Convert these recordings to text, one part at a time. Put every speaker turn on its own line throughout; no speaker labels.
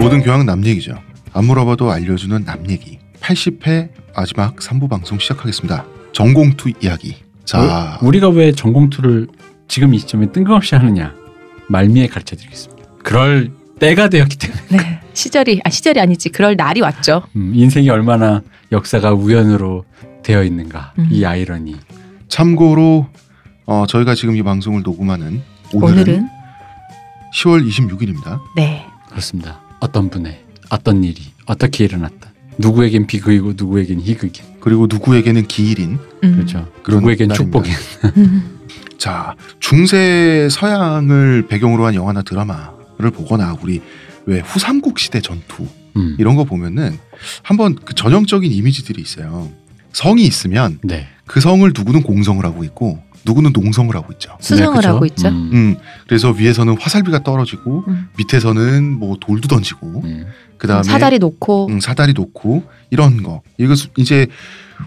모든 교양 남 얘기죠. 안 물어봐도 알려주는 남 얘기. 80회 마지막 3부 방송 시작하겠습니다. 전공투 이야기. 자,
우- 우리가 왜 전공투를 지금 이 시점에 뜬금없이 하느냐 말미에 가르쳐 드리겠습니다. 그럴 때가 되었기 때문에
네. 시절이 아 시절이 아니지. 그럴 날이 왔죠.
음, 인생이 얼마나 역사가 우연으로 되어 있는가
음.
이 아이러니.
참고로 어, 저희가 지금 이 방송을 녹음하는 오늘은,
오늘은
10월 26일입니다.
네.
그렇습니다. 어떤 분의 어떤 일이 어떻게 일어났다. 누구에겐 비극이고 누구에겐 희극이.
그리고 누구에게는 기일인
음.
그렇죠.
그런
누구에겐
날입니다.
축복이.
네,
음.
자, 중세 서양을 배경으로 한 영화나 드라마를 보거나 우리 왜 후삼국 시대 전투
음.
이런 거 보면은 한번 그 전형적인 이미지들이 있어요. 성이 있으면
네.
그 성을 누구는 공성을 하고 있고 누구는 농성을 하고 있죠.
수성을
네, 그쵸?
하고 있죠.
음.
음, 그래서 위에서는 화살비가 떨어지고
음.
밑에서는 뭐 돌도 던지고
음.
그다음에
사다리 놓고
음, 사다리 놓고 이런 거. 이거 수- 이제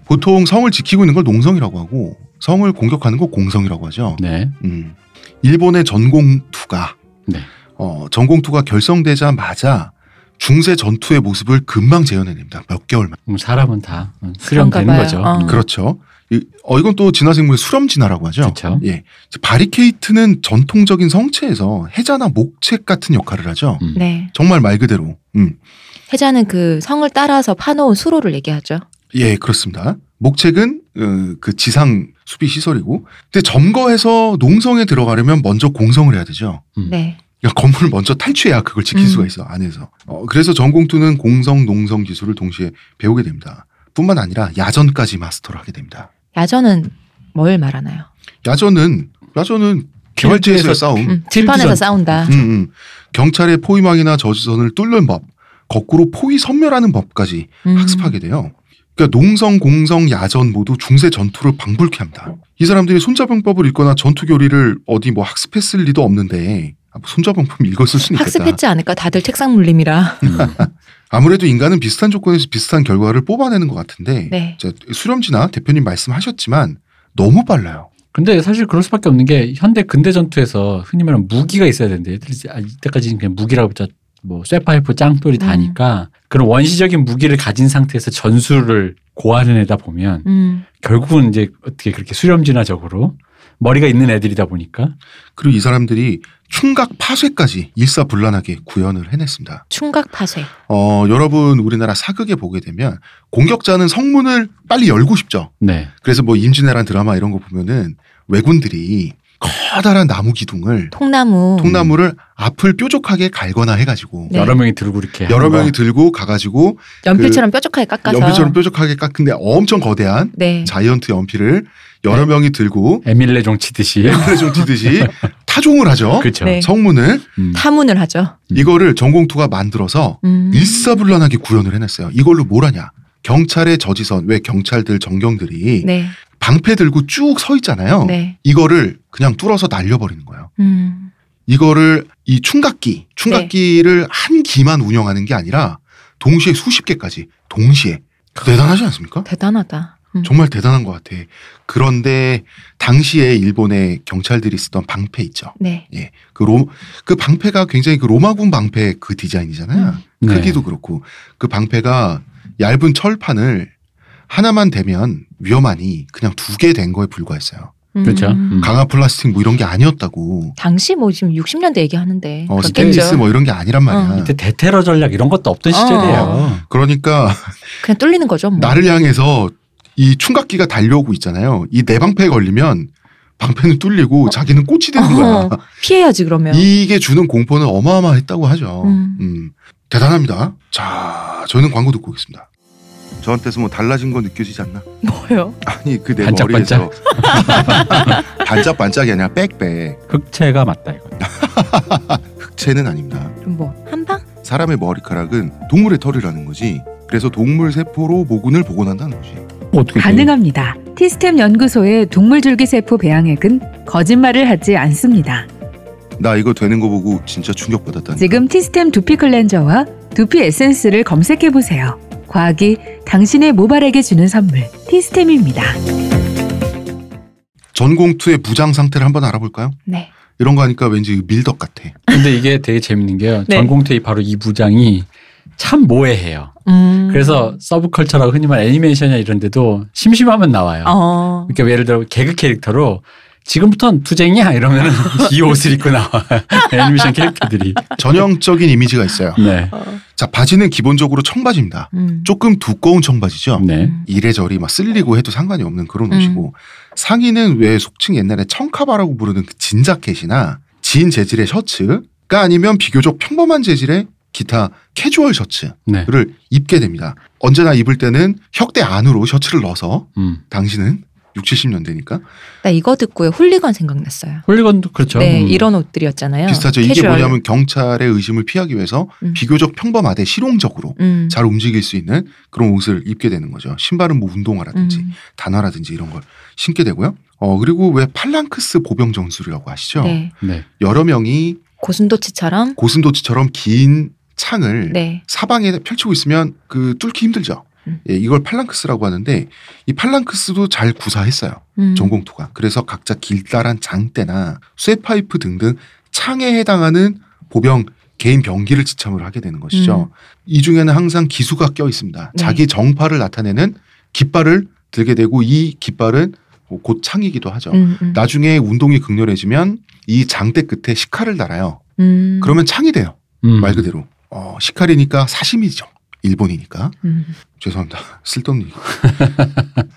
보통 성을 지키고 있는 걸 농성이라고 하고 성을 공격하는 거 공성이라고 하죠.
네.
음. 일본의 전공투가
네.
어, 전공투가 결성되자마자 중세 전투의 모습을 금방 재현해냅니다. 몇 개월만.
음, 사람은 다 음, 수렴되는
봐요.
거죠.
어.
음.
그렇죠. 이, 어 이건 또 진화생물 수렴진화라고 하죠.
그렇죠.
예, 바리케이트는 전통적인 성체에서 해자나 목책 같은 역할을 하죠.
음.
네.
정말 말 그대로. 음.
해자는 그 성을 따라서 파놓은 수로를 얘기하죠.
예, 그렇습니다. 목책은 어, 그 지상 수비 시설이고, 근데 점거해서 농성에 들어가려면 먼저 공성을 해야 되죠.
음.
네.
그러니까 건물을 먼저 탈취해야 그걸 지킬
음.
수가 있어 안에서. 어, 그래서 전공투는 공성, 농성 기술을 동시에 배우게 됩니다. 뿐만 아니라 야전까지 마스터를 하게 됩니다.
야전은 뭘 말하나요?
야전은 야전은 개발지에서의
필드에서-
싸움, 음,
음, 들판에서
필드전.
싸운다.
음. 경찰의 포위망이나 저지선을 뚫는 법, 거꾸로 포위 섬멸하는 법까지
음.
학습하게 돼요. 그러니까 농성, 공성, 야전 모두 중세 전투를 방불케 합니다. 이 사람들이 손자병법을 읽거나 전투 교리를 어디 뭐 학습했을 리도 없는데 아, 뭐 손자병법 읽었을 수는 있겠다.
학습했지 않을까? 다들 책상 물림이라.
음.
아무래도 인간은 비슷한 조건에서 비슷한 결과를 뽑아내는 것 같은데
네.
자, 수렴지나 대표님 말씀하셨지만 너무 빨라요.
근데 사실 그럴 수밖에 없는 게 현대 근대 전투에서 흔히 말하는 무기가 있어야 되는데 얘들이 이제 아, 이때까지는 그냥 무기라고 붙자 뭐 쇠파이프
음.
짱돌이 다니까 그런 원시적인 무기를 가진 상태에서 전술을 고안해내다 보면
음.
결국은 이제 어떻게 그렇게 수렴진화적으로 머리가 있는 애들이다 보니까
그리고 이 사람들이 충각 파쇄까지 일사불란하게 구현을 해냈습니다.
충각 파쇄.
어, 여러분 우리나라 사극에 보게 되면 공격자는 성문을 빨리 열고 싶죠.
네
그래서 뭐 임진왜란 드라마 이런 거 보면은 왜군들이 커다란 나무 기둥을
통나무.
통나무를 앞을 뾰족하게 갈거나 해가지고
네.
여러 명이 들고 이렇게
여러
하는 거.
명이 들고 가가지고
연필처럼 뾰족하게 깎아서.
그 연필처럼 뾰족하게 깎은데 엄청 거대한
네.
자이언트 연필을 여러 명이 들고
에밀레 종 치듯이
연필을 좀 튀듯이 타종을 하죠.
그렇죠
네.
성문을
음.
타문을 하죠.
이거를 전공투가 만들어서
음.
일사불란하게 구현을 해냈어요. 이걸로 뭘 하냐? 경찰의 저지선 왜 경찰들 정경들이
네.
방패 들고 쭉 서 있잖아요.
네.
이거를 그냥 뚫어서 날려버리는 거예요.
음.
이거를 이 충각기 충각기를
네.
한 기만 운영하는 게 아니라 동시에 수십 개까지 동시에 대단하지 않습니까?
대단하다. 음.
정말 대단한 것 같아. 그런데 당시에 일본의 경찰들이 쓰던 방패 있죠.
네.
그, 로, 그 방패가 굉장히 그 로마군 방패 그 디자인이잖아요.
음.
네.
크기도 그렇고 그 방패가 얇은 철판을 하나만 대면 위험하니 그냥 두 개 된 거에 불과했어요.
음.
그렇죠 음.
강화 플라스틱 뭐 이런 게 아니었다고.
당시 뭐 지금 60년대 얘기하는데.
어,
그렇겠죠.
스테인리스 뭐 이런 게 아니란 말이야.
이때 대테러 전략 이런 것도 없던
어.
시절이에요
그러니까
그냥 뚫리는 거죠. 뭐.
나를 향해서 이 충각기가 달려오고 있잖아요. 이 내 방패에 걸리면 방패는 뚫리고 자기는 꽃이 되는
어,
거야.
피해야지 그러면.
이게 주는 공포는 어마어마했다고 하죠.
음.
음, 대단합니다. 자, 저희는 광고 듣고 오겠습니다. 저한테서 뭐 달라진 거 느껴지지 않나?
뭐요?
아니 그 내
반짝반짝?
머리에서 반짝반짝이 아니라 빽빽
흑채가 맞다 이거
흑채는 아닙니다.
그럼 뭐 한방?
사람의 머리카락은 동물의 털이라는 거지. 그래서 동물 세포로 모근을 복원한다는 거지.
어떻게
가능합니다. 티스템 연구소의 동물줄기세포 배양액은 거짓말을 하지 않습니다.
나 이거 되는 거 보고 진짜 충격받았다니까.
지금 티스템 두피 클렌저와 두피 에센스를 검색해 보세요. 과학이 당신의 모발에게 주는 선물 티스템입니다.
전공투의 부장 상태를 한번 알아볼까요?
네.
이런 거 하니까 왠지 밀덕 같아.
근데 이게 되게 재밌는 게요.
네.
전공태의 바로 이 부장이 참 모해해요.
음.
그래서 서브컬처라고 흔히 말하는 애니메이션이나 이런 데도 심심하면 나와요.
어.
그러니까 예를 들어 개그 캐릭터로 지금부터는 투쟁이야 이러면 이 옷을 입고 나와 애니메이션 캐릭터들이
전형적인 이미지가 있어요.
네.
자 바지는 기본적으로 청바지입니다.
음.
조금 두꺼운 청바지죠.
네.
이래저리 막 쓸리고 해도 상관이 없는 그런
음.
옷이고 상의는 왜 속칭 옛날에 청카바라고 부르는 그 진 자켓이나 진 재질의 셔츠가 아니면 비교적 평범한 재질의 기타 캐주얼 셔츠를
네.
입게 됩니다. 언제나 입을 때는 혁대 안으로 셔츠를 넣어서
음.
당신은 60, 70년대니까
나 이거 듣고요. 훌리건 생각났어요.
홀리건도 그렇죠.
네,
음.
이런 옷들이었잖아요.
비슷하죠. 이게
캐주얼.
뭐냐면 경찰의 의심을 피하기 위해서
음.
비교적 평범하되 실용적으로
음.
잘 움직일 수 있는 그런 옷을 입게 되는 거죠. 신발은 뭐 운동화라든지
음.
단화라든지 이런 걸 신게 되고요. 어 그리고 왜 팔랑크스 보병 전술이라고 아시죠?
네.
네.
여러 명이
고슴도치처럼
고슴도치처럼 긴 창을
네.
사방에 펼치고 있으면 그 뚫기 힘들죠.
음.
예, 이걸 팔랑크스라고 하는데 이 팔랑크스도 잘 구사했어요.
음.
전공토가. 그래서 각자 길다란 장대나 쇠파이프 등등 창에 해당하는 보병 개인 병기를 지참을 하게 되는 것이죠. 이 중에는 항상 기수가 껴 있습니다.
음. 네.
자기 정파를 나타내는 깃발을 들게 되고 이 깃발은 곧 창이기도 하죠.
음, 음.
나중에 운동이 극렬해지면 이 장대 끝에 식칼을 달아요.
음.
그러면 창이 돼요.
음.
말 그대로. 어, 식칼이니까 사심이죠. 일본이니까.
음.
죄송합니다. 쓸데없는 얘기.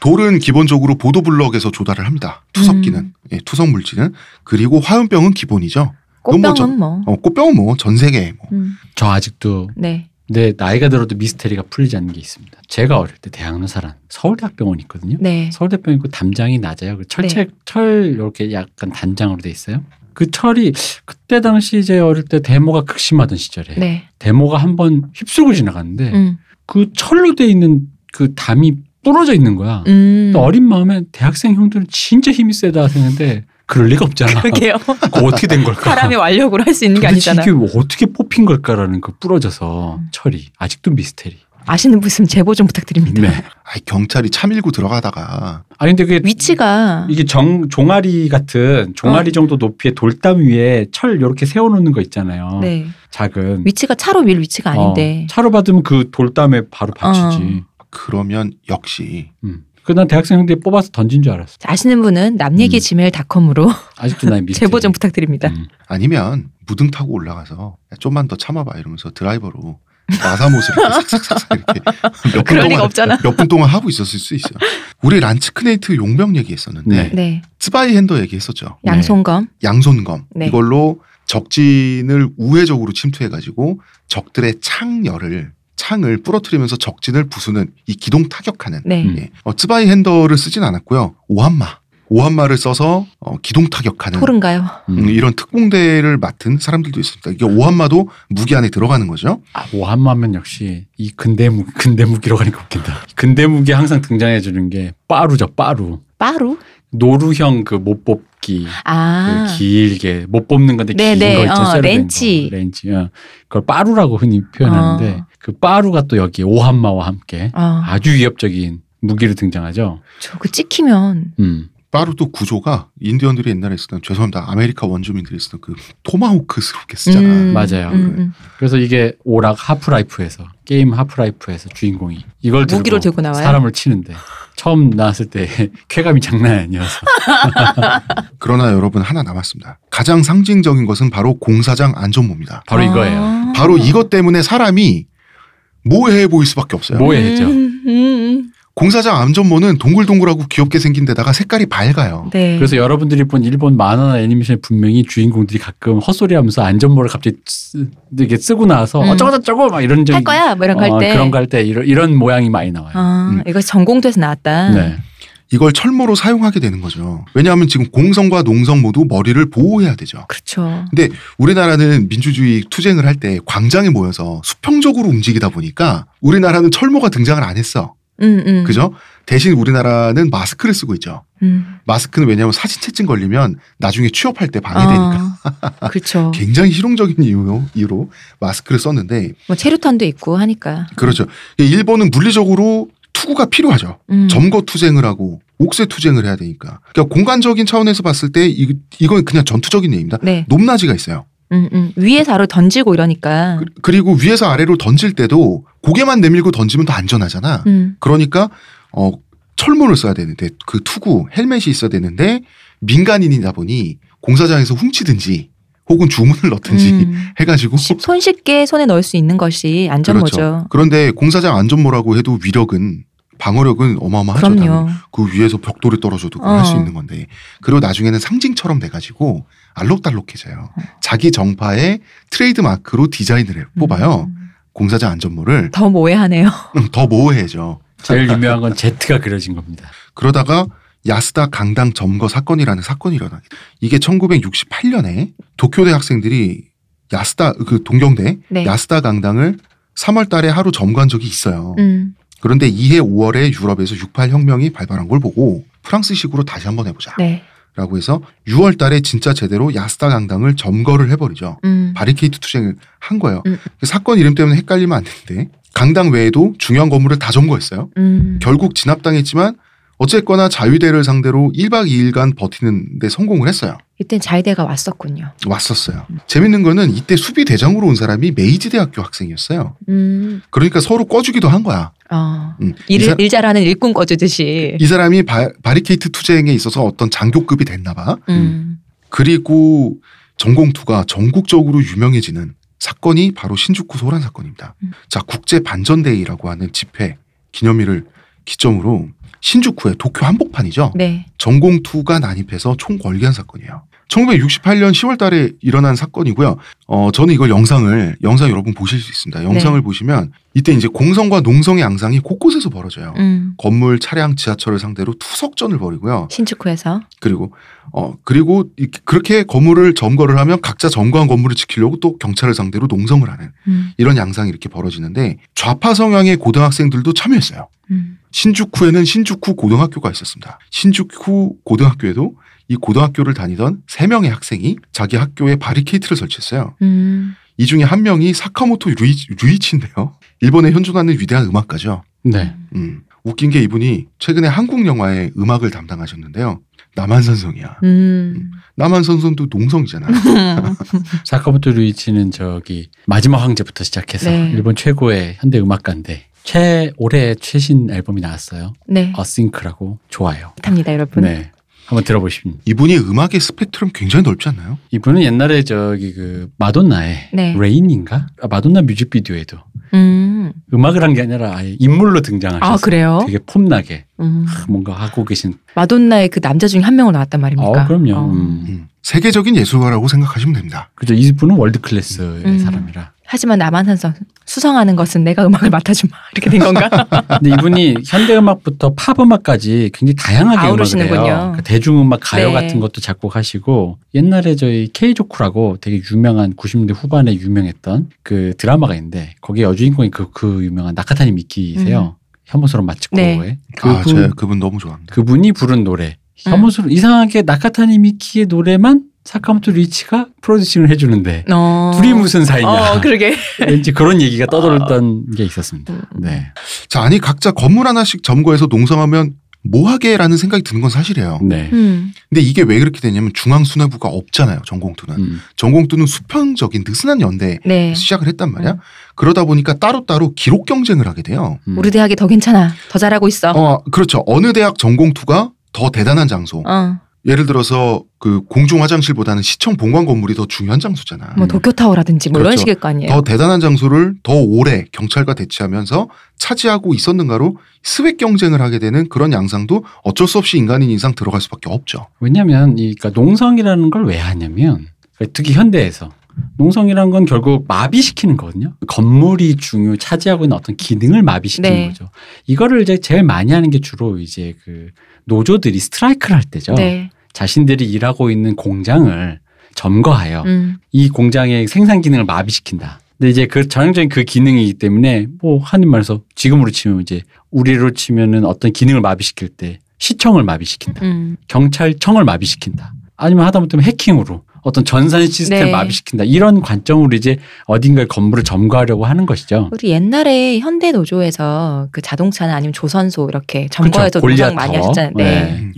돌은 기본적으로 보도블럭에서 조달을 합니다. 투석기는
음.
예, 투석 물질은 그리고 화염병은 기본이죠. 그건 뭐 전-
꽃병은 뭐.
어, 꽃병은 뭐 전 세계 뭐.
음.
저 아직도
네.
내 나이가 들어도 미스테리가 풀리지 않는 게 있습니다. 제가 어릴 때 대학로 살았 서울대학병원 있거든요.
네.
서울대병원 있고 담장이 낮아요. 그 철책 철 이렇게 약간 단장으로 돼 있어요. 그 철이 그때 당시 이제 어릴 때 데모가 극심하던 시절에
네.
데모가 한 번 휩쓸고
네.
지나갔는데
음.
그 철로 돼 있는 그 담이 부러져 있는 거야.
음.
또 어린 마음에 대학생 형들은 진짜 힘이 세다 생각했는데 그럴 리가 없잖아.
그러게요.
그거 어떻게 된 걸까?
사람이 완력으로 할 수 있는 게
도대체
아니잖아요.
이게 뭐 어떻게 뽑힌 걸까라는 그 부러져서
음.
철이 아직도 미스테리.
아시는 분 있으면 제보 좀 부탁드립니다.
네.
아이, 경찰이 차 밀고 들어가다가
아 근데 그게
위치가
이게 정 종아리 같은 종아리 정도 높이의 돌담 위에 철 이렇게 세워놓는 거 있잖아요.
네.
작은
위치가 차로 밀 위치가 아닌데. 어.
어, 차로 받으면 그 돌담에 바로 받치지.
그러면 역시
음. 그난 대학생 형들 뽑아서 던진 줄 알았어.
아시는 분은
음.
남얘기지메일닷컴으로
아직도 난 미스테리.
제보 좀 부탁드립니다.
음.
아니면 무등 타고 올라가서 야, 좀만 더 참아봐 이러면서 드라이버로 마사못을 이렇게 싹싹싹 이렇게
음.
몇 분
그럴 리가
동안
없잖아.
몇 분 동안 하고 있었을 수 있어요. 우리 란츠크네이트 용병 얘기했었는데
네.
네.
스바이 핸더 얘기했었죠.
양손검.
양손검
네.
이걸로 적진을 우회적으로 침투해가지고 적들의 창열을 창을 부러뜨리면서 적진을 부수는 이 기동 타격하는
네.
음.
예. 어, 츠바이 핸더를 쓰진 않았고요 오한마 오한마를 써서 어, 기동 타격하는
토른가요?
음.
음, 이런 특공대를 맡은 사람들도 있습니다. 이게 오한마도 무기 안에 들어가는 거죠.
아, 오한마면 역시 이 근대 무 근대 무기로 가니까 웃긴다. 근대 무기 항상 등장해 주는 게 빠루죠, 빠루.
빠루?
노루형 그 못 뽑기.
아.
그 길게 못 뽑는 건데
네,
긴
네.
거 있잖아요.
어,
쇠로 된
렌치.
거, 렌치. 어. 그걸 빠루라고 흔히 표현하는데
어.
그 빠루가 또 여기 오한마와 함께
아,
아주 위협적인 무기로 등장하죠.
저그 찍히면
음.
바로 또 구조가 인디언들이 옛날에 쓰던 죄송합니다 아메리카 원주민들이 쓰던 그 토마호크스럽게 쓰잖아.
음,
맞아요.
음,
그래서 이게 오락 하프라이프에서 게임 하프라이프에서 주인공이 이걸 들고
무기로 들고 나와요?
사람을 치는데 처음 나왔을 때 쾌감이 장난 아니어서
그러나 여러분 하나 남았습니다. 가장 상징적인 것은 바로 공사장 안전모입니다.
바로 이거예요.
아.
바로 이것 때문에 사람이 모해해 보일 수밖에 없어요.
모- 오해죠.
음, 음, 음.
공사장 암전모는 동글동글하고 귀엽게 생긴 데다가 색깔이 밝아요.
네.
그래서 여러분들이 본 일본 만화나 애니메이션에 분명히 주인공들이 가끔 헛소리하면서 안전모를 갑자기 쓰, 이렇게 쓰고 나서
음.
어쩌고저쩌고 막 이런
할
적이
거야? 뭐 이런 거 할
어,
때.
그런 거 할 때 이런, 이런 모양이 많이 나와요.
아,
음.
이거 전공도에서 나왔다.
네.
이걸 철모로 사용하게 되는 거죠. 왜냐하면 지금 공성과 농성 모두 머리를 보호해야 되죠.
그렇죠.
우리나라는 민주주의 투쟁을 할 때 광장에 모여서 수평적으로 움직이다 보니까 우리나라는 철모가 등장을 안 했어.
음, 음.
그죠? 대신 우리나라는 마스크를 쓰고 있죠.
음.
마스크는 왜냐하면 사진 채증 걸리면 나중에 취업할 때 방해되니까
아, 그렇죠.
굉장히 실용적인 이유로, 이유로 마스크를 썼는데
뭐 체류탄도 있고 하니까.
그렇죠. 일본은 물리적으로 투구가 필요하죠.
음.
점거 투쟁을 하고 옥새 투쟁을 해야 되니까. 그러니까 공간적인 차원에서 봤을 때 이, 이건 그냥 전투적인 얘기입니다.
네.
높낮이가 있어요.
음, 음. 위에서 아로 던지고 이러니까.
그, 리고 위에서 아래로 던질 때도 고개만 내밀고 던지면 더 안전하잖아.
음.
그러니까 어 철모를 써야 되는데 그 투구 헬멧이 있어야 되는데 민간인이다 보니 공사장에서 훔치든지 혹은 주문을 넣든지
음.
해가지고 그렇죠.
쉽- 손쉽게 손에 넣을 수 있는 것이 안전모죠.
그런데 공사장 안전모라고 해도 위력은 방어력은 어마어마하죠.
럼
당연히.
요
그 위에서 벽돌이 떨어져도
어.
할 수 있는 건데 그리고 나중에는 상징처럼 돼가지고 알록달록해져요.
어.
자기 정파의 트레이드 마크로 디자인을 해- 뽑아요. 공사장 안전모를
음. 더 모해하네요.
더 모호해져.
제일 유명한 건 제트가 그려진 겁니다.
그러다가 야스다 강당 점거 사건이라는 사건이 일어나게 돼. 이게 1968년에 도쿄대 학생들이 야스다 그 동경대
네.
야스다 강당을 3월 달에 하루 점거한 적이 있어요.
음.
그런데 이해 5월에 유럽에서 68 혁명이 발발한 걸 보고 프랑스식으로 다시 한번 해 보자.
네.
라고 해서 6월 달에 진짜 제대로 야스다 강당을 점거를 해 버리죠.
음.
바리케이트 투쟁을 한 거예요. 그
음.
사건 이름 때문에 헷갈리면 안 되는데 강당 외에도 중요한 건물을 다 점거했어요.
음.
결국 진압당했지만 어쨌거나 자위대를 상대로 1박 2일간 버티는데 성공을 했어요.
이때 자위대가 왔었군요.
왔었어요. 재밌는 거는 이때 수비 대장으로 온 사람이 메이지 대학교 학생이었어요.
음.
그러니까 서로 꺼주기도 한 거야.
어.
음. 이,
일,
사,
일 잘하는 일꾼 꺼주듯이.
람이 바, 리케이트 투쟁에 있어서 어떤 장교급이 됐나 봐.
음.
그리고 전공투가 전국적으로 유명해지는 사건이 바로 신주쿠 소란 사건입니다.
음.
자, 국제 반전데이라고 하는 집회 기념일을 기점으로 신주쿠의 도쿄 한복판이죠.
네.
전공투가 난입해서 총 걸기한 사건이에요. 1968년 10월 달에 일어난 사건이고요. 어, 저는 이걸 영상을, 영상 여러분 보실 수 있습니다.
네.
영상을 보시면 이때 이제 공성과 농성의 양상이 곳곳에서 벌어져요.
음.
건물, 차량, 지하철을 상대로 투석전을 벌이고요.
신축구에서.
그리고, 어, 그리고 이- 그렇게 건물을 점거를 하면 각자 점거한 건물을 지키려고 또 경찰을 상대로 농성을 하는
음.
이런 양상이 이렇게 벌어지는데 좌파 성향의 고등학생들도 참여했어요.
음.
신주쿠에는 신주쿠 고등학교가 있었습니다. 신주쿠 고등학교에도 이 고등학교를 다니던 세명의 학생이 자기 학교에 바리케이트를 설치했어요.
음.
이 중에 한 명이 사카모토 루이, 루이치인데요. 일본에 현존하는 위대한 음악가죠.
네.
음, 웃긴 게 이분이 최근에 한국 영화의 음악을 담당하셨는데요. 남한산성이야.
음.
남한산성도 농성이잖아. 음.
사카모토 루이치는 저기 마지막 황제부터 시작해서
네.
일본 최고의 현대 음악가인데 최 올해 최신 앨범이 나왔어요.
네.
아,
어싱크라고 좋아요.
답니다, 여러분.
네. 한번 들어보시면
이분이 음악의 스펙트럼 굉장히 넓지 않나요?
이분은 옛날에 저기 그 마돈나의
네.
레인인가 아, 마돈나 뮤직비디오에도
음.
음악을 한 게 아니라 아예 인물로 등장하셨어요.
아, 그래요?
되게 폼나게
음.
뭔가 하고 계신.
마돈나의 그 남자 중에 한 명으로 나왔단 말입니까?
아 그럼요.
어.
음.
음, 세계적인 예술가라고 생각하시면 됩니다.
그죠. 이분은 월드 클래스의
음.
사람이라.
하지만 남한산성 수성하는 것은 내가 음악을 맡아주마 이렇게 된 건가?
근데 이분이 현대 음악부터 팝 음악까지 굉장히 다양하게 음악을 해요.
아우르시는군요.
그러니까 대중음악 가요
네.
같은 것도 작곡하시고 옛날에 저희 케이조쿠라고 되게 유명한 90년대 후반에 유명했던 그 드라마가 있는데 거기에 여주인공이 그, 그 유명한 나카타니 미키세요. 혐오스러운 마츠코의
음. 네.
아,
그분,
제가 그분 너무 좋아합니다.
그분이 부른 노래.
음.
혐오스러운 이상하게 나카타니 미키의 노래만 사카모토 리치가 프로듀싱을 해주는데
어.
둘이 무슨 사이냐.
어, 그러게.
왠지 그런 얘기가 떠돌던 게 있었습니다.
음.
네.
자, 아니 각자 건물 하나씩 점거해서 농성하면 뭐하게라는 생각이 드는 건 사실이에요.
네.
음.
근데 이게 왜 그렇게 되냐면 중앙 수뇌부가 없잖아요. 전공투는
음.
전공투는 수평적인 느슨한 연대
네.
시작을 했단 말이야.
음.
그러다 보니까 따로따로 기록 경쟁을 하게 돼요.
음.
우리 대학이 더 괜찮아. 더 잘하고 있어. 어.
어, 그렇죠. 어느 대학 전공투가 더 대단한 장소.
어.
예를 들어서 그 공중 화장실보다는 시청 본관 건물이 더 중요한 장소잖아.
뭐
음.
도쿄타워라든지 뭐 이런
그렇죠.
식일 거 아니에요.
더 대단한 장소를 더 오래 경찰과 대치하면서 차지하고 있었는가로 스웩 경쟁을 하게 되는 그런 양상도 어쩔 수 없이 인간인 이상 들어갈 수밖에 없죠.
왜냐하면 이 그러니까 농성이라는 걸 왜 하냐면 그러니까 특히 현대에서 농성이라는 건 결국 마비시키는 거거든요. 건물이 중요 차지하고 있는 어떤 기능을 마비시키는
네.
거죠. 이거를 이제 제일 많이 하는 게 주로 이제 그 노조들이 스트라이크를 할 때죠.
네.
자신들이 일하고 있는 공장을 점거하여
음.
이 공장의 생산 기능을 마비시킨다. 근데 이제 그 전형적인 그 기능이기 때문에 뭐 한인 말해서 지금으로 치면 이제 우리로 치면은 어떤 기능을 마비시킬 때 시청을 마비시킨다.
음.
경찰청을 마비시킨다. 아니면 하다못해 해킹으로 어떤 전산 시스템
네.
마비시킨다 이런 관점으로 이제 어딘가의 건물을 점거하려고 하는 것이죠.
우리 옛날에 현대 노조에서 그 자동차나 아니면 조선소 이렇게 점거해서
그렇죠.
노장 많이
골리앗
하셨잖아요.
타워.
네.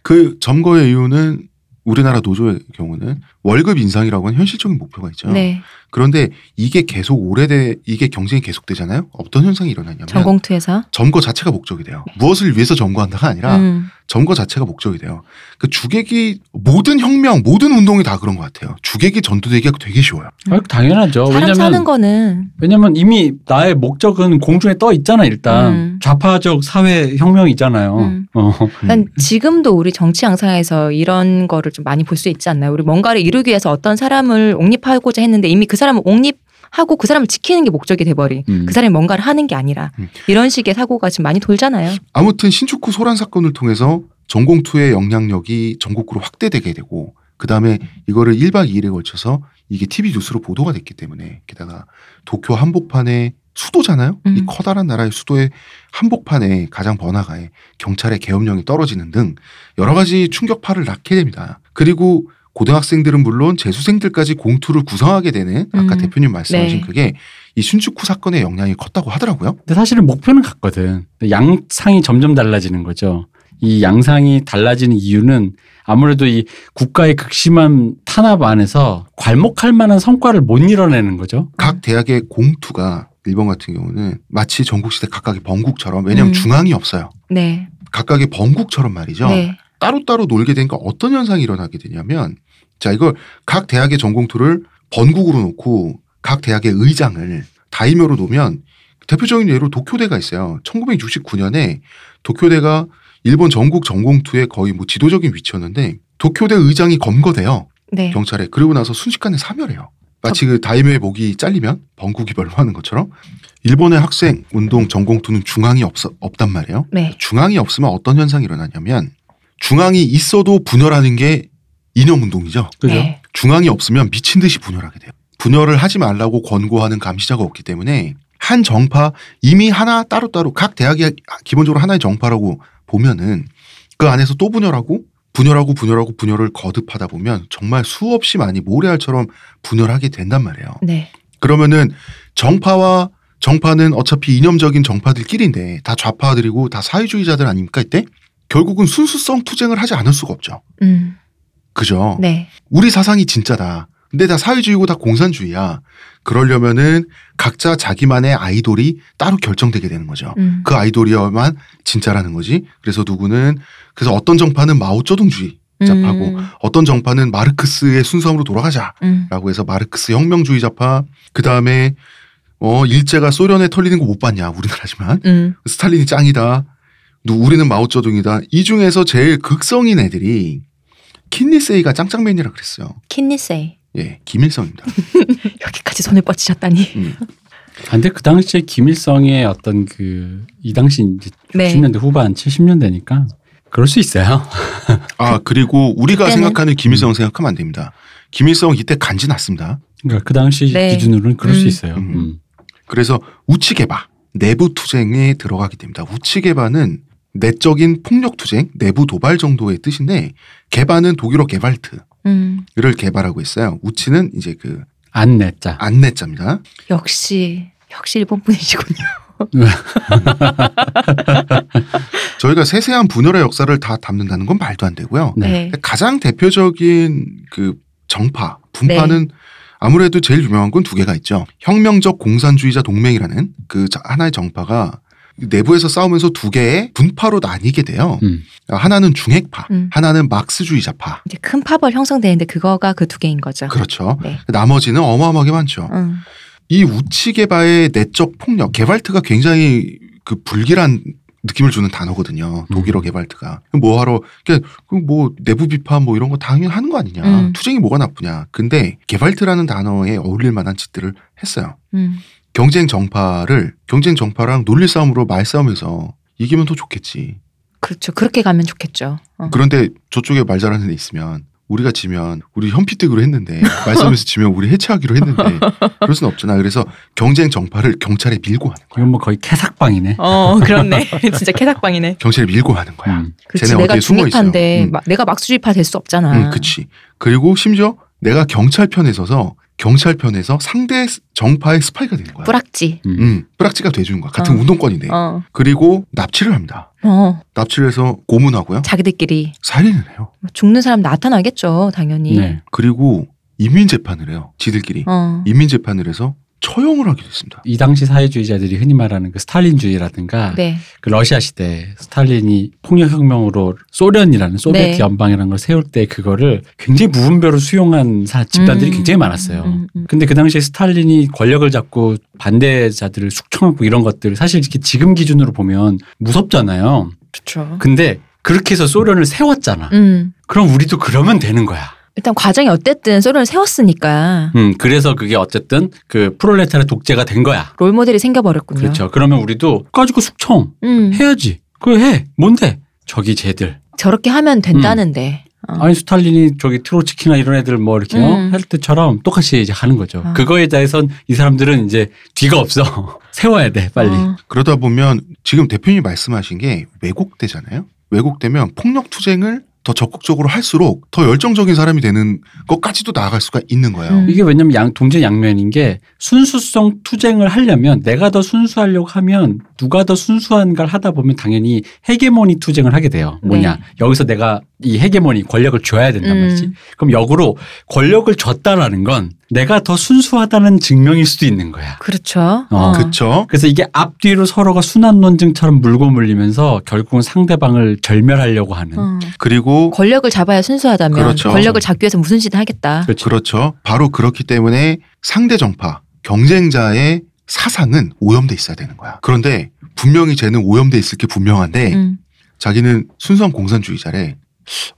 그 점거의 이유는 우리나라 노조의 경우는 월급 인상이라고 하는 현실적인 목표가 있죠.
네.
그런데 이게 계속 오래돼 이게 경쟁이 계속되잖아요. 어떤 현상이 일어나냐면
전공투에서
점거 자체가 목적이 돼요. 무엇을 위해서 점거한다가 아니라
음.
점거 자체가 목적이 돼요. 그 주객이 모든 혁명, 모든 운동이 다 그런 것 같아요. 주객이 전투되기가 되게 쉬워요.
아, 당연하죠.
사람 사는
왜냐면
거는
왜냐면 이미 나의 목적은 공중에 떠 있잖아 일단
음.
좌파적 사회 혁명이잖아요.
음.
어.
난 지금도 우리 정치 양상에서 이런 거를 좀 많이 볼 수 있지 않나요? 우리 뭔가를 이루기 위해서 어떤 사람을 옹립하고자 했는데 이미 그 사람을 옹립하고 그 사람을 지키는 게 목적이 돼버린
음.
그 사람이 뭔가를 하는 게 아니라
음.
이런 식의 사고가 지금 많이 돌잖아요.
아무튼 신축구 소란 사건을 통해서 전공투의 영향력이 전국으로 확대되게 되고 그다음에 이거를 1박 2일에 걸쳐서 이게 TV 뉴스로 보도가 됐기 때문에 게다가 도쿄 한복판에 수도잖아요. 이
음.
커다란 나라의 수도의 한복판에 가장 번화가에 경찰의 계엄령이 떨어지는 등 여러 가지 충격파를 낳게 됩니다. 그리고 고등학생들은 물론 재수생들까지 공투를 구성하게 되는 아까
음.
대표님 말씀하신
네.
그게 이 신축구 사건의 영향이 컸다고 하더라고요.
근데 사실은 목표는 같거든. 근데 양상이 점점 달라지는 거죠. 이 양상이 달라지는 이유는 아무래도 이 국가의 극심한 탄압 안에서 괄목할 만한 성과를 못 이뤄내는 거죠.
각 대학의 공투가 일본 같은 경우는 마치 전국시대 각각의 번국처럼 왜냐하면
음.
중앙이 없어요.
네.
각각의 번국처럼 말이죠.
네.
따로따로 놀게 되니까 어떤 현상이 일어나게 되냐면 자 이걸 각 대학의 전공투를 번국으로 놓고 각 대학의 의장을 다이묘로 놓으면 대표적인 예로 도쿄대가 있어요. 1969년에 도쿄대가 일본 전국 전공투의 거의 뭐 지도적인 위치였는데 도쿄대 의장이 검거돼요.
네.
경찰에 그리고 나서 순식간에 사멸해요. 마치 그 다이묘의 목이 잘리면 번국이 멸망하는 것처럼 일본의 학생 운동 전공투는 중앙이 없어, 없단 말이에요.
네.
중앙이 없으면 어떤 현상이 일어나냐면 중앙이 있어도 분열하는 게 이념 운동이죠.
그죠?
네.
중앙이 없으면 미친 듯이 분열하게 돼요. 분열을 하지 말라고 권고하는 감시자가 없기 때문에 한 정파 이미 하나 따로따로 각 대학이 기본적으로 하나의 정파라고 보면은 그 안에서 또 분열하고 분열하고 분열하고 분열을 거듭하다 보면 정말 수없이 많이 모래알처럼 분열하게 된단 말이에요.
네.
그러면은 정파와 정파는 어차피 이념적인 정파들끼리인데 다 좌파들이고 다 사회주의자들 아닙니까 이때 결국은 순수성 투쟁을 하지 않을 수가 없죠.
음.
그죠?
네.
우리 사상이 진짜다. 근데 다 사회주의고 다 공산주의야. 그러려면은 각자 자기만의 아이돌이 따로 결정되게 되는 거죠.
음.
그 아이돌이야만 진짜라는 거지. 그래서 누구는 그래서 어떤 정파는 마오쩌둥주의, 잡하고
음.
어떤 정파는 마르크스의 순수함으로 돌아가자.
음.
라고 해서 마르크스 혁명주의 좌파 그다음에 어 일제가 소련에 털리는 거 못 봤냐 우리나라지만
음.
스탈린이 짱이다 누- 우리는 마오쩌둥이다 이 중에서 제일 극성인 애들이 킨니세이가 짱짱맨이라 그랬어요
킨니세이.
예 김일성입니다
여기까지 손을 뻗치셨다니.
근데 그 당시에 김일성의 어떤 그 이 당시 이제
네.
60년대 후반 70년대니까 그럴 수 있어요.
아 그리고 우리가
그때는-
생각하는 김일성 생각하면 안 됩니다 김일성 이때 간지 났습니다
그러니까 그 당시
네.
기준으로는 그럴 수
음.
있어요.
음.
음.
그래서 우치개바 내부 투쟁에 들어가게 됩니다. 우치개바는 내적인 폭력 투쟁, 내부 도발 정도의 뜻인데 개바는 독일어 개발트를
음.
개발하고 있어요. 우치는 이제 그
안 냈자.
안내자입니다.
역시 역시 일본 분이시군요.
저희가 세세한 분열의 역사를 다 담는다는 건 말도 안 되고요.
네.
가장 대표적인 그 정파,
네.
분파는 아무래도 제일 유명한 건 두 개가 있죠. 혁명적 공산주의자 동맹이라는 그 자- 하나의 정파가 내부에서 싸우면서 두 개의 분파로 나뉘게 돼요.
음.
하나는 중핵파,
음.
하나는 막스주의자파.
이제 큰 팝을 형성되는데 그거가 그 두 개인 거죠.
그렇죠.
네.
나머지는 어마어마하게 많죠.
음.
이 우치개바의 내적 폭력, 개발트가 굉장히 그 불길한 느낌을 주는 단어거든요. 독일어 개발트가. 뭐하러, 그러니까 그뭐 내부 비판 뭐 이런 거 당연히 하는 거 아니냐.
음.
투쟁이 뭐가 나쁘냐. 근데 개발트라는 단어에 어울릴 만한 짓들을 했어요.
음.
경쟁 정파를 경쟁 정파랑 논리 싸움으로 말 싸움에서 이기면 더 좋겠지.
그렇죠. 그렇게 가면 좋겠죠. 어.
그런데 저쪽에 말 잘하는 애 있으면 우리가 지면 우리 현피뜨기로 했는데 말싸움에서 지면 우리 해체하기로 했는데 그럴 순 없잖아. 그래서 경쟁 정파를 경찰에 밀고 하는 거야.
이건 뭐 거의 캐삭방이네.
어, 그렇네. 진짜 캐닥방이네.
경찰에 밀고 하는 거야.
음.
그치
쟤네
내가
어디에 숨어
중립파인데
있어요. 음.
마- 내가 막수주의파 될 수 없잖아.
응, 그치. 그리고 심지어 내가 경찰 편에 서서 경찰 편에서 상대 정파의 스파이가 되는 거야.
뿌락지.
음, 뿌락지가 돼주는 거야. 같은
어.
운동권인데.
어.
그리고 납치를 합니다.
어.
납치를 해서 고문하고요.
자기들끼리
살인을 해요.
죽는 사람 나타나겠죠, 당연히.
네.
그리고 인민 재판을 해요. 지들끼리
어.
인민 재판을 해서 처형을 하기도 했습니다.
이 당시 사회주의자들이 흔히 말하는 그 스탈린주의라든가
네.
그 러시아 시대 스탈린이 폭력혁명으로 소련이라는 소비에트
네.
연방이라는 걸 세울 때 그거를 굉장히 무분별로 수용한 사, 집단들이
음.
굉장히 많았어요.
음, 음.
근데 그 당시에 스탈린이 권력을 잡고 반대자들을 숙청하고 이런 것들 사실 이렇게 지금 기준으로 보면 무섭잖아요.
그렇죠.
근데 그렇게 해서 소련을 세웠잖아.
음.
그럼 우리도 그러면 되는 거야.
일단 과정이 어쨌든 소련을 세웠으니까
음, 그래서 그게 어쨌든 그 프롤레타르 독재가 된 거야.
롤 모델이 생겨버렸군요.
그렇죠. 그러면 우리도 가지고 숙청
음.
해야지. 그거 해. 뭔데? 저기 쟤들.
저렇게 하면 된다는데. 어.
아니 스탈린이 저기 트로츠키나 이런 애들 뭐 이렇게 어?
음.
할 때처럼 똑같이 이제 하는 거죠.
아.
그거에 대해선 이 사람들은 이제 뒤가 없어. 세워야 돼 빨리.
어.
그러다 보면 지금 대표님이 말씀하신 게 왜곡되잖아요. 왜곡되면 폭력 투쟁을 더 적극적으로 할수록 더 열정적인 사람이 되는 것까지도 나아갈 수가 있는 거예요.
음.
이게 왜냐면 양, 동제 양면인 게 순수성 투쟁을 하려면 내가 더 순수하려고 하면 누가 더 순수한가를 하다 보면 당연히 헤게모니 투쟁을 하게 돼요. 뭐냐.
네.
여기서 내가 이 헤게모니 권력을 줘야 된단 말이지.
음.
그럼 역으로 권력을 줬다라는 건 내가 더 순수하다는 증명일 수도 있는 거야.
그렇죠.
어.
그쵸?
그래서 이게 앞뒤로 서로가 순환 논증처럼 물고 물리면서 결국은 상대방을 절멸하려고 하는.
어.
그리고
권력을 잡아야 순수하다면
그렇죠.
권력을 잡기 위해서 무슨 짓을 하겠다.
그렇죠.
그렇죠. 바로 그렇기 때문에 상대 정파, 경쟁자의 사상은 오염돼 있어야 되는 거야. 그런데 분명히 쟤는 오염돼 있을 게 분명한데
음.
자기는 순수한 공산주의자래.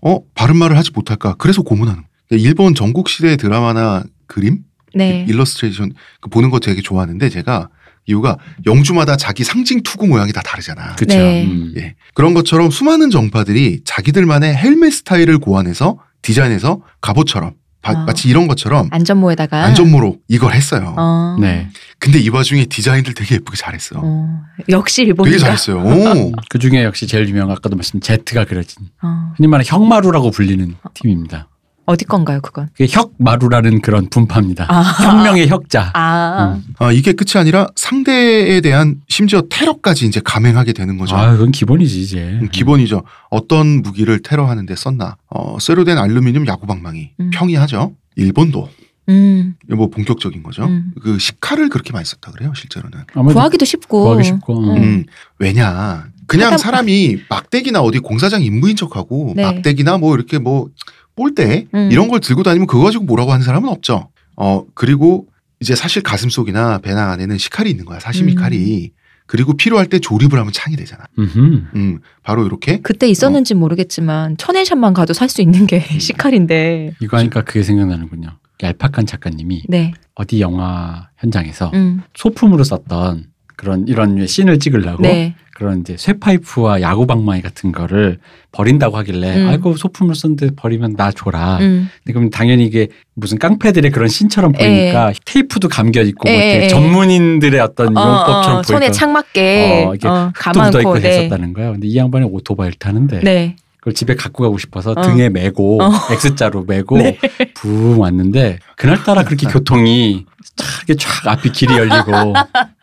어 바른 말을 하지 못할까? 그래서 고문하는. 거야. 근데 일본 전국 시대 드라마나 그림,
네.
음. 일러스트레이션 그 보는 거 되게 좋아하는데 제가 이유가 영주마다 자기 상징 투구 모양이 다 다르잖아.
그렇죠.
네.
음.
예. 그런 것처럼 수많은 정파들이 자기들만의 헬멧 스타일을 고안해서 디자인해서 갑옷처럼 바-
아.
마치 이런 것처럼
안전모에다가.
안전모로 이걸 했어요.
어.
네.
근데 이 와중에 디자인들 되게 예쁘게 잘했어.
어. 역시
되게
일본이다.
잘했어요. 오.
그 중에 역시 제일 유명한 아까도 말씀 제트가 그려진
어.
흔히 말하는 혁마루라고 불리는 팀입니다.
어디 건가요, 그건?
그게 혁마루라는 그런 분파입니다.
아.
혁명의 혁자.
아.
음.
아, 이게 끝이 아니라 상대에 대한 심지어 테러까지 이제 감행하게 되는 거죠.
아, 그건 기본이지 이제.
음, 기본이죠. 어떤 무기를 테러하는데 썼나. 어, 쇠로 된 알루미늄 야구방망이.
음.
평이하죠. 일본도.
음.
이거 뭐 본격적인 거죠.
음.
그 시카를 그렇게 많이 썼다 그래요, 실제로는.
아무래도
구하기도 쉽고.
구하기 쉽고.
음.
음, 왜냐. 그냥
하다-
사람이 막대기나 어디 공사장 임무인 척하고
네.
막대기나 뭐 이렇게 뭐 볼대
음.
이런 걸 들고 다니면 그거 가지고 뭐라고 하는 사람은 없죠. 어, 그리고 이제 사실 가슴속이나 배낭 안에는 시칼이 있는 거야. 사시미
음.
칼이. 그리고 필요할 때 조립을 하면 창이 되잖아.
음흠.
음, 바로 이렇게
그때 있었는지
어.
모르겠지만 천혜샵만 가도 살 수 있는 게
음.
시칼인데.
이거 하니까 그게 생각나는군요. 얄팍한 작가님이
네.
어디 영화 현장에서
음.
소품으로 썼던 그런 이런 류의 씬을 찍으려고
네.
그런 이제 쇠파이프와 야구방망이 같은 거를 버린다고 하길래
음.
아이고 소품을 썼는데 버리면 나 줘라.
음.
근데 그럼 당연히 이게 무슨 깡패들의 그런 신처럼 보이니까 테이프도 감겨 있고 뭐
에,
이렇게
에.
전문인들의 어떤
예. 어,
용법처럼
어, 손에
보이고
창 맞게
어, 이게
어,
또 묻어 있고
감안고 네.
했었다는 거예요. 근데 이 양반이 오토바이를 타는데
네.
그걸 집에 갖고 가고 싶어서
어.
등에 메고
어. 네.
X자로 메고 붕 왔는데 그날따라 그렇게 교통이 쫙, 이렇게 쫙 앞이 길이 열리고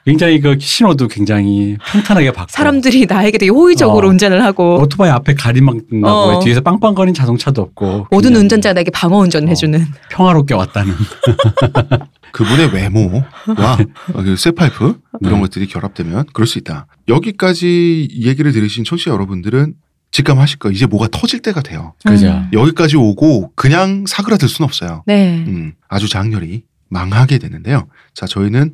굉장히 그 신호도 굉장히 평탄하게 받고
사람들이 나에게 되게 호의적으로
어.
운전을 하고
오토바이 앞에 가리막 나고
어.
뒤에서 빵빵거리는 자동차도 없고
모든
그냥
운전자가 나에게 방어 운전을
어.
해주는.
평화롭게 왔다는
그분의 외모와 어, 그 쇠파이프 이런
음.
것들이 결합되면 그럴 수 있다. 여기까지 얘기를 들으신 청취자 여러분들은 직감하실 거예요. 이제 뭐가 터질 때가 돼요.
그죠.
음.
여기까지 오고 그냥 사그라들 순 없어요.
네.
음, 아주 장렬히 망하게 되는데요. 자, 저희는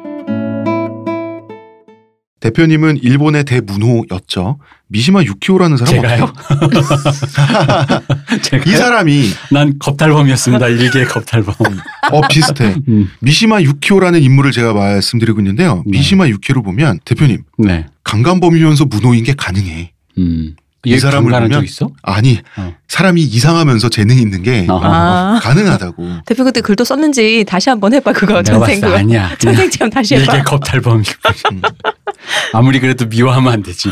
대표님은 일본의 대문호였죠. 미시마 유키오라는 사람
제가요?
어때요?
제가
이 사람이
난 겁탈범이었습니다. 일개 겁탈범.
어 비슷해.
음,
미시마 유키오라는 인물을 제가 말씀드리고 있는데요.
네.
미시마 유키오를 보면 대표님
네.
강간범이면서 문호인 게 가능해.
음.
이
얘
사람을
강간한
보면
적 있어?
아니
어.
사람이 이상하면서 재능 있는 게
아.
아.
가능하다고.
대표 그때 글도 썼는지 다시 한번 해봐 그거
내가 봤을 때
전생구
아니야.
전생체험 다시
일개
해봐
겁탈범이.
음.
아무리 그래도 미워하면 안 되지.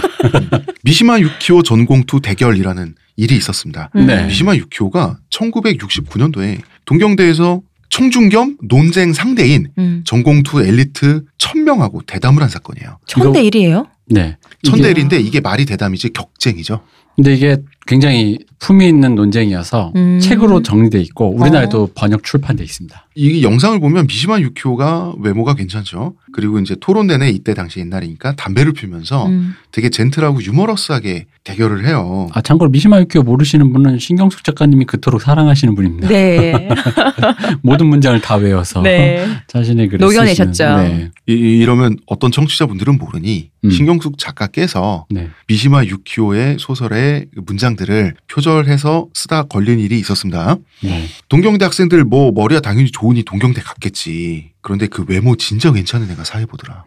미시마 유키오 전공투 대결이라는 일이 있었습니다.
음.
네.
미시마 유키오가 1969년도에 동경대에서 청중 겸 논쟁 상대인
음.
전공투 엘리트 1000명하고 대담을 한 사건이에요.
천대 일이에요?
네. 이게-
천대 일인데 이게 말이 대담이지 격쟁이죠.
근데 이게 굉장히 품이 있는 논쟁이어서
음. 어.
책으로 정리돼 있고 우리나라에도 번역 출판돼 있습니다.
이 영상을 보면 미시마 유키오가 외모가 괜찮죠. 그리고 이제 토론 내내 이때 당시 옛날이니까 담배를 피면서
음.
되게 젠틀하고 유머러스하게 대결을 해요.
아 참고로 미시마 유키오 모르시는 분은 신경숙 작가님이 그토록 사랑하시는 분입니다.
네.
모든 문장을 다 외워서
네.
자신의 글을
녹여내셨죠.
쓰시는- 네.
이, 이- 이러면 어떤 청취자분들은 모르니
음.
신경숙 작가께서
네.
미시마 유키오의 소설의 그 문장들을 표절해서 쓰다 걸린 일이 있었습니다.
네.
동경대 학생들 뭐 머리가 당연히 좋으니 동경대 갔겠지. 그런데 그 외모 진짜 괜찮은 애가 사회 보더라.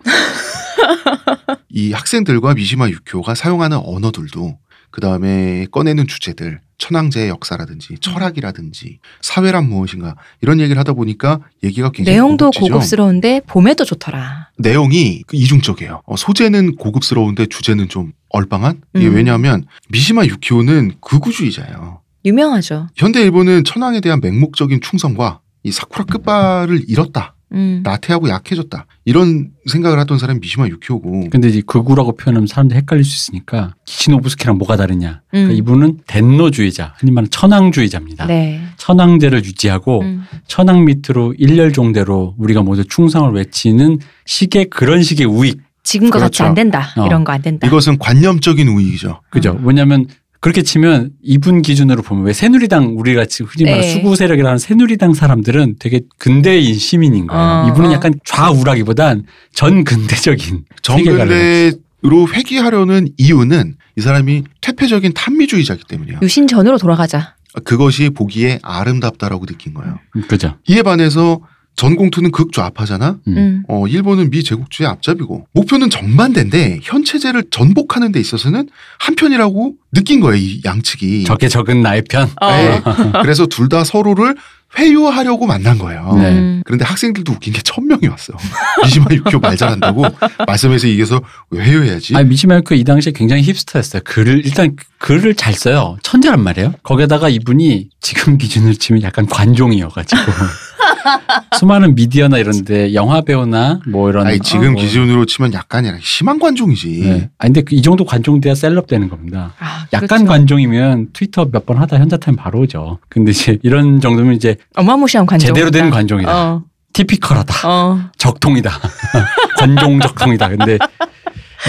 이 학생들과 미시마 유키오가 사용하는 언어들도 그 다음에 꺼내는 주제들 천황제의
음.
역사라든지 철학이라든지 사회란 무엇인가 이런 얘기를 하다 보니까 얘기가 굉장히
내용도
고급지죠.
고급스러운데 봄에도 좋더라.
내용이 그 이중적이에요. 어, 소재는 고급스러운데 주제는 좀 얼빵한? 이게
음.
왜냐하면 미시마 유키오는 극우주의자예요.
유명하죠.
현대 일본은 천황에 대한 맹목적인 충성과 이 사쿠라 끝발을 잃었다.
음.
아,
나태하고 약해졌다. 이런 생각을 하던 사람이 미시마 유키오고
근데 이 극우라고 표현하면 사람들이 헷갈릴 수 있으니까 키시노부스키랑 뭐가 다르냐?
음.
그러니까 이분은 덴노주의자, 흔히 말하는 천황주의자입니다.
네.
천황제를 유지하고
음.
천황 밑으로 일렬종대로 우리가 모두 충성을 외치는 식의 그런 식의 우익.
지금과 같이
그렇죠.
안 된다.
어.
이런 거 안 된다.
이것은 관념적인 우익이죠.
그죠?
음.
왜냐면 그렇게 치면 이분 기준으로 보면 왜 새누리당 우리가 지금 흔히 말하는
네.
수구 세력이라는 새누리당 사람들은 되게 근대인 시민인 거예요.
어,
이분은
어.
약간 좌우라기보단 전근대적인 세계관을
정근대로 회귀하려는 이유는 이 사람이 퇴폐적인 탐미주의자이기 때문이에요.
유신 전으로 돌아가자.
그것이 보기에 아름답다라고 느낀 거예요.
가지고. 그죠?
이에 반해서 전공투는 극좌파잖아.
음.
음.
어, 일본은 미 제국주의 앞잡이고 목표는 정반대인데 현 체제를 전복하는 데 있어서는 한편이라고 느낀 거예요. 이 양측이.
적게 적은 나의 편.
네. 그래서 둘 다 서로를 회유하려고 만난 거예요.
네.
음.
그런데 학생들도 웃긴 게 천 명이 왔어. 미시마 유키오 말 잘한다고 말씀해서 이겨서 왜 회유해야지?
아니 미치마이크 이 당시에 굉장히 힙스터였어요. 글을 일단 글을 잘 써요. 천재란 말이에요. 거기다가 이분이 지금 기준으로 치면 약간 관종이어가지고 수많은 미디어나 이런데 영화 배우나 뭐 이런.
아니 지금
뭐-
기준으로 치면 약간 이라 심한 관종이지. 그러니까
네. 아 근데 그- 이 정도 관종 돼야 셀럽 되는 겁니다.
아,
약간
그렇죠.
관종이면 트위터 몇 번 하다 현자타임 바로 오죠. 근데 이제 이런 정도면 이제
어마무시한 관종.
제대로 된 관종이다.
어.
티피컬하다.
어.
적통이다. 관종 적통이다. 근데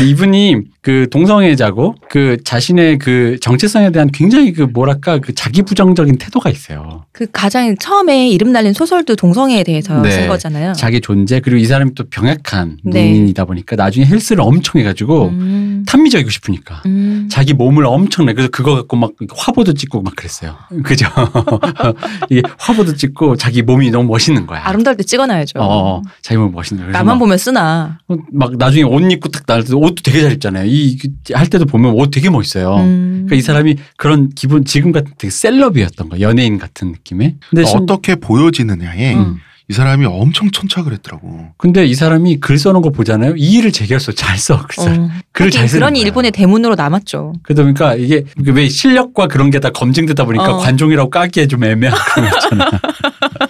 이분이 그 동성애자고 그 자신의 그 정체성에 대한 굉장히 그 뭐랄까 그 자기 부정적인 태도가 있어요.
그 가장 처음에 이름 날린 소설도 동성애에 대해서
네.
쓴 거잖아요.
자기 존재 그리고 이 사람이 또 병약한
네.
노인이다 보니까 나중에 헬스를 엄청 해가지고
음.
탐미적이고 싶으니까
음.
자기 몸을 엄청내. 그래서 그거 갖고 막 화보도 찍고 막 그랬어요.
음.
그죠? 이게 화보도 찍고 자기 몸이 너무 멋있는 거야.
아름다울 때 찍어놔야죠.
어, 어, 자기 몸이 멋있는 거야. 그래서
나만
막
보면 쓰나.
막 나중에 옷 입고 딱 나올 때 옷도 되게 잘 입잖아요. 이 그, 할 때도 보면 옷 되게 멋있어요.
음.
그러니까 이 사람이 그런 기분 지금 같은 되게 셀럽이었던 거 연예인 같은 느낌에. 근데 심-
어떻게 보여지느냐에
음.
이 사람이 엄청 천착을 했더라고.
근데 이 사람이 글 써놓은 거 보잖아요. 이 일을 재결소 잘 써. 글 잘.
어.
글을
하긴
잘 쓰는
그러니
거예요.
일본의 대문으로 남았죠.
그러다 보니까 이게 왜 실력과 그런 게 다 검증되다 보니까
어.
관종이라고 까기에 좀 애매한 그런 거 있잖아요.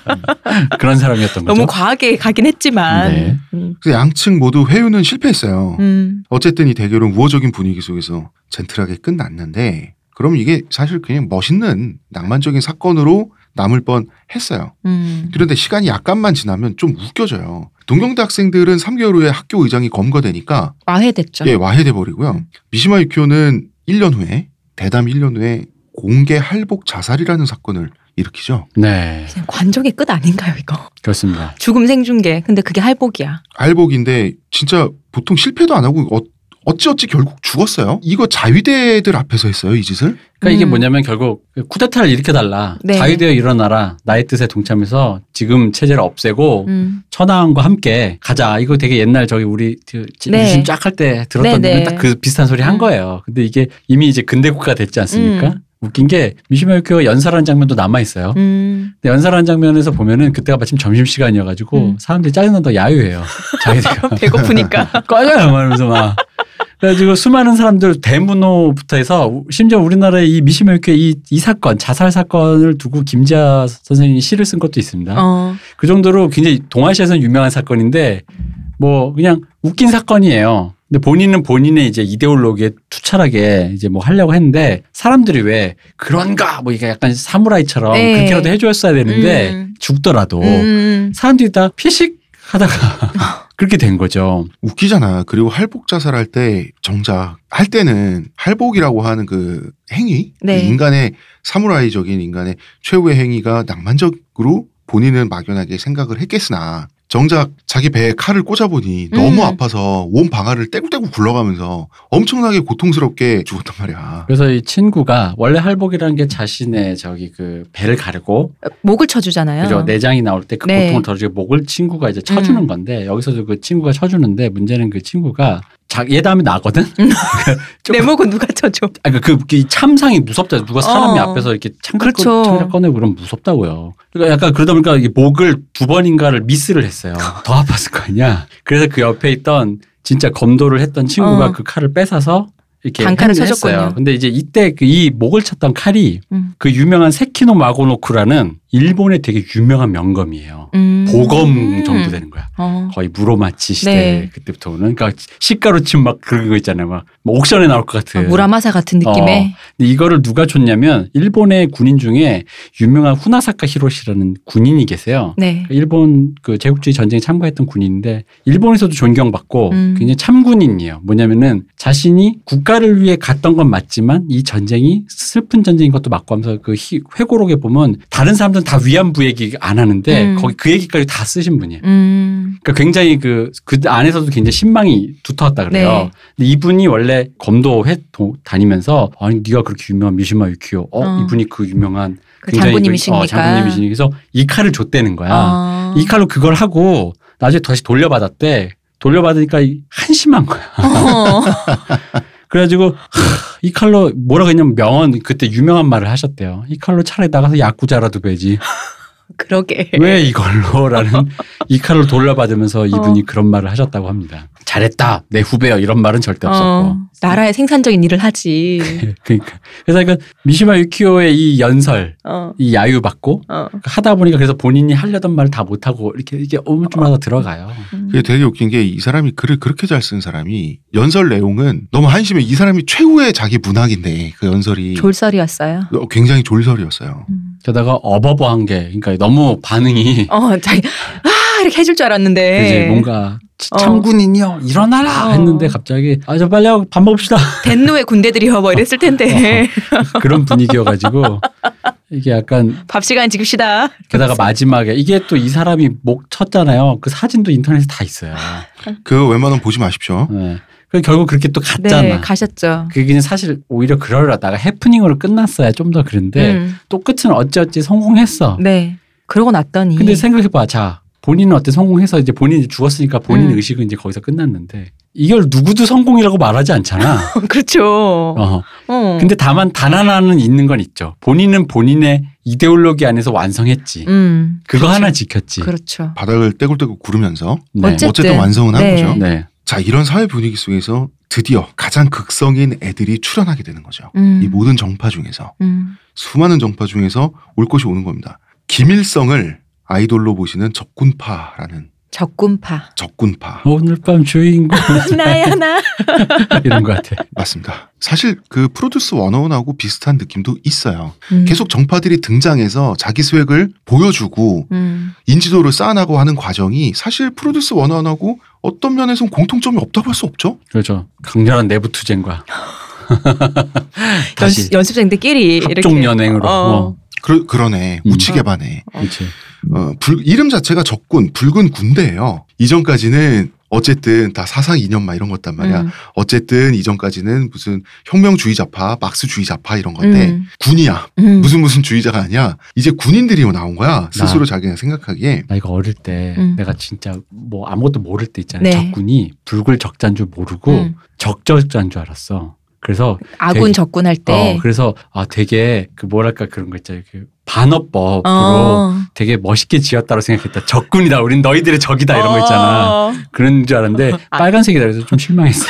그런 사람이었던 거죠.
너무 과하게 가긴 했지만.
네.
음.
그래서 양측 모두 회유는 실패했어요.
음.
어쨌든 이 대결은 우호적인 분위기 속에서 젠틀하게 끝났는데 그럼 이게 사실 그냥 멋있는 낭만적인 사건으로 남을 뻔 했어요.
음.
그런데 시간이 약간만 지나면 좀 웃겨져요. 동경대 학생들은 3개월 후에 학교 의장이 검거되니까
와해됐죠.
예, 와해돼 버리고요.
음.
미시마 유키오는 1년 후에 대담 1년 후에 공개 할복 자살이라는 사건을 일으키죠.
네,
그냥 관종의 끝 아닌가요, 이거?
그렇습니다.
죽음 생중계. 근데 그게 할복이야.
할복인데 진짜 보통 실패도 안 하고 어, 어찌어찌 결국 죽었어요. 이거 자위대들 앞에서 했어요, 이 짓을.
그러니까 이게
음.
뭐냐면 결국 쿠데타를 일으켜달라.
네.
자유되어 일어나라. 나의 뜻에 동참해서 지금 체제를 없애고
음.
천황과 함께 가자. 이거 되게 옛날 저기 우리 그 지-
네.
유신 쫙 할 때 들었던
네, 네.
딱 그 비슷한 소리 한
음.
거예요. 근데 이게 이미 이제 근대 국가 됐지 않습니까?
음.
웃긴 게 미시마 유키오가 연설하는 장면도 남아 있어요.
음.
근데 연설하는 장면에서 보면은 그때가 마침 점심 시간이어가지고
음.
사람들이
사람들이
짜증난다 야유해요. 자기들
배고프니까.
꺼져요 말면서 막. 그래가지고 수많은 사람들 대문호부터 해서 우- 심지어 우리나라의 이 미시멜크의 이, 이 사건 자살 사건을 두고 김지아 선생님이 시를 쓴 것도 있습니다.
어.
그 정도로 굉장히 동아시아에서는 유명한 사건인데 뭐 그냥 웃긴 사건이에요. 근데 본인은 본인의 이제 이데올로기에 투철하게 이제 뭐 하려고 했는데 사람들이 왜 그런가 뭐 이게 약간 사무라이처럼
네.
그렇게라도 해줬어야 되는데
음.
죽더라도
음.
사람들이 다 피식 하다가 그렇게 된 거죠.
웃기잖아. 그리고 할복 자살할 때 정작 할 때는 할복이라고 하는 그 행위,
네.
그 인간의 사무라이적인 인간의 최후의 행위가 낭만적으로 본인은 막연하게 생각을 했겠으나 정작 자기 배에 칼을 꽂아보니 너무
음.
아파서 온 방아를 떼굴떼굴 굴러가면서 엄청나게 고통스럽게 죽었단 말이야.
그래서 이 친구가 원래 할복이라는 게 자신의 저기 그 배를 가르고
목을 쳐주잖아요.
그죠 내장이 나올 때 그
네.
고통을 덜어주고 목을 친구가 이제 쳐주는
음.
건데 여기서도 그 친구가 쳐주는데 문제는 그 친구가 자, 얘 다음에 나거든.
내 목은 누가 쳐줘?
아니, 그, 그, 그 참상이 무섭다. 누가 사람이
어.
앞에서 이렇게 창작
그렇죠.
창작 꺼내고 그러면 무섭다고요. 그러니까 약간 그러다 보니까 이게 목을 두 번인가를 미스를 했어요. 더 아팠을 거 아니야. 그래서 그 옆에 있던 진짜 검도를 했던 친구가
어.
그 칼을 뺏어서 이렇게
단칼을
행진을
쳐줬군요.
했어요. 근데 이제 이때 그 이 목을 쳤던 칼이
음.
그 유명한 세키노 마고노쿠라는 일본의 되게 유명한 명검이에요.
음.
보검 정도 되는 거야.
어.
거의 무로마치 시대
네.
그때부터 오는. 그러니까 시가로 치면 막 그런 거 있잖아요. 막, 뭐 옥션에 나올 것 같은.
무라마사 같은 느낌의
근데 이거를 누가 줬냐면 일본의 군인 중에 유명한 후나사카 히로시라는 군인이 계세요.
네.
일본 그 제국주의 전쟁에 참가했던 군인인데 일본에서도 존경받고
음.
굉장히 참군인이에요. 뭐냐면은 자신이 국가를 위해 갔던 건 맞지만 이 전쟁이 슬픈 전쟁인 것도 맞고 하면서 그 희- 회고록에 보면 다른 사람들은 다 위안부 얘기 안 하는데
음.
거기 그 얘기까지 다 쓰신 분이에요.
음.
그러니까 굉장히 그, 그 안에서도 굉장히 신망이 두터웠다
네.
그래요. 근데 이분이 원래 검도회 도- 다니면서 아니 네가 그렇게 유명한 미시마 유키오, 어,
어.
이분이 그 유명한
그
굉장히
장군님이시니까.
그- 어, 장군님이시니 그래서 이 칼을 줬다는 거야.
아.
이 칼로 그걸 하고 나중에 다시 돌려받았대. 돌려받으니까 이- 한심한 거야.
어.
그래가지고 하, 이 칼로 뭐라고 했냐면 명언 그때 유명한 말을 하셨대요. 이 칼로 차라리 나가서 야구자라도 되지.
그러게.
왜 이걸로라는 이 칼로
어.
돌려받으면서 이분이 그런 말을 하셨다고 합니다. 잘했다 내 후배여 이런 말은 절대
어.
없었고.
나라의 생산적인 일을 하지.
그러니까 그래서 이건 미시마 유키오의 이 연설
어.
이 야유 받고
어.
하다 보니까 그래서 본인이 하려던 말 다 못하고 이렇게 이게 오물쭈물하다 들어가요.
음.
그게 되게 웃긴 게 이 사람이 글을 그렇게 잘 쓴 사람이 연설 내용은 너무 한심해. 이 사람이 최후의 자기 문학인데 그 연설이
졸설이었어요.
어, 굉장히 졸설이었어요.
게다가 어버버한 게 그러니까 너무 반응이
어, 자기 아 이렇게 해줄 줄 알았는데
이제 뭔가 치-
네. 어.
참군인이요 일어나라
어.
했는데 갑자기 아 저 빨리 하고 밥 먹읍시다
덴노의 군대들이여 뭐 이랬을 텐데
어. 그런 분위기여가지고 이게 약간
밥 시간 지킵시다.
게다가 마지막에 이게 또 이 사람이 목 쳤잖아요. 그 사진도 인터넷에 다 있어요.
아.
그 웬만하면 보지 마십시오.
네. 그 결국 그렇게 또 갔잖아.
네 가셨죠.
그게 그냥 사실 오히려 그러려다가 해프닝으로 끝났어야 좀 더 그런데
음,
또 끝은 어찌어찌 성공했어.
네 그러고 났더니
근데 생각해봐. 자, 본인은 어때 성공해서 이제 본인이 이제 죽었으니까 본인
음.
의식은 이제 거기서 끝났는데 이걸 누구도 성공이라고 말하지 않잖아.
그렇죠.
어.
어.
근데 다만 단 하나는 있는 건 있죠. 본인은 본인의 이데올로기 안에서 완성했지.
음
그거 하나 지켰지.
그렇죠.
바닥을 떼굴떼굴 구르면서
네.
어쨌든.
어쨌든 완성은 한
네.
거죠.
네.
자, 이런 사회 분위기 속에서 드디어 가장 극성인 애들이 출현하게 되는 거죠.
음,
이 모든 정파 중에서
음,
수많은 정파 중에서 올 것이 오는 겁니다. 김일성을 아이돌로 보시는 적군파라는
적군파 어?
적군파
오늘 밤 주인공
나야 나.
이런 것 같아.
맞습니다. 사실 그 프로듀스 101하고 비슷한 느낌도 있어요.
음,
계속 정파들이 등장해서 자기 스웩을 보여주고
음,
인지도를 쌓아나고 하는 과정이 사실 프로듀스 101하고 어떤 면에선 공통점이 없다고 할 수 없죠.
그렇죠. 강렬한 내부 투쟁과 다시
연습, 연습생들끼리
합종
이렇게
연행으로.
어.
어.
그러, 그러네.
음.
우치게 반해.
그렇지.
어, 불- 이름 자체가 적군, 붉은 군대예요. 이전까지는 어쨌든 다 사상 이념 막 이런 것단 말이야.
음,
어쨌든 이전까지는 무슨 혁명주의 좌파, 막스주의 좌파 이런
어,
건데
네.
음,
군이야.
음.
무슨 무슨 주의자가 아니야. 이제 군인들이 나온 거야. 스스로
나.
자기가 생각하기에.
나 이거 어릴 때
음.
내가 진짜 뭐 아무것도 모를 때 있잖아요.
네.
적군이 불굴 적자인 줄 모르고
음.
적절자인 줄 알았어. 그래서
아군
되게-
적군할 때.
어, 그래서 아 되게 그 뭐랄까 그런 거 있잖아요. 그 반어법으로
어.
되게 멋있게 지었다고 생각했다. 적군이다. 우린 너희들의 적이다 이런 거 있잖아.
어.
그런 줄 알았는데
아.
빨간색이다. 그래서 좀 실망했어.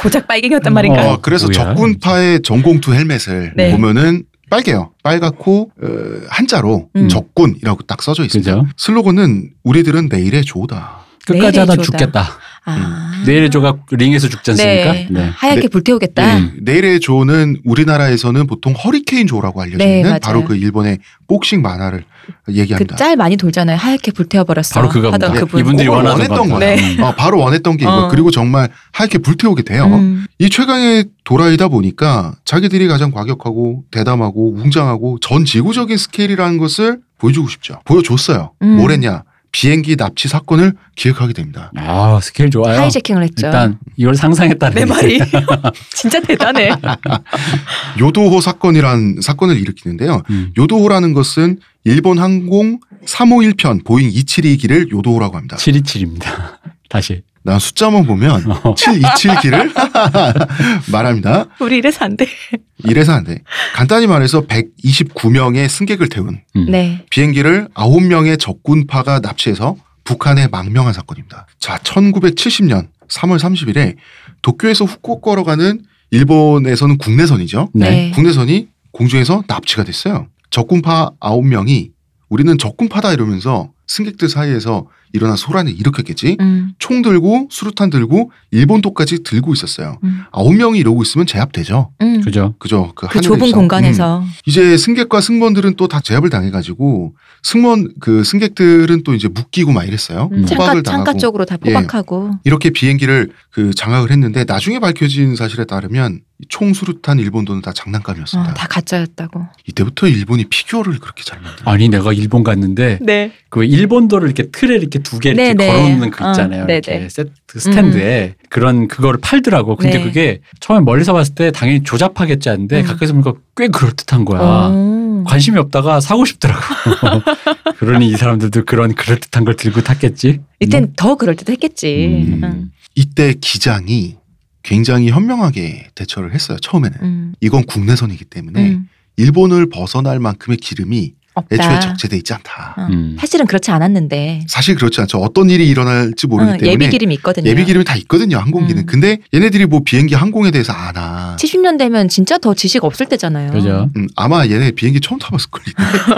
고작 빨갱이었단
음,
말인가?
어.
어, 그래서
뭐야?
적군파의 전공투 헬멧을
네.
보면은 빨개요. 빨갛고 어, 한자로
음.
적군이라고 딱 써져 있습니다.
그죠?
슬로건은 우리들은 내일의 조다.
네,
끝까지 하다
내일의 조다.
죽겠다.
아.
내일의 조가 링에서 죽지 않습니까?
네.
네.
하얗게
네.
불태우겠다.
음.
내일의 조는 우리나라에서는 보통 허리케인 조라고 알려져
네,
있는
맞아요.
바로 그 일본의 복싱 만화를 얘기합니다.
그 짤 많이 돌잖아요. 하얗게 불태워버렸어.
바로 그겁니다.
하던
네.
그분. 어, 네.
이분들이
그걸
원하던
원했던
겁니다.
거야.
음.
어, 바로 원했던 게 이거.
어.
그리고 정말 하얗게 불태우게 돼요.
음.
이 최강의 도라이다 보니까 자기들이 가장 과격하고 대담하고 웅장하고 전 지구적인 스케일이라는 것을 보여주고 싶죠. 보여줬어요.
음.
뭘 했냐? 비행기 납치 사건을 기획하게 됩니다.
아 스케일 좋아요.
하이제킹을 했죠.
일단 이걸 상상했다는
내
네.
얘기.
말이 진짜 대단해.
요도호 사건이란 사건을 일으키는데요.
음.
요도호라는 것은 일본 항공 351편 보잉 272기를 요도호라고 합니다.
727입니다. 다시.
난 숫자만 보면 727기를 말합니다.
우리 이래서 안 돼.
이래서 안 돼. 간단히 말해서 129명의 승객을 태운
네.
비행기를 9명의 적군파가 납치해서 북한에 망명한 사건입니다. 자, 1970년 3월 30일에 도쿄에서 후쿠오카로 가는 일본에서는 국내선이죠.
네.
국내선이 공중에서 납치가 됐어요. 적군파 9명이 우리는 적군파다 이러면서 승객들 사이에서 일어난 소란을 일으켰겠지.
음.
총 들고 수류탄 들고 일본 도까지 들고 있었어요.
음.
9명이 이러고 있으면 제압되죠.
음. 그,
그죠.
그죠? 그, 하늘에서.
좁은
음.
공간에서.
이제 승객과 승무원들은 또 다 제압을 당해가지고 승무원 그 승객들은 또 이제 묶이고 막 이랬어요.
음. 창가,
포박을
창가
당하고 예.
쪽으로 다 포박하고. 어,
이렇게 비행기를 그 장악을 했는데 나중에 밝혀진 사실에 따르면 총 수류탄 일본 돈은 다
어,
장난감이었습니다.
다 가짜였다고.
이때부터 일본이 피규어를 그렇게 잘 만든. 다
아니 내가 일본 갔는데
네.
그 일본도를 이렇게 틀에 이렇게 두 개 이렇게
네, 네.
걸어놓는 그
어,
있잖아요.
네,
이렇게
네.
세트 스탠드에 그런 그거를 팔더라고. 근데
네.
그게 처음에 멀리서 봤을 때 당연히 조잡하겠지 않는데
음. 어.
가까이서 보니까 꽤 그럴듯한 거야.
아.
오.
관심이 없다가 사고 싶더라고. 그러니 이 사람들도 그런 그럴듯한 걸 들고 탔겠지.
이땐
음.
더 그럴 때도 했겠지.
음.
음.
이때 기장이 굉장히 현명하게 대처를 했어요. 처음에는
음.
이건 국내선이기 때문에
음.
일본을 벗어날 만큼의 기름이 네. 애초에
없다.
적재돼 있지 않다.
어.
음.
사실은 그렇지 않았는데.
사실 그렇지 않죠. 어떤 일이 일어날지 모르기
어,
때문에
예비 기름이 있거든요.
예비 기름이 다 있거든요 항공기는
음.
근데 얘네들이 뭐 비행기 항공에 대해서 아나
70년대면 진짜 더 지식 없을 때잖아요.
그죠.
음, 아마 얘네 비행기 처음 타봤을 걸요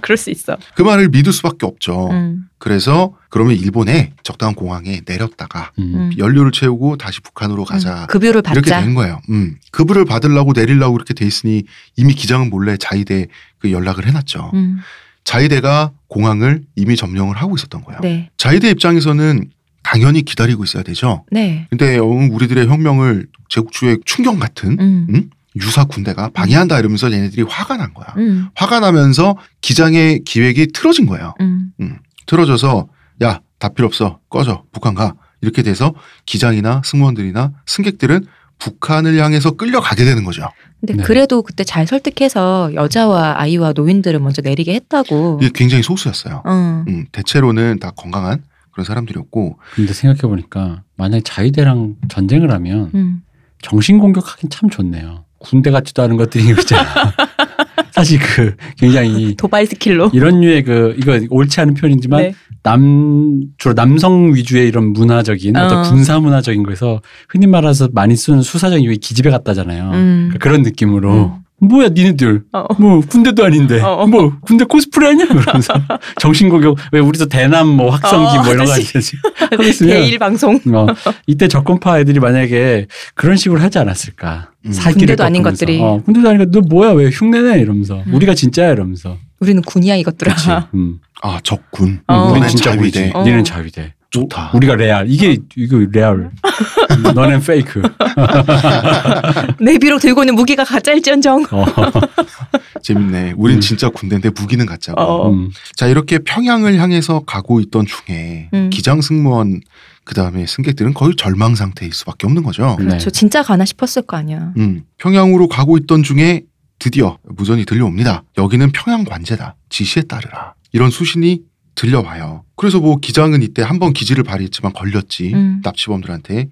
그럴 수 있어.
그 말을 믿을 수밖에 없죠
음.
그래서 그러면 일본의 적당한 공항에 내렸다가
음.
음.
연료를 채우고 다시 북한으로
음.
가자
급여를
이렇게
받자.
된 거예요 음, 급여를 받으려고 내리려고 이렇게 돼 있으니 이미 기장은 몰래 자위대 그 연락을 해놨죠
음.
자위대가 공항을 이미 점령을 하고 있었던 거예요
네.
자위대 입장에서는 당연히 기다리고 있어야 되죠
네.
근데 어, 우리들의 혁명을 제국주의 충격 같은
음.
유사 군대가 방해한다 이러면서 얘네들이 화가 난 거야.
음.
화가 나면서 기장의 기획이 틀어진 거예요.
음.
틀어져서 야, 다 필요 없어. 꺼져. 북한 가. 이렇게 돼서 기장이나 승무원들이나 승객들은 북한을 향해서 끌려가게 되는 거죠.
근데
네.
그래도 그때 잘 설득해서 여자와 아이와 노인들을 먼저 내리게 했다고.
이게 굉장히 소수였어요.
응.
예. 음, 대체로는 다 건강한 그런 사람들이었고
근데 생각해 보니까 만약에 자위대랑 전쟁을 하면
음.
정신 공격하긴 참 좋네요. 군대 같지도 않은 것들이 있잖아. 사실 그 굉장히
도발 스킬로.
이런 류의 그 이거 옳지 않은 표현이지만
네.
남 주로 남성 위주의 이런 문화적인 어. 떤
어.
군사 문화적인 거에서 흔히 말해서 많이 쓰는 수사적인 이 기집애 같다잖아요.
음.
그러니까 그런 느낌으로 뭐야 니네들
어.
뭐 군대도 아닌데
어.
뭐 군대 코스프레 하냐 그러면서 정신 공격 왜 우리도 대남 뭐 확성기
어,
뭐 이런 거
아저씨.
아니지 하겠으면
개일 방송.
어, 이때 적군파 애들이 만약에 그런 식으로 하지 않았을까.
음.
살기를
군대도 아닌
꺾으면서.
것들이.
어, 군대도 아닌 것너 뭐야 왜 흉내내 이러면서
음.
우리가 진짜야 이러면서.
우리는 군이야 이것들아.
그치. 음.
아 적군.
어.
너네
우린 진짜 우리지.
자위대.
어.
니는 자위대.
좋다.
우리가 레알. 이게 이거 레알. 너넨 페이크.
내 비록 들고 있는 무기가 가짜일지언정.
어.
재밌네. 우린
음.
진짜 군대인데 무기는 가짜고.
어.
음.
자 이렇게 평양을 향해서 가고 있던 중에
음.
기장 승무원 그 다음에 승객들은 거의 절망 상태일 수밖에 없는 거죠.
네.
그렇죠. 진짜 가나 싶었을 거 아니야.
음, 평양으로 가고 있던 중에 드디어 무전이 들려옵니다. 여기는 평양 관제다. 지시에 따르라. 이런 수신이 들려와요. 그래서 뭐 기장은 이때 한 번 기지를 발휘했지만 걸렸지.
음.
납치범들한테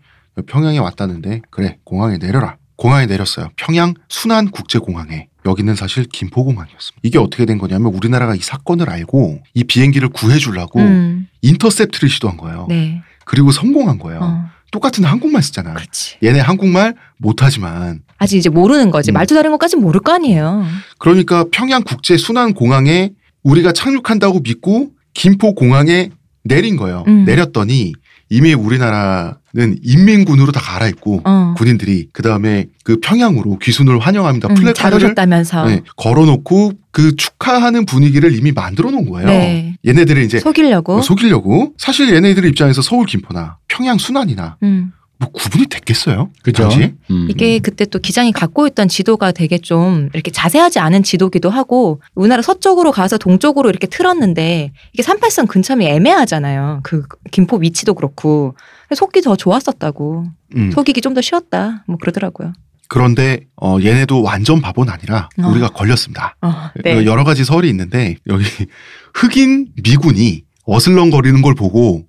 평양에 왔다는데 그래 공항에 내려라. 공항에 내렸어요. 평양 순안 국제공항에. 여기는 사실 김포공항이었습니다. 이게 어떻게 된 거냐면 우리나라가 이 사건을 알고 이 비행기를 구해주려고 어.
음.
인터셉트를 시도한 거예요.
네.
그리고 성공한 거예요.
어.
똑같은 한국말 쓰잖아.
그렇지.
얘네 한국말 못하지만
아직 이제 모르는 거지.
음.
말투 다른 것까지 모를 거 아니에요.
그러니까 평양 국제 순환 공항에 우리가 착륙한다고 믿고 김포 공항에 내린 거예요.
음.
내렸더니 이미 우리나라는 인민군으로 다 갈아입고
어.
군인들이 그 다음에 그 평양으로 귀순을 환영합니다.
음, 잘
플래카드를
오셨다면서.
네, 걸어놓고 그 축하하는 분위기를 이미 만들어 놓은 거예요.
네.
얘네들은 이제
속이려고.
어, 속이려고 사실 얘네들 입장에서 서울 김포나 평양 순환이나
음.
뭐 구분이 됐겠어요?
그죠.
당시에?
음.
이게 그때 또 기장이 갖고 있던 지도가 되게 좀 이렇게 자세하지 않은 지도기도 하고 우리나라 서쪽으로 가서 동쪽으로 이렇게 틀었는데 이게 38선 근처면 애매하잖아요. 그 김포 위치도 그렇고 속기 더 좋았었다고
음.
속이기 좀 더 쉬웠다 뭐 그러더라고요.
그런데 어, 얘네도 완전 바보는 아니라
어.
우리가 걸렸습니다.
어, 네.
그 여러 가지 설이 있는데 여기 흑인 미군이 어슬렁거리는 걸 보고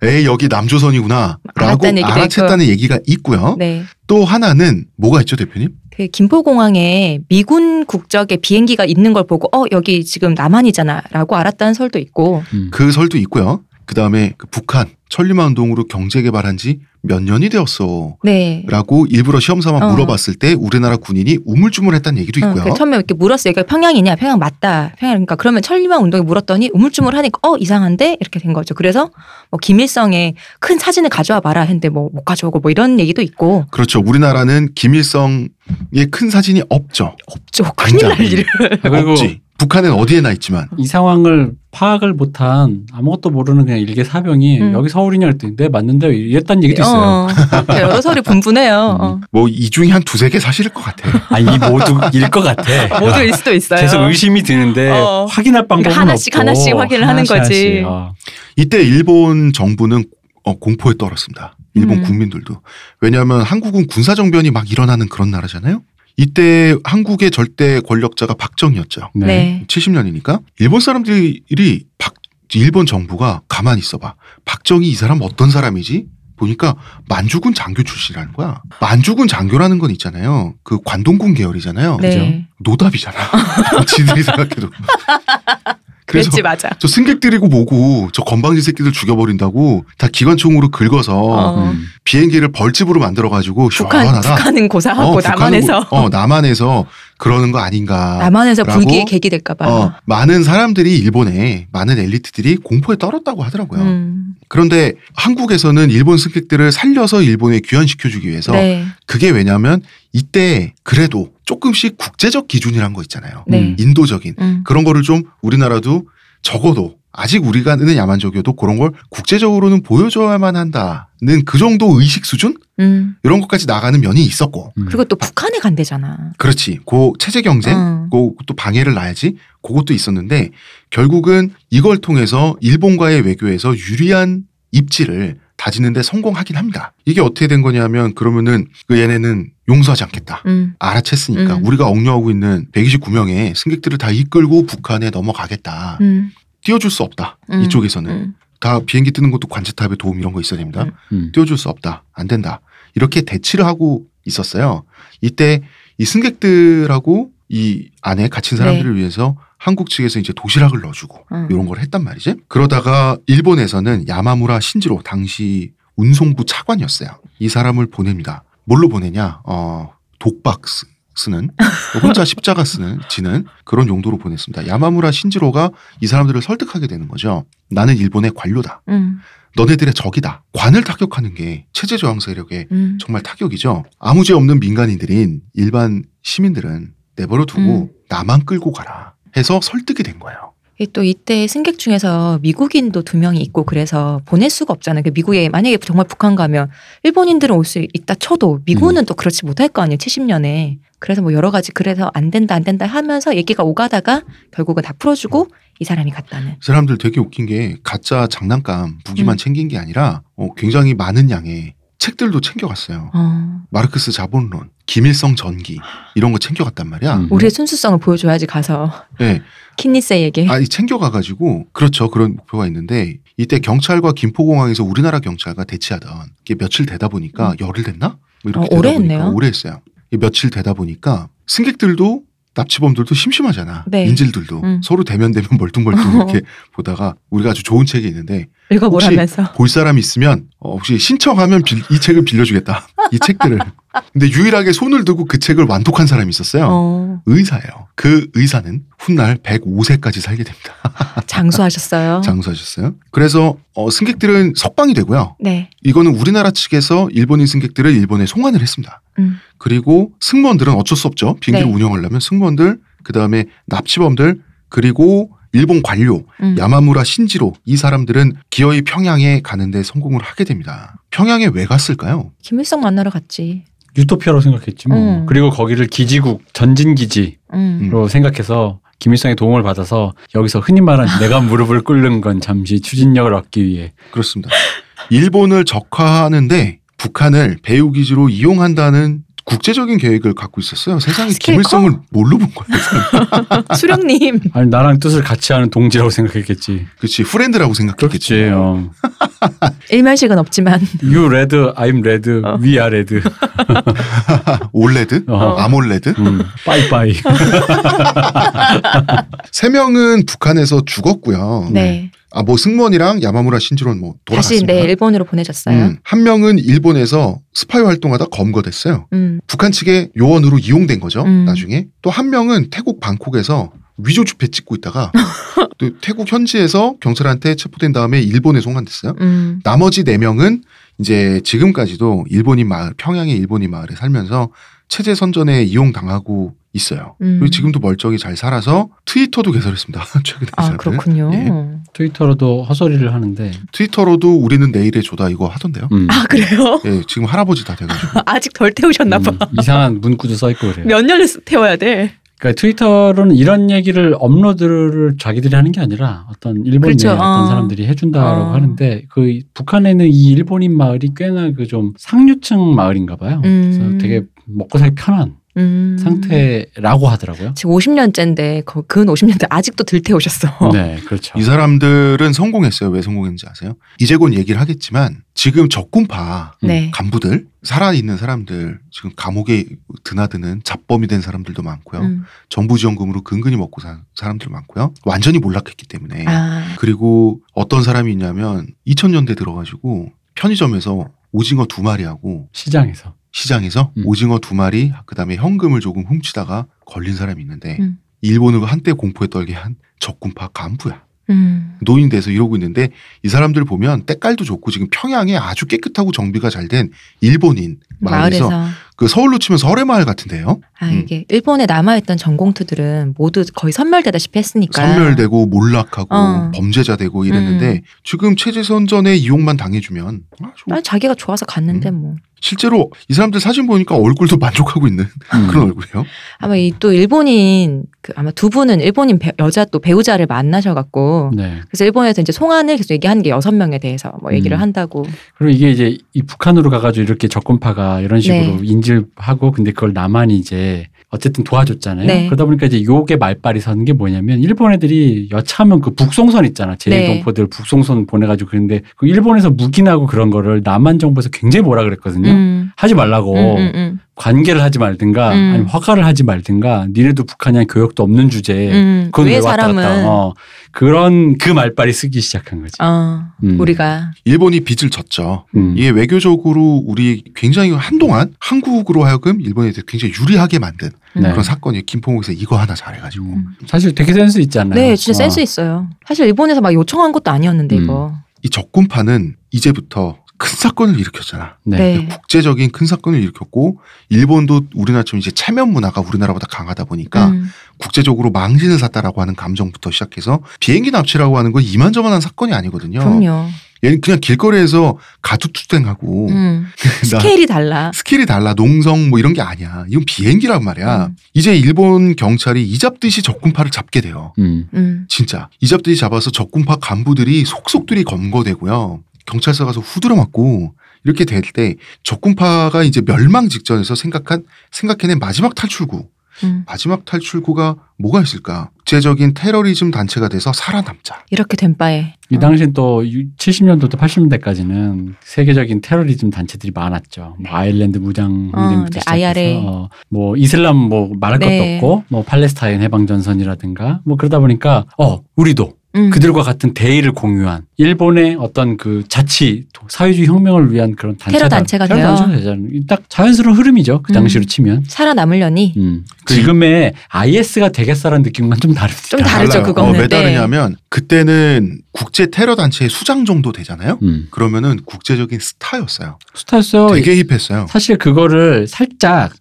에 여기 남조선이구나라고
알았다는 얘기도
알아챘다는 얘기가 있고요.
네.
또 하나는 뭐가 있죠 대표님?
그 김포공항에 미군 국적의 비행기가 있는 걸 보고 어 여기 지금 남한이잖아라고 알았다는 설도 있고
음.
그 설도 있고요. 그다음에 그 북한 천리마 운동으로 경제 개발한 지 몇 년이 되었어라고
네.
일부러 시험삼아
어.
물어봤을 때 우리나라 군인이 우물쭈물했다는 얘기도
어,
있고요.
그 처음에 이렇게 물었어요. 그러니까 평양이냐? 평양 맞다. 평양 그러니까 그러면 천리만 운동에 물었더니 우물쭈물 하니까 어 이상한데 이렇게 된 거죠. 그래서 뭐 김일성의 큰 사진을 가져와 봐라 했는데 뭐 못 가져오고 뭐 이런 얘기도 있고
그렇죠. 우리나라는 김일성의 큰 사진이 없죠.
없죠. 큰일 날
당장.
일을.
아, 그리고
없지. 북한은 어디에나 있지만
이 상황을 파악을 못한 아무것도 모르는 그냥 일개 사병이
음.
여기 서울이냐 그랬더니 네 맞는데 이랬다는 얘기도 있어요.
어, 그러니까 여러 설이 분분해요. 어.
뭐 이 중에 한 두세 개 사실일 것 같아요.
아이 모두일 것 같아.
모두일 수도 있어요.
계속 의심이 드는데
어.
확인할 방법은
그러니까 하나씩,
없고
하나씩 확인을 하는
하나씩,
거지.
하나씩. 어.
이때 일본 정부는 어, 공포에 떨었습니다. 일본
음.
국민들도. 왜냐하면 한국은 군사정변이 막 일어나는 그런 나라잖아요. 이때 한국의 절대 권력자가 박정희였죠.
네.
네.
70년이니까. 일본 사람들이 박, 일본 정부가 가만히 있어봐. 박정희 이 사람 어떤 사람이지? 보니까 만주군 장교 출신이라는 거야. 만주군 장교라는 건 있잖아요. 그 관동군 계열이잖아요.
네.
노답이잖아. 지들이 생각해도. 그래서
그랬지 맞아.
저 승객들이고 뭐고 저 건방진 새끼들 죽여버린다고 다 기관총으로 긁어서
어.
음.
비행기를 벌집으로 만들어가지고
북한
시원하다.
북한은 고사하고
북한은
남한에서
고- 어 남한에서 그러는 거 아닌가.
남한에서
라고?
불기의 계기 될까봐.
어, 많은 사람들이 일본에 많은 엘리트들이 공포에 떨었다고 하더라고요.
음.
그런데 한국에서는 일본 승객들을 살려서 일본에 귀환시켜주기 위해서
네.
그게 왜냐하면 이때 그래도 조금씩 국제적 기준이란 거 있잖아요.
네.
인도적인
음.
그런 거를 좀 우리나라도 적어도 아직 우리가는 야만적이어도 그런 걸 국제적으로는 보여줘야만 한다는 그 정도 의식 수준
음.
이런 것까지 나가는 면이 있었고
그리고 또 북한에 간대잖아.
그렇지 그 체제 경쟁
어.
그또 방해를 놔야지 그것도 있었는데 결국은 이걸 통해서 일본과의 외교에서 유리한 입지를 다지는데 성공하긴 합니다 이게 어떻게 된 거냐면 그러면은 그 얘네는 용서하지 않겠다
음.
알아챘으니까
음.
우리가 억류하고 있는 129명의 승객들을 다 이끌고 북한에 넘어가겠다
음.
띄워줄 수 없다.
음.
이쪽에서는
음.
다 비행기 뜨는 것도 관제탑에 도움 이런 거 있어야 됩니다.
음.
음.
띄워줄 수 없다. 안 된다. 이렇게 대치를 하고 있었어요. 이때 이 승객들하고 이 안에 갇힌
네.
사람들을 위해서 한국 측에서 이제 도시락을 넣어주고
음.
이런 걸 했단 말이지. 그러다가 일본에서는 야마무라 신지로 당시 운송부 차관이었어요. 이 사람을 보냅니다. 뭘로 보내냐? 어, 독박 쓰- 쓰는 혼자 십자가 쓰는 지는 그런 용도로 보냈습니다. 야마무라 신지로가 이 사람들을 설득하게 되는 거죠. 나는 일본의 관료다.
음.
너네들의 적이다. 관을 타격하는 게 체제 저항 세력의
음.
정말 타격이죠. 아무 죄 없는 민간인들인 일반 시민들은 내버려 두고
음.
나만 끌고 가라 해서 설득이 된 거예요.
이게 또 이때 승객 중에서 미국인도 두 명이 있고 그래서 보낼 수가 없잖아요. 그 미국에 만약에 정말 북한 가면 일본인들은 올 수 있다 쳐도
음.
미군은 또 그렇지 못할 거 아니에요. 70년에. 그래서 뭐 여러 가지 그래서 안 된다 안 된다 하면서 얘기가 오가다가 결국은 다 풀어주고 이 사람이 갔다는.
사람들 되게 웃긴 게 가짜 장난감 무기만
음.
챙긴 게 아니라 어, 굉장히 많은 양의 책들도 챙겨갔어요.
어,
마르크스 자본론, 김일성 전기 이런 거 챙겨갔단 말이야.
음.
우리의 순수성을 보여줘야지 가서
네.
킨니세에게.
아니 챙겨가가지고 그렇죠 그런 목표가 있는데 이때 경찰과 김포공항에서 우리나라 경찰과 대치하던 이게 며칠 되다 보니까 열흘 됐나? 뭐 이렇게
음. 어,
되다
오래
보니까
했네요.
오래 했어요. 이게 며칠 되다 보니까 승객들도 납치범들도 심심하잖아.
네.
인질들도
음.
서로 대면 대면 멀뚱멀뚱 이렇게 보다가 우리가 아주 좋은 책이 있는데
읽어보라면서.
볼 사람 있으면 어, 혹시 신청하면 빌- 이 책을 빌려주겠다. 이 책들을. 근데 유일하게 손을 들고 그 책을 완독한 사람이 있었어요.
어,
의사예요. 그 의사는 훗날 105세까지 살게 됩니다.
장수하셨어요.
아, 장수하셨어요. 그래서 어, 승객들은 석방이 되고요.
네.
이거는 우리나라 측에서 일본인 승객들을 일본에 송환을 했습니다.
음.
그리고 승무원들은 어쩔 수 없죠. 비행기를
네.
운영하려면 승무원들, 그 다음에 납치범들, 그리고 일본 관료
음.
야마무라 신지로 이 사람들은 기어이 평양에 가는데 성공을 하게 됩니다. 평양에 왜 갔을까요?
김일성 만나러 갔지.
유토피아로 생각했지 뭐.
음.
그리고 거기를 기지국 전진 기지로
음.
생각해서 김일성의 도움을 받아서 여기서 흔히 말하는 내가 무릎을 꿇는 건 잠시 추진력을 얻기 위해
그렇습니다. 일본을 적화하는데 북한을 배후 기지로 이용한다는 국제적인 계획을 갖고 있었어요. 세상에
스케일
김일성을 뭘로 본 거예요? 음.
수령님.
아니 나랑 뜻을 같이 하는 동지라고 생각했겠지.
그렇지 프렌드라고 생각했겠지.
그렇겠지. 어.
일말식은 없지만.
You red, I'm red,
어.
we are red.
올레드,
어.
아몰레드.
음. 빠이빠이.
세 명은 북한에서 죽었고요.
네.
아 뭐 승무원이랑 야마무라 신지로는 뭐
다시
돌아갔습니다.
네 일본으로 보내졌어요.
음, 한 명은 일본에서 스파이 활동하다 검거됐어요.
음.
북한 측의 요원으로 이용된 거죠.
음.
나중에 또 한 명은 태국 방콕에서 위조 주패 찍고 있다가 또 태국 현지에서 경찰한테 체포된 다음에 일본에 송환됐어요.
음.
나머지 네 명은 이제 지금까지도 일본인 마을 평양의 일본인 마을에 살면서 체제 선전에 이용당하고 있어요.
음.
그리고 지금도 멀쩡히 잘 살아서 트위터도 개설했습니다. 최근에 예. 그
아
사람은.
그렇군요.
트위터로도 허소리를 하는데.
트위터로도 우리는 내일의 조다 이거 하던데요.
음.
아 그래요?
예, 지금 할아버지 다 돼가지고.
아직 덜 태우셨나 봐.
음, 이상한 문구도 써 있고 그래요.
몇 년을 태워야 돼.
그러니까 트위터로는 이런 얘기를 업로드를 자기들이 하는 게 아니라 어떤 일본
그렇죠.
내 어떤
어.
사람들이 해준다라고
어.
하는데 그 북한에는 이 일본인 마을이 꽤나 그 좀 상류층 마을인가 봐요.
음.
그래서 되게 먹고 살기 편한
음.
상태라고 하더라고요.
지금 50년째인데 근 50년대 아직도 덜 태우셨어.
네, 그렇죠.
아.
이 사람들은 성공했어요. 왜 성공했는지 아세요? 이제 곧 얘기를 하겠지만 지금 적군파
네.
간부들 살아있는 사람들 지금 감옥에 드나드는 잡범이 된 사람들도 많고요.
음.
정부 지원금으로 근근히 먹고 사는 사람들 많고요. 완전히 몰락했기 때문에
아.
그리고 어떤 사람이 있냐면 2000년대 들어가지고 편의점에서 오징어 두 마리하고
시장에서.
시장에서
음.
오징어 두 마리 그다음에 현금을 조금 훔치다가 걸린 사람이 있는데
음.
일본을 한때 공포에 떨게 한 적군파 간부야.
음.
노인 돼서 이러고 있는데 이 사람들 보면 때깔도 좋고 지금 평양에 아주 깨끗하고 정비가 잘 된 일본인 마을에서,
마을에서.
그 서울로 치면 설의 마을 같은데요.
아
음.
이게 일본에 남아있던 전공투들은 모두 거의 선멸되다시피 했으니까.
선멸되고 몰락하고
어.
범죄자 되고 이랬는데
음.
지금 체제 선전에 이용만 당해주면 아, 좋-
아, 자기가 좋아서
음.
갔는데 뭐.
실제로 이 사람들 사진 보니까 얼굴도 만족하고 있는
음.
아, 그런 얼굴이에요.
아마 이 또 일본인 그 아마 두 분은 일본인 배- 여자 또 배우자를 만나셔갖고
네.
그래서 일본에서 이제 송환을 계속 얘기하는 게 여섯 명에 대해서 뭐 얘기를
음.
한다고.
그리고 이게 이제 이 북한으로 가가지고 이렇게 적군파가 이런 식으로
네.
인질하고 근데 그걸 남한이 이제 어쨌든 도와줬잖아요.
네.
그러다 보니까 이제 요게 말빨이 서는 게 뭐냐면 일본 애들이 여차하면 그 북송선
네.
있잖아. 제1동포들 북송선 보내가지고 그런데 그 일본에서 묵인하고 그런 거를 남한 정부에서 굉장히 뭐라 그랬거든요.
음.
하지 말라고
음, 음, 음.
관계를 하지 말든가
음.
아니면 허가를 하지 말든가 니네도 북한이랑 교역도 없는 주제에
음.
네. 그건 왜,
왜
왔다
사람은
갔다 어. 그런 그 말빨이 쓰기 시작한 거지.
어,
음.
우리가
일본이 빚을 졌죠.
음.
이게 외교적으로 우리 굉장히 한동안 한국으로 하여금 일본에 대해 굉장히 유리하게 만든
음.
네.
그런 사건이에요. 김포공에서 이거 하나 잘해가지고
사실 되게 센스 있지 않나요?
네, 진짜
어.
센스 있어요. 사실 일본에서 막 요청한 것도 아니었는데
음.
이거.
이 적군파는 이제부터 큰 사건을 일으켰잖아.
네.
국제적인 큰 사건을 일으켰고 일본도 우리나라처럼 이제 체면 문화가 우리나라보다 강하다 보니까
음.
국제적으로 망신을 샀다라고 하는 감정부터 시작해서 비행기 납치라고 하는 건 이만저만한 사건이
어.
아니거든요.
그럼요.
얘는 그냥 길거리에서 가투투쟁하고
음.
나-
스케일이 달라.
스킬이 달라 농성 뭐 이런 게 아니야. 이건 비행기란 말이야.
음.
이제 일본 경찰이 이잡듯이 적군파를 잡게 돼요.
음.
음.
진짜 이잡들이 잡아서 적군파 간부들이 속속들이 검거되고요. 경찰서 가서 후드려 맞고 이렇게 될 때 적군파가 이제 멸망 직전에서 생각한 생각해낸 마지막 탈출구.
음.
마지막 탈출구가 뭐가 있을까? 국제적인 테러리즘 단체가 돼서 살아남자.
이렇게 된 바에. 어.
이 당시엔 또 70년도부터 80년대까지는 세계적인 테러리즘 단체들이 많았죠. 뭐 아일랜드 무장
네. 어,
항쟁부터
네,
시작해서
IRA.
어, 뭐 이슬람 뭐 말할
네.
것도 없고 뭐 팔레스타인 해방 전선이라든가 뭐 그러다 보니까 어 우리도
음.
그들과 같은 대의를 공유한 일본의 어떤 그 자치 도- 사회주의 혁명을 위한 그런 단체다.
테러 단체가
테러
돼요.
단체가 되잖아요. 딱 자연스러운 흐름이죠. 그 당시로
음.
치면.
살아남으려니
음. 지금의 IS가 되겠어라는 느낌과는 좀 다릅니다.
좀 다르죠,
달라요.
그거는.
어, 왜
네.
다르냐면 그때는 국제 테러 단체의 수장 정도 되잖아요.
음.
그러면은 국제적인 스타였어요.
스타였어요.
되게 힙했어요.
사실 그거를 살짝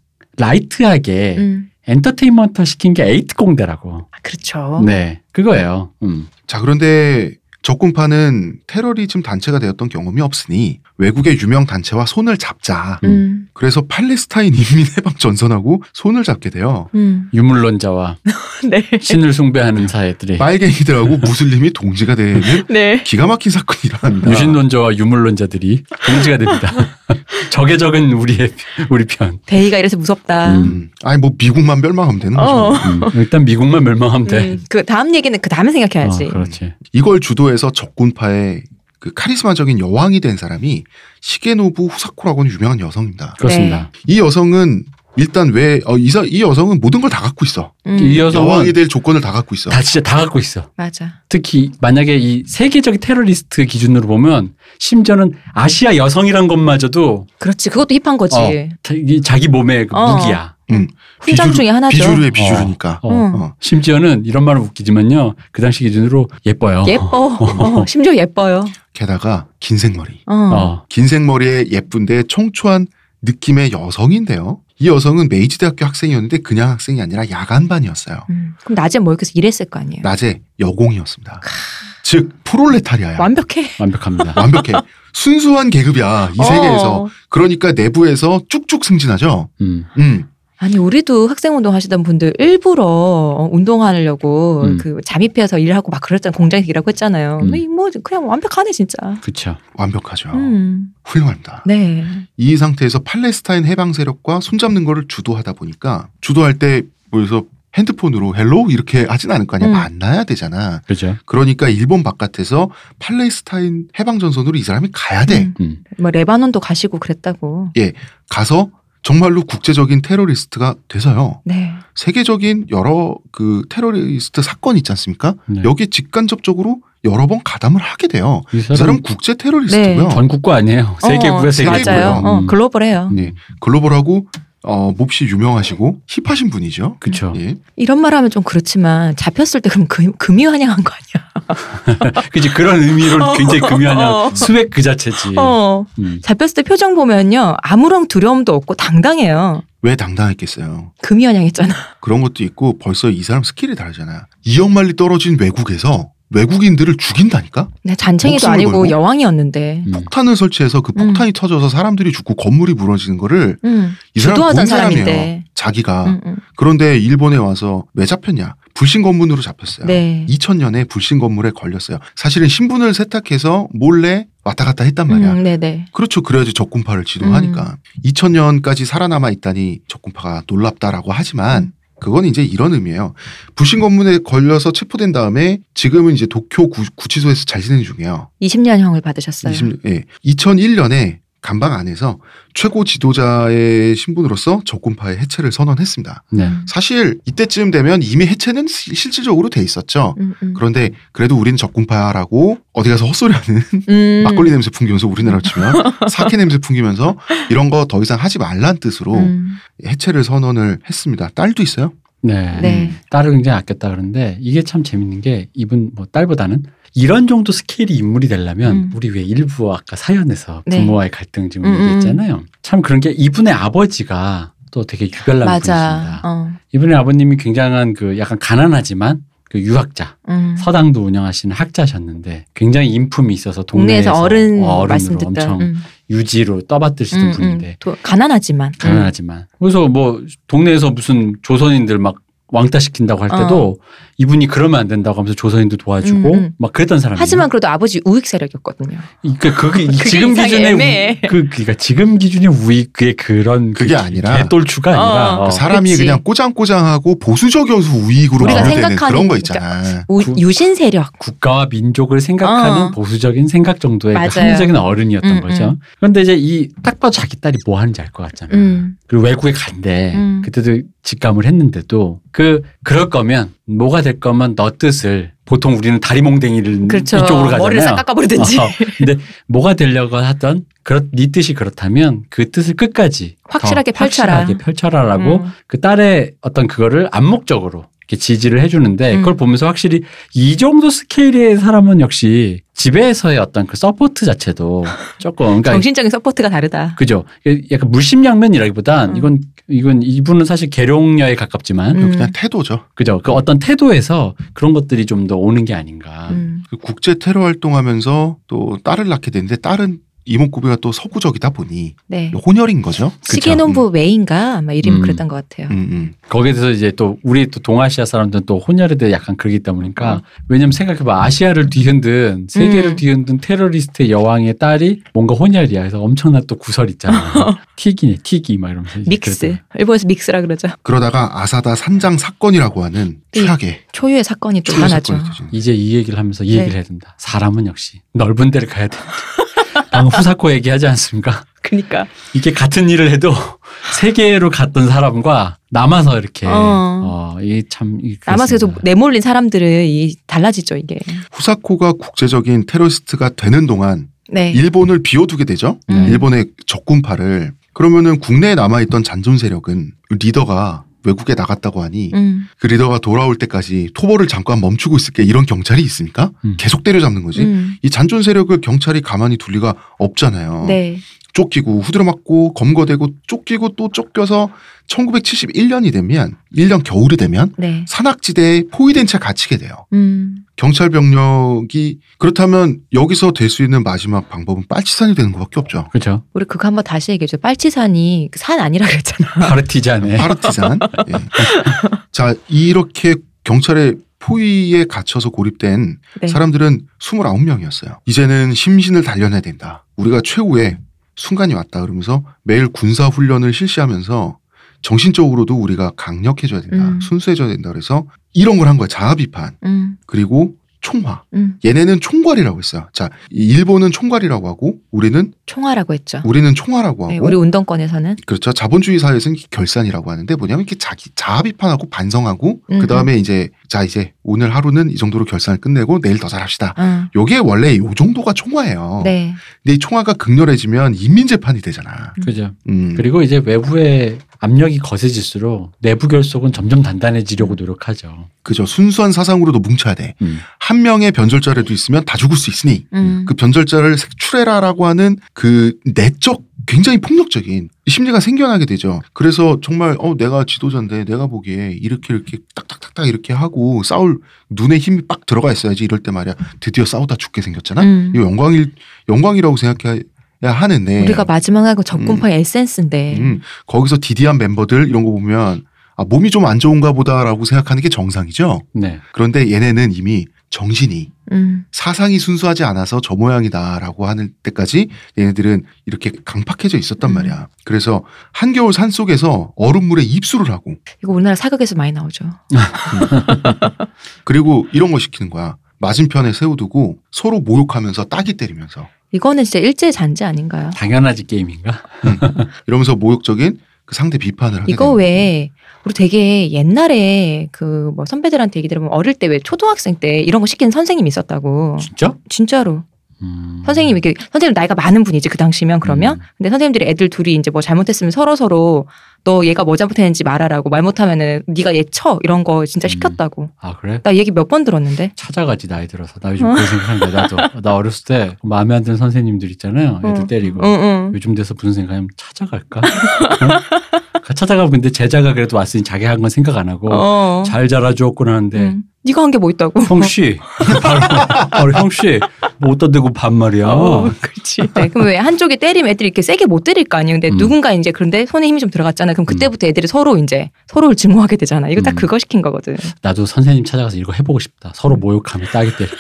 라이트하게
음.
엔터테인먼트 시킨 게 에이트 공대라고.
아, 그렇죠.
네, 그거예요. 음.
자, 그런데 적군파는 테러리즘 단체가 되었던 경험이 없으니 외국의 유명 단체와 손을 잡자.
음.
그래서 팔레스타인 인민 해방 전선하고 손을 잡게 돼요.
음.
유물론자와
네.
신을 숭배하는 사회들이
빨갱이들하고 무슬림이 동지가 되는
네.
기가 막힌 사건이 일어납니다.
유신론자와 유물론자들이 동지가 됩니다. 적의 적은 우리의 우리 편.
베이가 이래서 무섭다.
음.
음. 아니 뭐 미국만 멸망하면 되는 거죠.
어.
음, 일단 미국만 멸망하면 돼.
음. 그 다음 얘기는 그 다음에 생각해야지.
네. 어, 그렇지.
이걸 주도해서 적군파의 그 카리스마적인 여왕이 된 사람이 시게노부 후사코라고 하는 유명한 여성입니다.
그렇습니다.
이 여성은 일단 왜 어, 이, 사- 이 여성은 모든 걸 다 갖고 있어.
음.
이 여성은
여왕이 될 조건을 다 갖고 있어.
뭐 다 진짜 다 갖고 있어.
맞아.
특히 만약에 이 세계적인 테러리스트 기준으로 보면 심지어는 아시아 여성이란 것마저도
그렇지. 그것도 힙한 거지.
어. 자- 이게 자기 몸의 그
어.
무기야.
훈장
비주류-
중에 하나죠.
비주류의 비주류니까.
어.
응.
어.
심지어는 이런 말은 웃기지만요. 그 당시 기준으로 예뻐요.
예뻐. 어, 심지어 예뻐요.
게다가 긴 생머리.
어.
어.
긴 생머리에 예쁜데 청초한 느낌의 여성인데요. 이 여성은 메이지대학교 학생이었는데 그냥 학생이 아니라 야간반이었어요.
음. 그럼 낮에 뭐 이렇게 해서 일했을 거 아니에요.
낮에 여공이었습니다. 즉 프롤레타리아야.
완벽해.
완벽합니다.
완벽해. 순수한 계급이야 이
어.
세계에서. 그러니까 내부에서 쭉쭉 승진하죠.
음.
음.
아니 우리도 학생 운동 하시던 분들 일부러 어, 운동하려고
음.
그 잠입해서 일하고 막 그랬잖아 공장에서 일하고 했잖아요.
음.
이뭐 그냥 완벽하네 진짜.
그렇죠.
완벽하죠.
음.
훌륭합니다.
네.
이 상태에서 팔레스타인 해방 세력과 손잡는 거를 주도하다 보니까 주도할 때 뭐여서 핸드폰으로 헬로 이렇게 하진 않을 거 아니야.
음.
만나야 되잖아.
그렇죠.
그러니까 일본 바깥에서 팔레스타인 해방 전선으로 이 사람이 가야 돼.
음.
음.
뭐 레바논도 가시고 그랬다고.
가서 정말로 국제적인 테러리스트가 돼서요.
네.
세계적인 여러 그 테러리스트 사건 있지 않습니까?
네.
여기 직간접적으로 여러 번 가담을 하게 돼요.
이
이 사람
사람
국제
네.
테러리스트고요.
전국과 아니에요. 세계국의 음.
어,
세계국.
맞아요. 어, 글로벌해요.
네. 글로벌하고 어, 몹시 유명하시고 힙하신 분이죠.
그렇죠.
예.
이런 말하면 좀 그렇지만 잡혔을 때 그럼 금, 금이 환영한 거 아니야?
그지 그런 의미로 굉장히
어.
금요하냐 스웩 그 자체지.
어.
음.
잡혔을 때 표정 보면요 아무런 두려움도 없고 당당해요.
왜 당당했겠어요.
금이 환영했잖아.
그런 것도 있고 벌써 이 사람 스킬이 다르잖아. 2억 마리 떨어진 외국에서 외국인들을 죽인다니까?
내 네, 잔챙이도
목숨을
아니고
걸고?
여왕이었는데.
음.
폭탄을 설치해서 그
음.
폭탄이 터져서 사람들이 죽고 건물이 무너지는 거를
음.
이 사람 본
주도하던
사람이에요. 아,
사람인데.
자기가.
음, 음.
그런데 일본에 와서 왜 잡혔냐? 불신 검문으로 잡혔어요.
네.
2000년에 불신 건물에 걸렸어요. 사실은 신분을 세탁해서 몰래 왔다 갔다 했단 말이야.
음, 네네.
그렇죠. 그래야지 적군파를 지도하니까. 2000년까지 살아남아 있다니 적군파가 놀랍다라고 하지만
음.
그건 이제 이런 의미예요. 불신 검문에 걸려서 체포된 다음에 지금은 이제 도쿄 구, 치소에서잘 지내는 중이에요.
20년형을 받으셨어요.
20, 예. 2001년에 감방 안에서 최고 지도자의 신분으로서 적군파의 해체를 선언했습니다.
네.
사실 이때쯤 되면 이미 해체는 시- 실질적으로 돼 있었죠.
음, 음.
그런데 그래도 우리는 적군파라고 어디 가서 헛소리하는
음.
막걸리 냄새 풍기면서 우리나라로 치면 사케 냄새 풍기면서 이런 거 더 이상 하지 말란 뜻으로
음.
해체를 선언을 했습니다. 딸도 있어요?
네.
네.
딸을 굉장히 아꼈다 그러는데 이게 참 재밌는 게 이분 뭐 딸보다는 이런 정도 스케일이 인물이 되려면
음.
우리 왜 일부 아까 사연에서
네.
부모와의 갈등 지금
음, 음.
얘기했잖아요. 참 그런 게 이분의 아버지가 또 되게 유별난 분이십니다.
맞아. 어.
이분의 아버님이 굉장한 그 약간 가난하지만 그 유학자
음.
서당도 운영하시는 학자셨는데 굉장히 인품이 있어서 동네에서,
동네에서 어른
어, 어른으로
말씀 듣던
엄청
음.
유지로 떠받드시던
음, 음.
분인데
도- 가난하지만 음.
가난하지만 그래서 뭐 동네에서 무슨 조선인들 막 왕따 시킨다고 할 때도 이분이 그러면 안 된다고 하면서 조선인도 도와주고
어. 음, 음.
막 그랬던 사람이에요.
하지만 그래도 아버지 우익 세력이었거든요.
그러니까 그게 이-
그게
지금
이상해, 네.
기준의
애매해.
우, 그 그러니까 지금 기준의 우익의 그런
그게 아니라
개똘추가 아니라
어.
어.
그 사람이
그치.
그냥 꼬장꼬장하고 보수적이어서 우익으로
우리가
분류되는
생각하는
그런 거
그러니까
있잖아.
우-
구-
유신 세력.
국가와 민족을 생각하는
어.
보수적인 생각 정도의 그
맞아요.
합리적인 어른이었던
음,
거죠.
음.
그런데 이제 이 딱 봐도 자기 딸이 뭐 하는지 알 것 같잖아요.
음.
그리고 외국에 간대.
음.
그때도 직감을 했는데도 그 그럴 거면 뭐가 될 거면 너 뜻을 보통 우리는 다리 몽댕이를
그렇죠.
이쪽으로 가잖아요.
머리를 싹 깎아버리든지
어, 근데 뭐가 되려고 하던 그렇 네 뜻이 그렇다면 그 뜻을 끝까지 더
확실하게 펼쳐라.
어, 확실하게 펼쳐라라고
음.
그 딸의 어떤 그거를 암묵적으로 이렇게 지지를 해주는데
음.
그걸 보면서 확실히 이 정도 스케일의 사람은 역시 집에서의 어떤 그 서포트 자체도 조금 그러니까
정신적인 서포트가 다르다.
그죠 약간 물심양면이라기보단
음.
이건 이건 이분은 사실 계룡녀에 가깝지만
음.
그냥 태도죠.
그죠 그 어떤 태도에서 그런 것들이 좀 더 오는 게 아닌가
음.
그 국제 테러 활동하면서 또 딸을 낳게 되는데 딸은 이목구비가 또 서구적이다 보니
네.
혼혈인 거죠.
시계농부 웨인가 아마 이름이
음.
그랬던 것 같아요.
음, 음.
거기에 대해서 이제 또 우리 또 동아시아 사람들은 또 혼혈에 대해 약간 그러기 때문이니까 왜냐면 생각해봐 아시아를 뒤흔든 세계를
음.
뒤흔든 테러리스트의 여왕의 딸이 뭔가 혼혈이야 그래서 엄청난 또 구설 있잖아 튀기네 튀기 막 이러면서 이제
믹스.
그래도
일본에서 믹스라 그러죠.
그러다가 아사다 산장 사건이라고 하는
네.
최악의
초유의 사건이 또
최악
하나죠.
사건이 되죠.
이제 이 얘기를 하면서 이
네.
얘기를 해야 된다 사람은 역시 넓은 데를 가야 된다 방금 후사코 얘기하지 않습니까
그니까.
이게 같은 일을 해도 세계로 갔던 사람과 남아서 이렇게
어.
어이참
남아서 계속 내몰린 사람들은 이 달라지죠 이게.
후사코가 국제적인 테러리스트가 되는 동안
네.
일본을 비워두게 되죠.
음.
일본의 적군파를 그러면은 국내에 남아있던 잔존 세력은 리더가 외국에 나갔다고 하니
음.
그 리더가 돌아올 때까지 토벌을 잠깐 멈추고 있을게 이런 경찰이 있습니까?
음.
계속 때려잡는 거지.
음.
이 잔존 세력을 경찰이 가만히 둘 리가 없잖아요.
네.
쫓기고 후드려 맞고 검거되고 쫓기고 또 쫓겨서 1971년이 되면 1년 겨울이 되면
네.
산악지대에 포위된 채 갇히게 돼요.
음.
경찰 병력이 그렇다면 여기서 될 수 있는 마지막 방법은 빨치산이 되는 것밖에 없죠.
그렇죠
우리 그거 한번 다시 얘기해줘. 빨치산이 그산 아니라 그랬잖아. 어.
파르티잔에
파르티산. 예. 자 이렇게 경찰의 포위에 갇혀서 고립된
네.
사람들은 29명이었어요. 이제는 심신을 단련해야 된다. 우리가 최후의 순간이 왔다. 그러면서 매일 군사 훈련을 실시하면서 정신적으로도 우리가 강력해져야 된다.
음.
순수해져야 된다. 그래서 이런 걸 한 거야. 자아 비판
음.
그리고 총화.
음.
얘네는 총괄이라고 했어요. 자, 이 일본은 총괄이라고 하고 우리는
총화라고 했죠.
우리는 총화라고 하고
네, 우리 운동권에서는
그렇죠. 자본주의 사회에서는 결산이라고 하는데 뭐냐면 이렇게 자기 자아 비판하고 반성하고
음,
그 다음에 이제 자 이제 오늘 하루는 이 정도로 결산을 끝내고 내일 더 잘합시다.
어.
요게 원래 요 정도가 총화예요.
네.
근데 이 총화가 극렬해지면 인민 재판이 되잖아.
그죠
음.
그리고 이제 외부의 압력이 거세질수록 내부 결속은 점점 단단해지려고 노력하죠
그죠. 순수한 사상으로도 뭉쳐야 돼.
음.
한 명의 변절자라도 있으면 다 죽을 수 있으니
음.
그 변절자를 색출해라라고 하는 그 내적 굉장히 폭력적인 심리가 생겨나게 되죠. 그래서 정말 어 내가 지도자인데 내가 보기에 이렇게 이렇게 딱딱딱딱 이렇게 하고 싸울 눈에 힘이 빡 들어가 있어야지 이럴 때 말이야 드디어 싸우다 죽게 생겼잖아.
음.
이거 영광일 영광이라고 생각해야 하는데
우리가 마지막에 그 적군파의 에센스인데.
예. 음, 거기서 디디한 멤버들 이런 거 보면 아 몸이 좀 안 좋은가 보다라고 생각하는 게 정상이죠.
네
그런데 얘네는 이미 정신이
음.
사상이 순수하지 않아서 저 모양이다라고 하는 때까지 얘네들은 이렇게 강팍해져 있었단
음.
말이야. 그래서 한겨울 산 속에서 얼음물에 입수를 하고
이거 우리나라 사극에서 많이 나오죠.
그리고 이런 거 시키는 거야. 맞은편에 세워두고 서로 모욕하면서 따기 때리면서
이거는 진짜 일제의 잔재 아닌가요?
당연하지 게임인가
이러면서 모욕적인 그 상대 비판을 하게
이거
되는
왜 우리 되게 옛날에 그 뭐 선배들한테 얘기 들으면 어릴 때 왜 초등학생 때 이런 거 시키는 선생님이 있었다고.
진짜
진짜로.
음.
선생님 이렇게 선생님 나이가 많은 분이지 그 당시면 그러면
음.
근데 선생님들이 애들 둘이 이제 뭐 잘못했으면 서로 서로 너 얘가 뭐 잘못했는지 말하라고 말 못하면은 네가 얘 쳐 이런 거 진짜 시켰다고.
아 그래?
나 얘기 몇 번 들었는데.
찾아가지 나이 들어서 나 요즘 그런 생각한다 나도 나 어렸을 때 마음에 안 드는 선생님들 있잖아요 애들
응.
때리고
응응.
요즘 돼서 무슨 생각하면 찾아갈까? 어? 찾아가면 근데 제자가 그래도 왔으니 자기 한 건 생각 안 하고
어.
잘 자라주었구나 하는데
응. 네가 한 게 뭐 있다고.
형씨 바로, 바로 형씨 뭐 어디다 대고 반말이야
어, 그렇지. 네, 그럼 왜 한쪽에 때리면 애들이 이렇게 세게 못 때릴 거 아니에요. 근데
음.
누군가 이제 그런데 손에 힘이 좀 들어갔잖아. 그럼 그때부터 애들이 서로 이제 서로를 증오하게 되잖아. 이거 딱
음.
그거 시킨 거거든.
나도 선생님 찾아가서 이거 해보고 싶다 서로 모욕하면 따기 때리고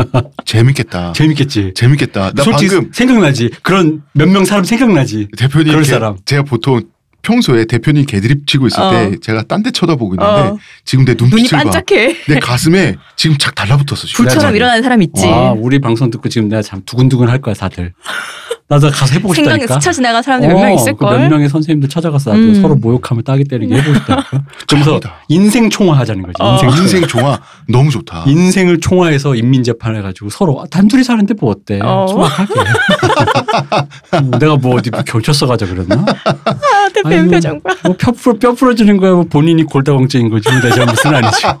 싶다.
재밌겠다.
재밌겠지
재밌겠다. 나
솔직히
방금
생각나지 그런 몇 명 사람 생각나지
대표님
그럴
개-
사람.
제가 보통 평소에 대표님 개드립 치고 있을
어.
때 제가 딴 데 쳐다보고 있는데
어.
지금 내
눈이
눈빛을 봐.
반짝해.
내 가슴에 지금 착 달라붙었어. 지금.
불처럼
나도.
일어나는 사람 있지.
와 우리 방송 듣고 지금 내가 참 두근두근 할 거야 다들 나도 가서 해보고
생각에
싶다니까
스쳐 지나간 사람들 몇 명
어,
있을
그몇
걸.
명의 선생님들 찾아가서 나도
음.
서로 모욕하면 따기 때리기 해보고 싶다니까 그러면서
감사합니다.
인생 총화하자는 거지
어.
인생 총화.
인생 종화 너무
아.
좋다.
아. 인생을 총화해서 인민재판 해가지고 서로 아, 단둘이 사는데 뭐 어때?
어.
소박하게. 음, 내가 뭐 어디 경찰서 가자 그랬나?
아, 대표님
아이고.
표정 봐.
뭐 뼈풀 뼈 부러지는 거야. 뭐 본인이 골다공증인 거지. 뭐 내 잘못은 아니죠.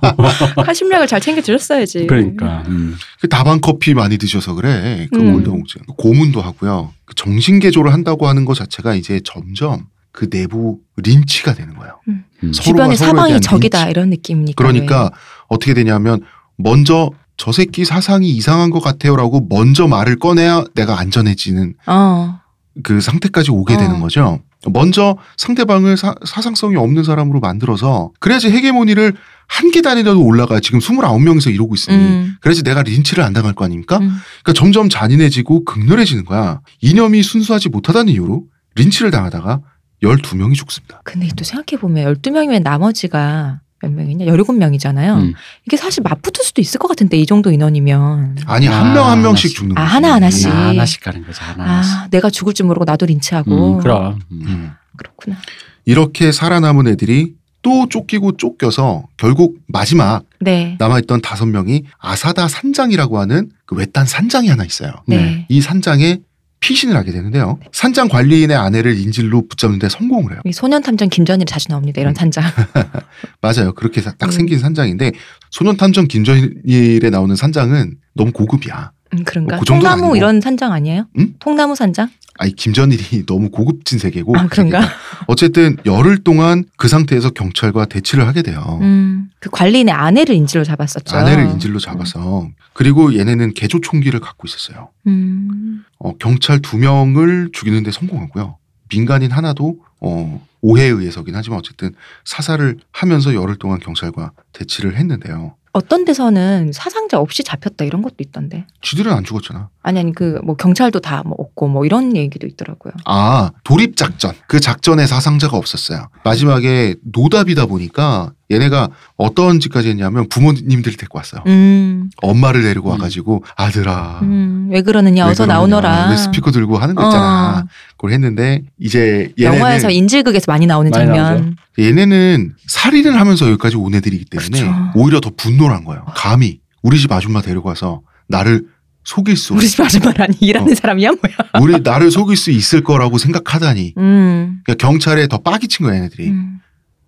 가심량을 잘 챙겨 드렸어야지.
그러니까. 음.
그 다방 커피 많이 드셔서 그래. 그
음.
골동증 고문도 하고요. 그 정신 개조를 한다고 하는 것 자체가 이제 점점 그 내부 린치가 되는 거예요.
음.
음.
서로가
주변의
서로에 대한
사방이 적이다 네.
린치.
이런 느낌이니까.
그러니까 어떻게 되냐면 먼저 저 새끼 사상이 이상한 것 같아요라고 먼저 말을 꺼내야 내가 안전해지는
왜. 어.
그 상태까지 오게
어.
되는 거죠. 먼저 상대방을 사, 상성이 없는 사람으로 만들어서 그래야지 헤게모니를 한 계단이라도 올라가 지금 29명에서 이러고 있으니
음.
그래야지 내가 린치를 안 당할 거 아닙니까?
음.
그러니까 점점 잔인해지고 극렬해지는 거야. 이념이 순수하지 못하다는 이유로 린치를 당하다가 12명이 죽습니다.
근데 또 생각해보면 12명이면 나머지가 몇 명이냐? 17명이잖아요.
음.
이게 사실 맞붙을 수도 있을 것 같은데, 이 정도 인원이면.
아니 한
아,
명 한 명씩
하나씩.
죽는
아,
거지.
하나하나씩.
하나, 하나씩 가는 거지. 하나, 하나씩.
아, 내가 죽을 줄 모르고 나도 린치하고.
음, 그럼. 음.
음.
구나
이렇게 살아남은 애들이 또 쫓기고 쫓겨서 결국 마지막
네.
남아있던 다섯 명이 아사다 산장이라고 하는 그 외딴 산장이 하나 있어요.
네.
이 산장에 피신을 하게 되는데요. 산장 관리인의 아내를 인질로 붙잡는데 성공을 해요.
이 소년 탐정 김전일 자주
음.
나옵니다. 이런 단장.
맞아요. 그렇게 딱
음.
생긴 산장인데 소년탐정 김전일에 나오는 산장은 너무 고급이야.
음, 그런가?
어, 그 정도는
통나무
아니고.
이런 산장 아니에요?
음?
통나무 산장?
아니 김전일이 너무 고급진 세계고 그러니까
아, 그런가?
어쨌든 열흘 동안 그 상태에서 경찰과 대치를 하게 돼요.
음. 그 관리인의 아내를 인질로 잡았었죠.
어. 아내를 인질로 잡아서 그리고 얘네는 개조 총기를 갖고 있었어요.
음.
어, 경찰 두 명을 죽이는데 성공하고요. 민간인 하나도 어, 오해에 의해서긴 하지만 어쨌든 사살을 하면서 열흘 동안 경찰과 대치를 했는데요.
어떤 데서는 사상자 없이 잡혔다 이런 것도 있던데.
쥐들은 안 죽었잖아.
아니 아니 그 뭐 경찰도 다 뭐 없고 뭐 이런 얘기도 있더라고요.
아 돌입 작전 그 작전에 사상자가 없었어요. 마지막에 노답이다 보니까 얘네가 어떤 짓까지 했냐면 부모님들이 데리고 왔어요.
음.
엄마를 데리고
음.
와가지고 아들아
음. 왜
왜
그러느냐 어서
그러냐.
나오너라.
왜 스피커 들고 하는 거 있잖아.
어.
그걸 했는데 이제 얘네는
영화에서 인질극에서 많이 나오는
많이
음.
장면.
얘네는 살인을 하면서 여기까지 온 애들이기 때문에
그쵸.
오히려 더 분노를 한
어.
거예요. 감히 우리 집 아줌마 데리고 와서 나를 속일 수
우리 집 아줌마 아니 일하는
어.
사람이야 뭐야.
우리 나를 속일 수 있을 거라고 생각하다니.
음.
그러니까 경찰에 더 빠기친 거야 얘네들이.
음.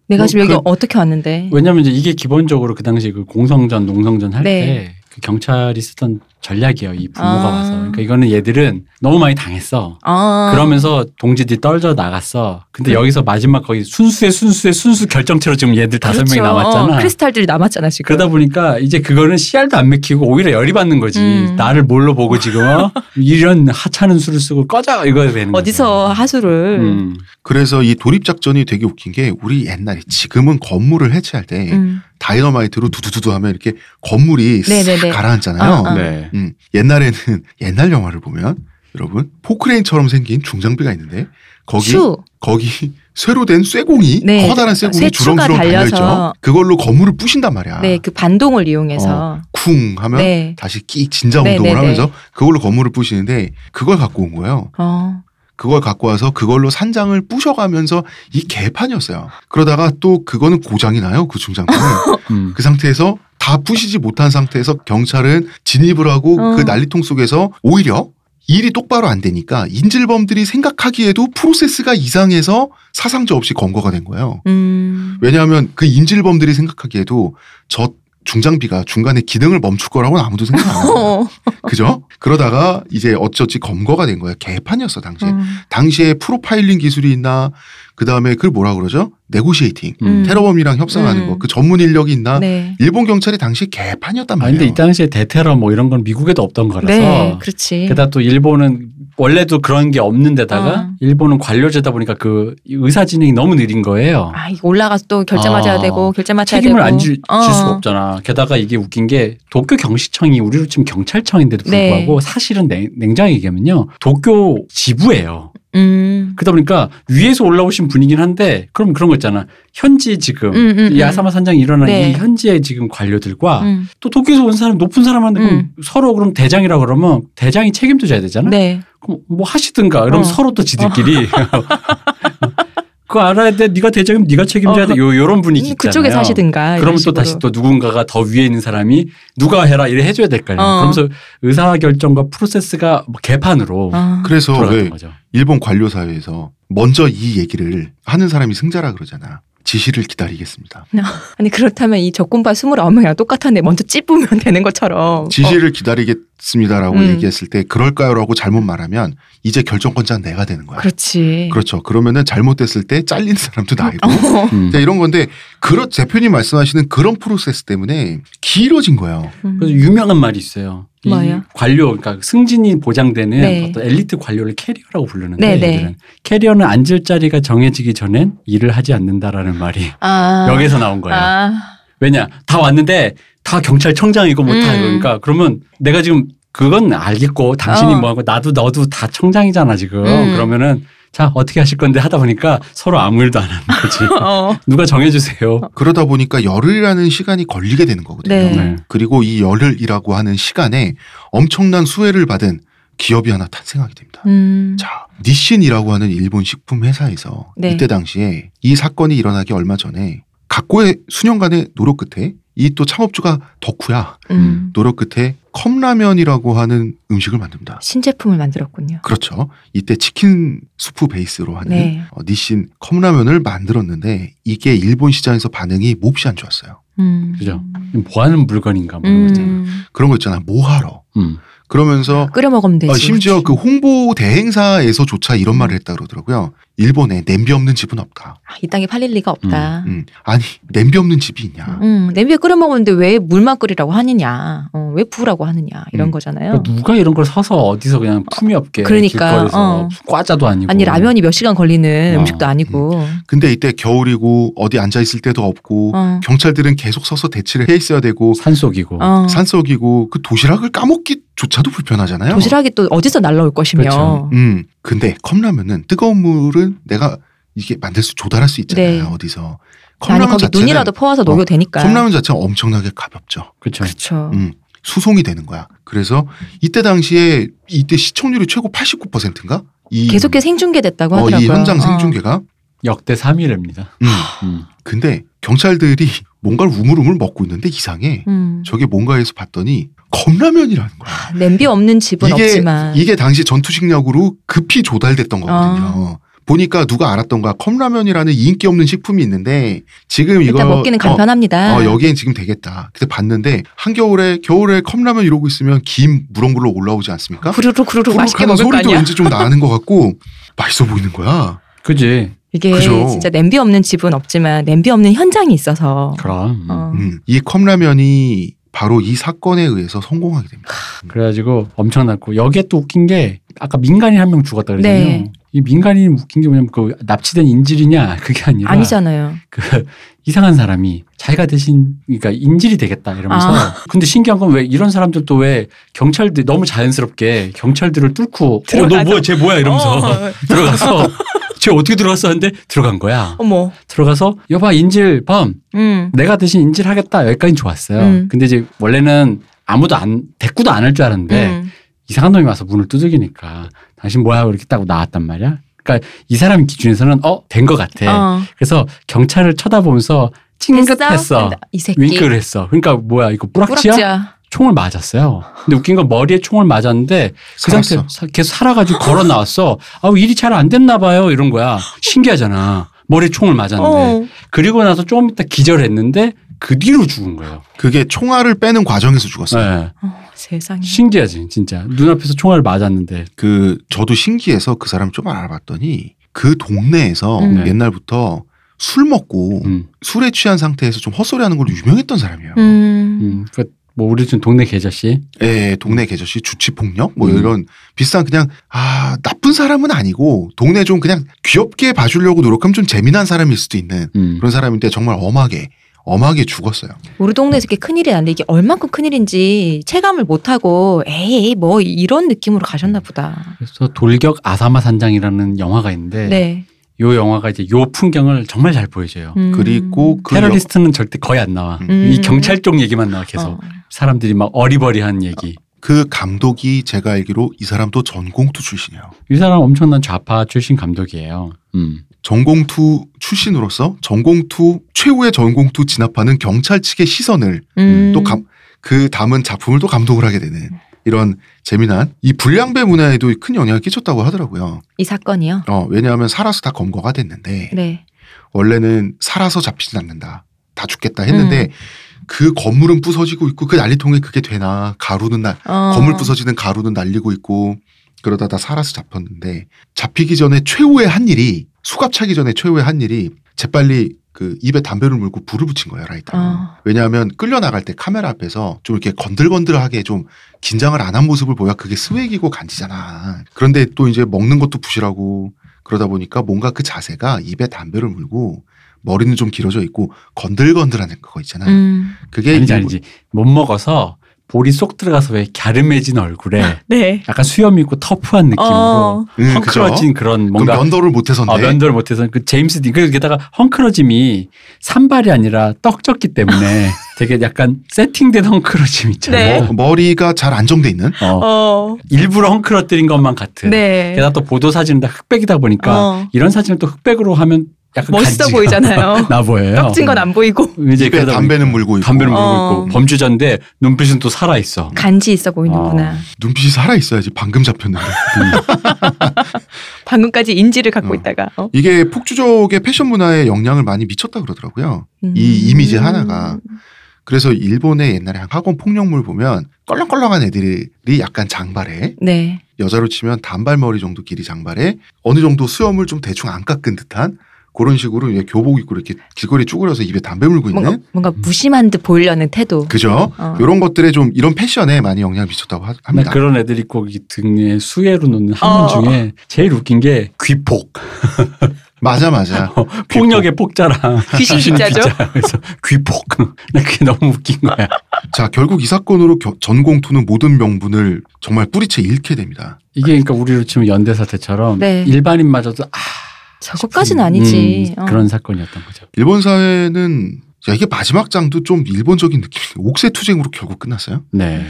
내가
뭐
지금 여기
그-
어떻게 왔는데?
왜냐면 이제 이게 기본적으로 그 당시 그 공성전, 농성전 할
네.
때 그 경찰이 쓰던 전략이에요. 이 부모가
아.
와서. 그러니까 이거는 얘들은 너무 많이 당했어.
아.
그러면서 동지들이 떨져 나갔어.
음.
근데 여기서 마지막 거기 순수의 순수의 순수 결정체로 지금 얘들 다섯
그렇죠.
명이
어,
남았잖아.
크리스탈들이 남았잖아 지금.
그러다 보니까 이제 그거는 씨알도 안 맥히고 오히려 열이 받는 거지.
음.
나를 뭘로 보고 지금 어? 이런 하찮은 수를 쓰고 꺼져 이거 되는 거지.
어디서 하수를.
음.
그래서 이 돌입 작전이 되게 웃긴 게 우리 옛날에 지금은 건물을 해체할 때
음.
다이너마이트로 두두두두 하면 이렇게 건물이
네네네.
싹 가라앉잖아요.
아, 아.
네.
음, 옛날에는 옛날 영화를 보면 여러분 포크레인처럼 생긴 중장비가 있는데 거기
슈.
거기 쇠로 된 쇠공이
네.
커다란 쇠공이
쇠추가
주렁주렁 달려 있죠.
달려서.
그걸로 건물을 부신단
아.
말이야.
네, 그 반동을
어.
이용해서.
쿵 하면
네.
다시 끼 진자
네,
운동을
네, 네.
하면서 그걸로 건물을 부시는데 그걸 갖고 온 거예요.
어.
그걸 갖고 와서 그걸로 산장을 부셔가면서 이 개판이었어요. 그러다가 또 그거는 고장이 나요. 그 중장비는.
음.
그 상태에서 다 부시지 못한 상태에서 경찰은 진입을 하고
어.
그 난리통 속에서 오히려 일이 똑바로 안 되니까 인질범들이 생각하기에도 프로세스가 이상해서 사상자 없이 검거가 된 거예요.
음.
왜냐하면 그 인질범들이 생각하기에도 저 중장비가 중간에 기능을 멈출 거라고는 아무도 생각 안 해요.
어.
그죠? 그러다가 이제 어찌어찌 검거가 된 거예요. 개판이었어 당시에. 당시에 프로파일링 기술이 있나 그 다음에 그걸 뭐라 그러죠? 네고시에이팅.
음.
음.
테러범이랑 협상하는
음.
거 그 전문 인력이 있나?
네.
일본 경찰이 당시 개판이었단
아
말이에요.
근데 이 당시에 대테러 뭐 이런 건 미국에도 없던 거라서
네, 그렇지.
게다가 또 일본은 원래도 그런 게 없는데다가
어.
일본은 관료제다 보니까 그 의사 진행이 너무 느린 거예요.
아, 이거 올라가서 또 결제 맞아야
어.
되고 결제 맞아야
책임을
되고.
안 질
어.
수가 없잖아. 게다가 이게 웃긴 게 도쿄 경시청이 우리로 치면 경찰청인데도
네.
불구하고 사실은 냉, 냉정하게 얘기하면요 도쿄 지부예요.
음.
그러다 보니까 위에서 올라오신 분이긴 한데 그럼 그런 거 있잖아. 현지 지금
음, 음, 음.
야사마 산장이 일어난
네.
이 현지의 지금 관료들과
음.
또 도쿄에서 온 사람 높은 사람한테 그럼 서로 그럼 대장이라 그러면 대장이 책임도 져야 되잖아.
네.
그럼 뭐 하시든가 그럼
어.
서로 또 지들끼리 그거 알아야 돼. 네가 대장이면 네가 책임져야
어,
돼. 요 요런 분위기
음,
있잖아요.
그쪽에 사시든가.
그러면
이런
또
식으로.
다시 또 누군가가 더 위에 있는 사람이 누가 해라 이래 해줘야 될 거 아니에요.
어.
그러면서 의사 결정과 프로세스가 뭐 개판으로
아.
그래서
돌아갔던
왜
거죠.
일본 관료 사회에서 먼저 이 얘기를 하는 사람이 승자라 그러잖아. 지시를 기다리겠습니다.
아니 그렇다면 이 적군파 29명이랑 똑같은데 먼저 찝으면 되는 것처럼.
지시를 기다리겠습니다라고
음.
얘기했을 때 그럴까요라고 잘못 말하면 이제 결정권자는 내가 되는
어,
거야.
그렇지.
그렇죠. 그러면은 잘못됐을 때 잘린 사람도 나이고.
어.
음.
자, 이런 건데 그런 대표님 말씀하시는 그런 프로세스 때문에 길어진 거예요.
음.
그래서 유명한 말이 있어요. 이
뭐예요?
관료, 그러니까 승진이 보장되는
네.
어떤 엘리트 관료를 캐리어라고 부르는데
네, 네.
얘들은 캐리어는 앉을 자리가 정해지기 전엔 일을 하지 않는다라는 말이
아.
여기서 나온 거예요.
아.
왜냐 다 왔는데 다 경찰청장이고 뭐 다
음.
그러니까 그러면 내가 지금 그건 알겠고 당신이
어.
뭐하고 나도 너도 다 청장이잖아 지금
음.
그러면은 자 어떻게 하실 건데 하다 보니까 서로 아무 일도 안 하는 거지
어.
누가 정해주세요
그러다 보니까 열흘이라는 시간이 걸리게 되는 거거든요.
네.
네.
그리고 이 열흘이라고 하는 시간에 엄청난 수혜를 받은 기업이 하나 탄생하게 됩니다.
음.
자, 니신이라고 하는 일본 식품 회사에서
네.
이때 당시에 이 사건이 일어나기 얼마 전에 각고의 수년간의 노력 끝에 이 또 창업주가 덕후야
음.
노력 끝에 컵라면이라고 하는 음식을 만듭니다.
신제품을 만들었군요.
그렇죠. 이때 치킨 수프 베이스로 하는
네.
어, 니신 컵라면을 만들었는데 이게 일본 시장에서 반응이 몹시 안 좋았어요.
음.
그죠. 뭐 하는 물건인가 뭐 이런 거 있잖아.
음.
그런 거 있잖아. 뭐 하러?
음.
그러면서
끓여 먹으면 아, 네, 되지.
어, 심지어 그 홍보 대행사에서조차 이런 말을 했다 그러더라고요. 일본에 냄비 없는 집은 없다.
아, 이 땅에 팔릴 리가 없다. 음.
음, 아니 냄비 없는 집이 있냐?
냄비에 끓여 먹었는데 왜 물만 끓이라고 하느냐, 어, 왜 부으라고 하느냐 이런
음.
거잖아요.
그러니까 누가 이런 걸 사서 어디서 그냥 품이 없게
어. 그러니까,
길거리에서
어.
과자도 아니고
아니 라면이 몇 시간 걸리는
어.
음식도 아니고.
근데 이때 겨울이고 어디 앉아 있을 데도 없고
어.
경찰들은 계속 서서 대치를 해 있어야 되고
산속이고
어.
산속이고 그 도시락을 까먹기조차도 불편하잖아요.
도시락이 또 어디서 날라올 것이며.
그렇죠.
음, 근데 컵라면은 뜨거운 물은 내가 이게 만들 수 조달할 수 있잖아요.
네.
어디서
아니
컵라면
거기
자체는
눈이라도 퍼와서 녹여 되니까.
컵라면 자체가 엄청나게 가볍죠.
그렇죠
그렇죠.
음. 수송이 되는 거야. 그래서 이때 당시에 이때 시청률이 최고 89%인가? 이,
계속해서 생중계됐다고
어,
하더라고요.
이 현장
어.
생중계가.
역대 3위랍니다
음.
음.
근데 경찰들이 뭔가를 우물우물 먹고 있는데 이상해.
음.
저게 뭔가에서 봤더니 컵라면이라는 거야.
냄비 없는 집은
이게
없지만.
이게 당시 전투식량으로 급히 조달됐던
어.
거거든요. 보니까 누가 알았던가 컵라면이라는 인기 없는 식품이 있는데 지금 이거
일단 먹기는 간편합니다.
어, 어, 여기엔 지금 되겠다. 그때 봤는데 한겨울에 겨울에 컵라면 이러고 있으면 김 무럭무럭 올라오지 않습니까?
후루룩 후루룩 맛있게
후루룩하는
먹을 거
소리도
아니야.
왠지 좀 나는 것 같고 맛있어 보이는 거야.
그지
이게
그죠.
진짜 냄비 없는 집은 없지만 냄비 없는 현장이 있어서.
그럼 음.
어.
음, 이 컵라면이 바로 이 사건에 의해서 성공하게 됩니다.
그래가지고 엄청났고 여기에 또 웃긴 게 아까 민간인 한 명 죽었다 그랬잖아요.
네.
이 민간인 웃긴 게 뭐냐면 그 납치된 인질이냐 그게 아니라
아니잖아요.
그 이상한 사람이 자기가 대신 그러니까 인질이 되겠다 이러면서
아.
근데 신기한 건 왜 이런 사람들도 왜 경찰들 너무 자연스럽게 경찰들을 뚫고
들어가서.
어너뭐쟤 뭐야 이러면서
어.
들어가서 쟤 어떻게 들어갔어 하는데 들어간 거야.
어머.
들어가서 여봐 인질 범
음.
내가 대신 인질하겠다 여기까지 는 좋았어요.
음.
근데 이제 원래는 아무도 안 대꾸도 안 할 줄
네,
알았는데
음.
이상한 놈이 와서 문을 두들기니까 당신 뭐야 이렇게 딱 나왔단 말이야. 그러니까 이 사람 기준에서는 어 된 것
네.
같아.
어.
그래서 경찰을 쳐다보면서 찡긋했어.
이 새끼.
윙크를 했어. 그러니까 뭐야 이거 뿌락치야?
뿌락지야.
총을 맞았어요. 근데 웃긴 건 머리에 총을 맞았는데 그 상태
살았어.
계속 살아가지고 걸어 나왔어. 아 일이 잘 안 됐나 봐요 이런 거야. 신기하잖아. 머리에 총을 맞았는데
네.
어.
그리고 나서 조금 있다 기절했는데 그 뒤로 죽은 거예요.
그게 총알을 빼는 과정에서 죽었어요.
네.
어, 세상에.
신기하지 진짜 눈앞에서 총알을 맞았는데
그 저도 신기해서 그 사람 좀 알아봤더니 그 동네에서
음.
네.
옛날부터 술 먹고
음,
술에 취한 상태에서 좀 헛소리하는 걸로 유명했던 사람이에요.
음.
음. 그뭐 우리 좀 동네 계좌씨
예, 동네 개저씨 주치 폭력 뭐
음.
이런 비싼 그냥 아 나쁜 사람은 아니고 동네 좀 그냥 귀엽게 봐주려고 노력하면 좀 재미난 사람일 수도 있는
음.
그런 사람인데 정말 엄하게 엄하게 죽었어요.
우리 동네에서 이렇게 큰일이 났는데 이게 얼만큼 큰일인지 체감을 못하고 에이 뭐 이런 느낌으로 가셨나 보다.
그래서 돌격 아사마 산장이라는 영화가 있는데
네.
요 영화가 이제 요 풍경을 정말 잘 보여줘요.
음.
그리고 그
테러리스트는 절대 거의 안 나와.
음.
이 경찰 쪽 얘기만 나와 계속.
어.
사람들이 막 어리버리한 얘기.
그 감독이 제가 알기로 이 사람도 전공투 출신이에요.
이 사람 엄청난 좌파 출신 감독이에요. 음.
전공투 출신으로서 전공투 최후의 전공투 진압하는 경찰 측의 시선을
음.
또 감, 그 담은 작품을 또 감독을 하게 되는 이런 재미난 이 불량배 문화에도 큰 영향을 끼쳤다고 하더라고요.
이 사건이요.
어, 왜냐하면 살아서 다 검거가 됐는데
네.
원래는 살아서 잡히진 않는다. 다 죽겠다 했는데
음.
그 건물은 부서지고 있고 그 난리통에 그게 되나 가루는 날
어.
건물 부서지는 가루는 날리고 있고 그러다 다 살아서 잡혔는데 잡히기 전에 최후의 한 일이 수갑 차기 전에 최후의 한 일이 재빨리 그 입에 담배를 물고 불을 붙인 거예요 라이터.
어.
왜냐하면 끌려 나갈 때 카메라 앞에서 좀 이렇게 건들건들하게 좀 긴장을 안 한 모습을 보여 그게 스웩이고 간지잖아. 그런데 또 이제 먹는 것도 부실하고 그러다 보니까 뭔가 그 자세가 입에 담배를 물고 머리는 좀 길어져 있고 건들건들하는 그거 있잖아.
음.
그게
아니지
일본-
아니지. 못 먹어서 볼이 쏙 들어가서 왜 갸름해진 얼굴에
네.
약간 수염 있고 터프한
어.
느낌으로
응,
헝클어진 음, 그런
뭐, 음, 그럼
뭔가
면도를 못해서인데
네.
어, 면도를 못해서 그 제임스 딘 그리고 게다가 헝클어짐이 산발이 아니라 떡졌기 때문에 되게 약간 세팅된 헝클어짐 있잖아요.
어, 머리가 잘 안정돼 있는
어,
네. 어.
일부러 헝클어뜨린 것만 같은.
네.
게다가 또 보도 사진은 다 흑백이다 보니까
어.
이런 사진을 또 흑백으로 하면 약간
멋있어
그러니까 간지가
보이잖아요.
나 보여요.
떡진 건 안 보이고
이제
입에
예, 그러다
담배는 물고
보니까
있고
담배는
어.
물고 있고 범죄자인데 눈빛은 또 살아 있어.
간지 있어 보이는구나.
어.
눈빛이 살아 있어야지 방금 잡혔는데
음.
방금까지 인지를 갖고
어.
있다가 어?
이게 폭주족의 패션 문화에 영향을 많이 미쳤다 그러더라고요.
음.
이 이미지 하나가. 그래서 일본의 옛날에 학원 폭력물 보면 껄렁껄렁한 애들이 약간 장발에
네.
여자로 치면 단발머리 정도 길이 장발에 어느 정도 수염을 좀 대충 안 깎은 듯한 그런 식으로 이제 교복 입고 이렇게 길거리 쭈그려서 입에 담배 물고 있는
뭔가 뭔가 무심한 듯 보이려는 태도.
그죠?
어.
이런 것들에 좀 이런 패션에 많이 영향을 미쳤다고 하-
나
합니다.
네, 그런 애들이 꼭이 등에 수혜로 놓는 학문
어.
중에 제일 웃긴 게 귀폭.
맞아 맞아.
폭력의 폭자랑
그
귀신 빗자죠?
빗자. 그래서 귀폭. 나 그게 너무 웃긴 거야.
자 결국 이 사건으로 겨- 전공투는 모든 명분을 정말 뿌리채 잃게 됩니다.
이게 그러니까 우리로 치면 연대 사태처럼
네.
일반인마저도 아,
저것까지는
음,
아니지. 어.
그런 사건이었던 거죠.
일본 사회는 자, 이게 마지막 장도 좀 일본적인 느낌. 옥새 투쟁으로 결국 끝났어요.
네.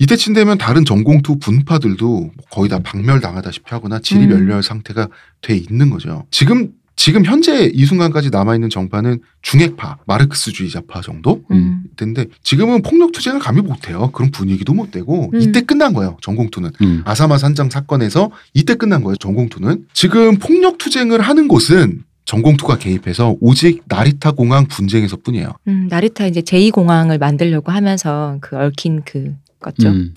이때쯤 되면 다른 전공투 분파들도 거의 다 박멸당하다시피 하거나
음.
지리멸렬 상태가 돼 있는 거죠. 지금 지금 현재 이 순간까지 남아 있는 정파는 중핵파, 마르크스주의 자파 정도
음.
인데 지금은 폭력 투쟁을 감히 못 해요. 그런 분위기도 못 되고
음.
이때 끝난 거예요. 전공투는
음.
아사마 산장 사건에서 이때 끝난 거예요. 전공투는 지금 폭력 투쟁을 하는 곳은 전공투가 개입해서 오직 나리타 공항 분쟁에서뿐이에요.
음, 나리타 이제 제2 공항을 만들려고 하면서 그 얽힌 그 것죠.
음.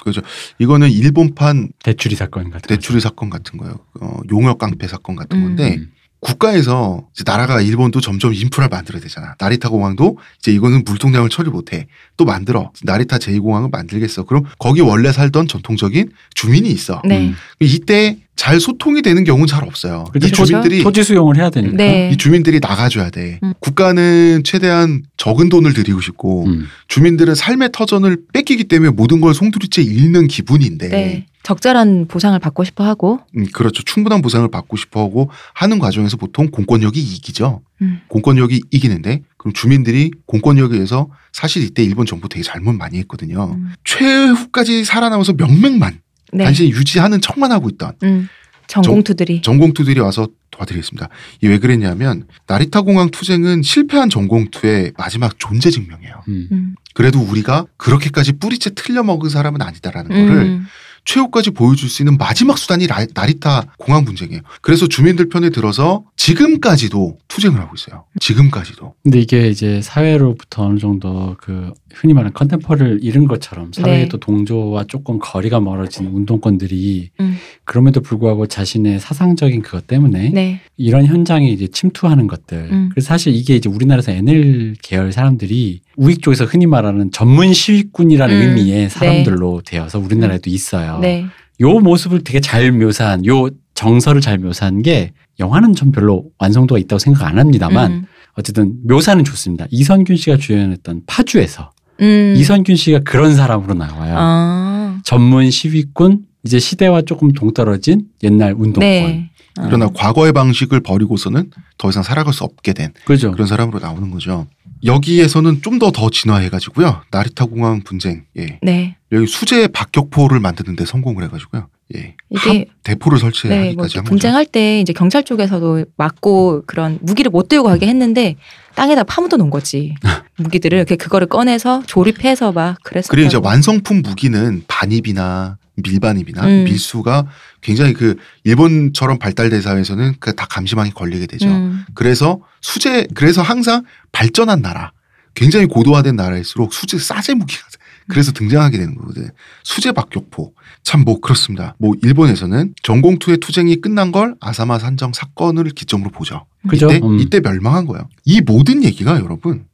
이거는 일본판
대출이 사건 같은
대출이 사건 같은 거예요. 어, 용역 깡패 사건 같은
음.
건데
음.
국가에서 이제 나라가 일본도 점점 인프라를 만들어야 되잖아. 나리타 공항도 이제 이거는 물통량을 처리 못해. 또 만들어. 나리타 제2공항을 만들겠어. 그럼 거기 원래 살던 전통적인 주민이 있어.
네.
이때 잘 소통이 되는 경우는 잘 없어요.
음. 그렇죠.
이 주민들이
토지 수용을 해야 되니까.
네.
이 주민들이 나가줘야 돼.
음.
국가는 최대한 적은 돈을 드리고 싶고
음.
주민들은 삶의 터전을 뺏기기 때문에 모든 걸 송두리째 잃는 기분인데
네. 적절한 보상을 받고 싶어 하고
음, 그렇죠. 충분한 보상을 받고 싶어 하고 하는 과정에서 보통 공권력이 이기죠.
음.
공권력이 이기는데 그럼 주민들이 공권력에 의해서 사실 이때 일본 정부 되게 잘못 많이 했거든요.
음.
최후까지 살아남아서 명맥만
네.
단순히 유지하는 척만 하고 있던
음. 전공투들이
전공투들이 와서 도와드리겠습니다. 이 왜 그랬냐면 나리타 공항 투쟁은 실패한 전공투의 마지막 존재 증명이에요.
음.
음.
그래도 우리가 그렇게까지 뿌리째 틀려 먹은 사람은 아니다라는 거를
음.
최후까지 보여줄 수 있는 마지막 수단이 라- 나리타 공항 분쟁이에요. 그래서 주민들 편에 들어서 지금까지도 투쟁을 하고 있어요. 지금까지도.
근데 이게 이제 사회로부터 어느 정도 그 흔히 말하는 컨템퍼를 잃은 것처럼
네.
사회에도 동조와 조금 거리가 멀어진 운동권들이
음.
그럼에도 불구하고 자신의 사상적인 그것 때문에
네.
이런 현장에 이제 침투하는 것들.
음.
그래서 사실 이게 이제 우리나라에서 NL 계열 사람들이 우익 쪽에서 흔히 말하는 전문 시위꾼이라는
음.
의미의 사람들로 되어서 우리나라에도
아,
있어요.
네.
요 모습을 되게 잘 묘사한 요 정서를 잘 묘사한 게 영화는 전 별로 완성도가 있다고 생각 안 합니다만
음.
어쨌든 묘사는 좋습니다. 이선균 씨가 주연했던 파주에서
음.
이선균 씨가 그런 사람으로 나와요.
아.
전문 시위꾼 이제 시대와 조금 동떨어진 옛날 운동권.
네. 아.
그러나 과거의 방식을 버리고서는 더 이상 살아갈 수 없게 된
그죠?
그런 사람으로 나오는 거죠. 여기에서는 좀 더 더 진화해가지고요. 나리타 공항 분쟁, 예.
네.
여기 수제 박격포를 만드는데 성공을 해가지고요. 예.
이게
대포를
네, 뭐
설치하기까지 한 거죠.
분쟁할 때 이제 경찰 쪽에서도 맞고 그런 무기를 못 들고 가게 했는데 땅에다 파묻어 놓은 거지 무기들을 그 그거를 꺼내서 조립해서 막 그래서
그리고 이제 완성품 무기는 반입이나 밀반입이나
음.
밀수가 굉장히 그 일본처럼 발달된 사회에서는 그 다 감시망이 걸리게 되죠.
음.
그래서 수제 그래서 항상 발전한 나라 굉장히 고도화된 나라일수록 수제 싸제 무기가 그래서 등장하게 되는 거거든. 수제 박격포. 참 뭐 그렇습니다. 뭐 일본에서는 전공투의 투쟁이 끝난 걸 아사마 산정 사건을 기점으로 보죠.
그죠?
네, 이때,
음.
이때 멸망한 거예요. 이 모든 얘기가 여러분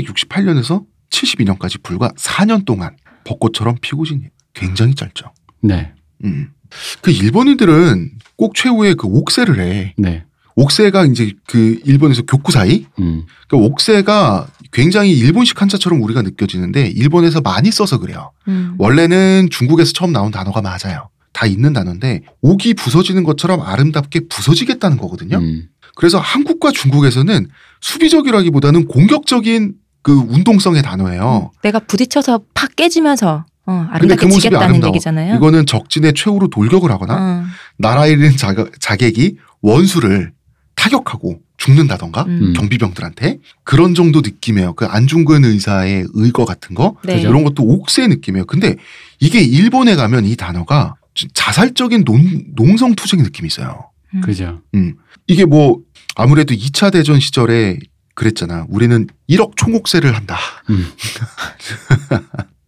1968년에서 72년까지 불과 4년 동안 벚꽃처럼 피고 진 일. 굉장히 짧죠.
네.
음. 그 일본인들은 꼭 최후의 그 옥세를 해.
네.
옥세가 이제 그 일본에서 교쿠 사이.
음.
그 옥세가 굉장히 일본식 한자처럼 우리가 느껴지는데 일본에서 많이 써서 그래요.
음.
원래는 중국에서 처음 나온 단어가 맞아요. 다 있는 단어인데 옥이 부서지는 것처럼 아름답게 부서지겠다는 거거든요.
음.
그래서 한국과 중국에서는 수비적이라기보다는 공격적인 그 운동성의 단어예요.
내가 부딪혀서 팍 깨지면서 어,
근데 그
아름답게
모습이
지겠다는
아름다워.
얘기잖아요.
이거는 적진의 최후로 돌격을 하거나
어,
나라 잃은 자가- 자객이 원수를 타격하고 죽는다던가
음.
경비병들한테 그런 정도 느낌이에요. 그 안중근 의사의 의거 같은 거
네.
이런 것도 옥새 느낌이에요. 근데 이게 일본에 가면 이 단어가 자살적인 논, 농성 투쟁 느낌이 있어요.
음.
그죠?
이게 뭐 아무래도 2차 대전 시절에 그랬잖아. 우리는 1억 총옥세를 한다.
음.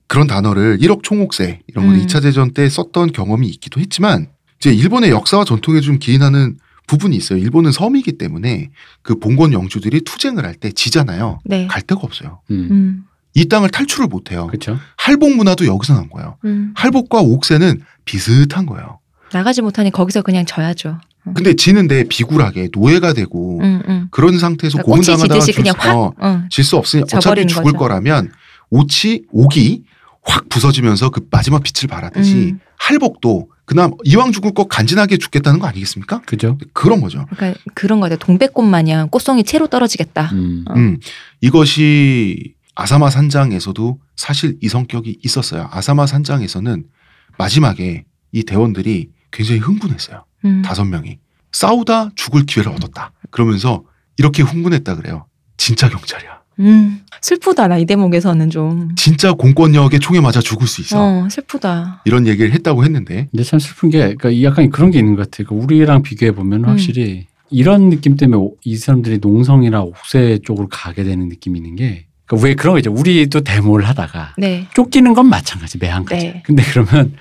그런 단어를 1억 총옥세 이런 걸
음.
2차 대전 때 썼던 경험이 있기도 했지만 이제 일본의 역사와 전통에 좀 기인하는 부분이 있어요. 일본은 섬이기 때문에 그 봉건 영주들이 투쟁을 할 때 지잖아요.
네.
갈 데가 없어요.
음.
음,
이 땅을 탈출을 못 해요.
그렇죠.
할복 문화도 여기서 난 거예요.
음.
할복과 옥세는 비슷한 거예요.
나가지 못하니 거기서 그냥 져야죠.
근데 지는데 비굴하게 노예가 되고
음, 음.
그런 상태에서
그러니까 꼬치
고문당하다가
지듯이 그냥 확
어,
어,
질 수 없으니 어차피
져버리는
죽을
거죠.
거라면 옷이 옥이 확 부서지면서 그 마지막 빛을 발하듯이
음.
할복도 그나마 이왕 죽을 거 간지나게 죽겠다는 거 아니겠습니까?
그죠?
그런 거죠.
그러니까 그런 거 같아요. 동백꽃 마냥 꽃송이 채로 떨어지겠다.
음.
어.
음, 이것이 아사마 산장에서도 사실 이 성격이 있었어요. 아사마 산장에서는 마지막에 이 대원들이 굉장히 흥분했어요.
음.
다섯 명이 싸우다 죽을 기회를 얻었다. 그러면서 이렇게 흥분했다 그래요. 진짜 경찰이야.
음, 슬프다 나 이 대목에서는 좀.
진짜 공권력에 총에 맞아 죽을 수 있어.
어, 슬프다.
이런 얘기를 했다고 했는데
근데 참 슬픈 게, 그러니까 이 약간 그런 게 있는 것 같아요. 그러니까 우리랑 비교해 보면 확실히 이런 느낌 때문에 오- 이 사람들이 농성이나 옥세 쪽으로 가게 되는 느낌이 있는 게, 그러니까 왜 그런 거 있죠. 우리도 데모를 하다가
네.
쫓기는 건 마찬가지, 매한가지.
네.
근데 그러면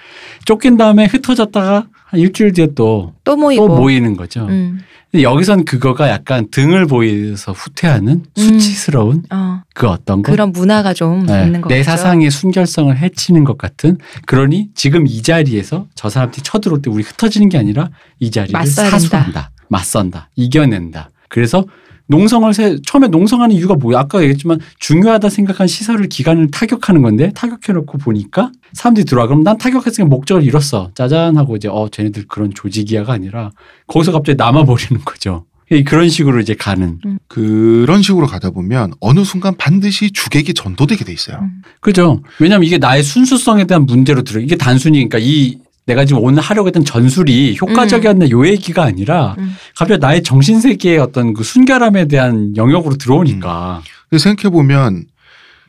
쫓긴 다음에 흩어졌다가 한 일주일 뒤에 또,
또 모이고.
또 모이는 거죠.
음.
근데 여기선 그거가 약간 등을 보여서 후퇴하는 수치스러운
어,
그 어떤 것.
그런 문화가 좀
네,
있는 거죠.
내 사상의 순결성을 해치는 것 같은 그러니 지금 이 자리에서 저 사람들이 쳐들어올 때 우리 흩어지는 게 아니라 이 자리를
맞서야
사수한다 맞선다 이겨낸다 그래서 농성을 세- 처음에 농성하는 이유가 뭐야 아까 얘기했지만 중요하다 생각한 시설을 기관을 타격하는 건데 타격해놓고 보니까 사람들이 들어와 그럼 난 타격했으니까 목적을 잃었어 짜잔 하고 이제 어 쟤네들 그런 조직이야가 아니라 거기서 갑자기 남아버리는 거죠 그러니까 그런 식으로 이제 가는
그런 식으로 가다 보면 어느 순간 반드시 주객이 전도되게 돼 있어요.
음.
그죠. 왜냐하면 이게 나의 순수성에 대한 문제로 들어. 이게 단순히 그러니까 이 내가 지금 오늘 하려고 했던 전술이 효과적이었나 요 얘기가 아니라
음.
갑자기 나의 정신
음.
세계의 어떤 그 순결함에 대한 영역으로 들어오니까.
근데 생각해 보면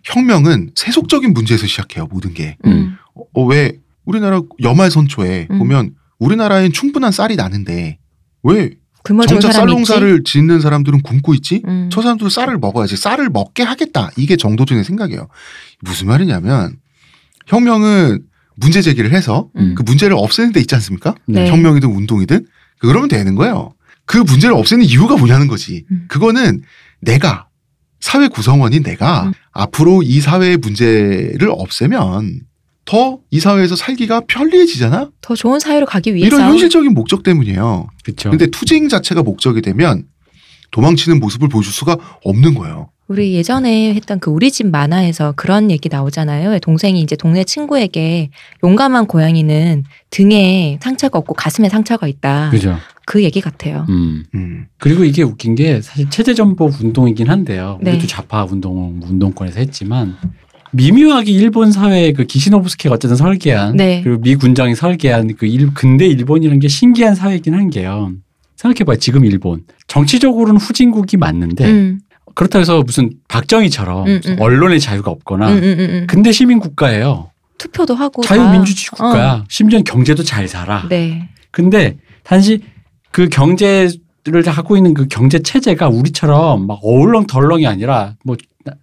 혁명은 세속적인 문제에서 시작해요. 모든 게.
음.
어, 왜 우리나라 염화선초에
음.
보면 우리나라엔 충분한 쌀이 나는데 왜
굶어 죽은
정작
사람 있지.
쌀농사를 짓는 사람들은 굶고 있지?
음.
저 사람도 쌀을 먹어야지. 쌀을 먹게 하겠다. 이게 정도준의 생각이에요. 무슨 말이냐면 혁명은 문제 제기를 해서
음.
그 문제를 없애는 데 있지 않습니까?
네.
혁명이든 운동이든 그러면 되는 거예요. 그 문제를 없애는 이유가 뭐냐는 거지.
음.
그거는 내가 사회 구성원인 내가
음.
앞으로 이 사회의 문제를 없애면 더 이 사회에서 살기가 편리해지잖아.
더 좋은 사회로 가기 위해서
이런 현실적인 목적 때문이에요.
어.
그렇죠.
근데 투쟁 자체가 목적이 되면 도망치는 모습을 보여줄 수가 없는 거예요.
우리 예전에 했던 그 우리 집 만화에서 그런 얘기 나오잖아요. 왜 동생이 이제 동네 친구에게 용감한 고양이는 등에 상처가 없고 가슴에 상처가 있다. 그,
그죠.
얘기 같아요.
음.
음.
그리고 이게 웃긴 게 사실 체제 전복 운동이긴 한데요.
네.
우리도 좌파 운동 운동권에서 했지만 미묘하게 일본 사회의 그 기시노부스케가 어쨌든 설계한
네.
그리고 미 군장이 설계한 그 일, 근대 일본이라는 게 신기한 사회이긴 한 게요. 생각해봐요. 지금 일본 정치적으로는 후진국이 맞는데
음,
그렇다고 해서 무슨 박정희처럼
음, 음.
언론의 자유가 없거나
음, 음, 음, 음.
근대 시민 국가예요.
투표도 하고
아. 그 자유민주주의
다.
국가야. 심지어 는 경제도 잘 살아.
어, 네.
근데 단지 그 경제를 하고 있는 그 경제 체제가 우리처럼 막 어울렁덜렁이 아니라 뭐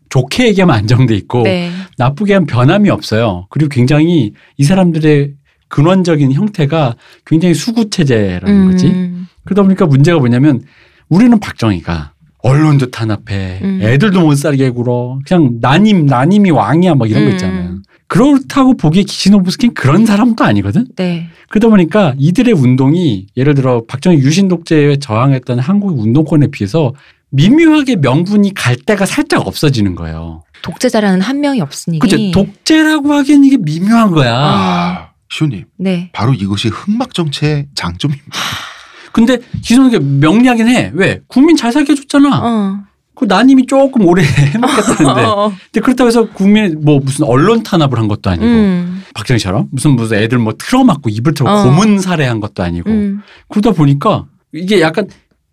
좋게 얘기하면 안정돼 있고
네.
나쁘게 하면 변함이 없어요. 그리고 굉장히 이 사람들의 근원적인 형태가 굉장히 수구 체제라는 거지.
음,
그러다 보니까 문제가 뭐냐면 우리는 박정희가 언론도 탄압해,
음.
애들도 못 살게 굴어, 그냥 난임 난임이 왕이야 막 이런 거
음.
있잖아요. 그렇다고 보기에 기시노부스킨 그런 사람도 아니거든.
네.
그러다 보니까 이들의 운동이 예를 들어 박정희 유신 독재에 저항했던 한국 운동권에 비해서 미묘하게 명분이 갈 데가 살짝 없어지는 거예요.
독재자라는 한 명이 없으니.
그죠 독재라고 하기엔 이게 미묘한 거야.
아, 시호님
네.
바로 이것이 흑막 정체의 장점입니다.
근데 기존에 명리하긴 해. 왜? 국민 잘 살게 해줬잖아. 네.
어.
그 난임이 조금 오래 해먹겠다는데.
어.
근데 그렇다고 해서 국민 뭐 무슨 언론 탄압을 한 것도 아니고
음.
박정희처럼 무슨 무슨 애들 뭐 틀어막고 입을 틀어
어.
고문 살해한 것도 아니고
음.
그러다 보니까 이게 약간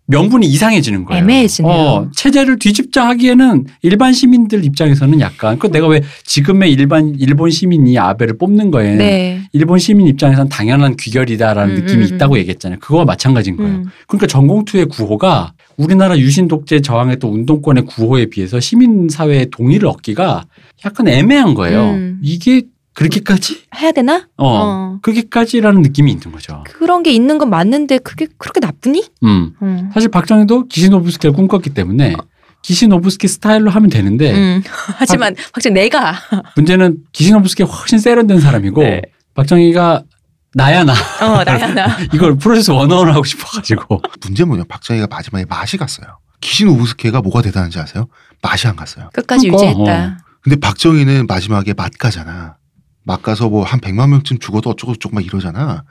명분이 이상해지는 거예요.
애매해지네요.
어, 체제를 뒤집자 하기에는 일반 시민들 입장에서는 약간 그 내가 왜 지금의 일반 일본 시민이 아베를 뽑는 거에
네.
일본 시민 입장에서는 당연한 귀결이다라는
음,
느낌이
음, 음.
있다고 얘기했잖아요. 그거와 마찬가지인 거예요.
음.
그러니까 전공투의 구호가 우리나라 유신 독재 저항했던 운동권의 구호에 비해서 시민 사회의 동의를 얻기가 약간 애매한 거예요.
음.
이게 그렇게까지?
해야 되나?
어.
어.
그렇게까지라는 느낌이 있는 거죠.
그런 게 있는 건 맞는데 그게 그렇게 나쁘니?
음.
음.
사실 박정희도 기시노부스키를 꿈꿨기 때문에 기시노부스키 스타일로 하면 되는데
어. 음. 하지만
아.
확실히 내가
문제는 기시노부스키가 훨씬 세련된 사람이고
네.
박정희가 나야 나
어 나야 나.
이걸 프로세스 원어원 하고 싶어가지고
문제 뭐냐? 박정희가 마지막에 맛이 갔어요. 기신 오브스케가 뭐가 대단한지 아세요? 맛이 안 갔어요.
끝까지
그거, 어.
유지했다.
근데 박정희는 마지막에 맛가잖아. 맛가서 뭐 한 100만 명쯤 죽어도 어쩌고저쩌고 막 이러잖아.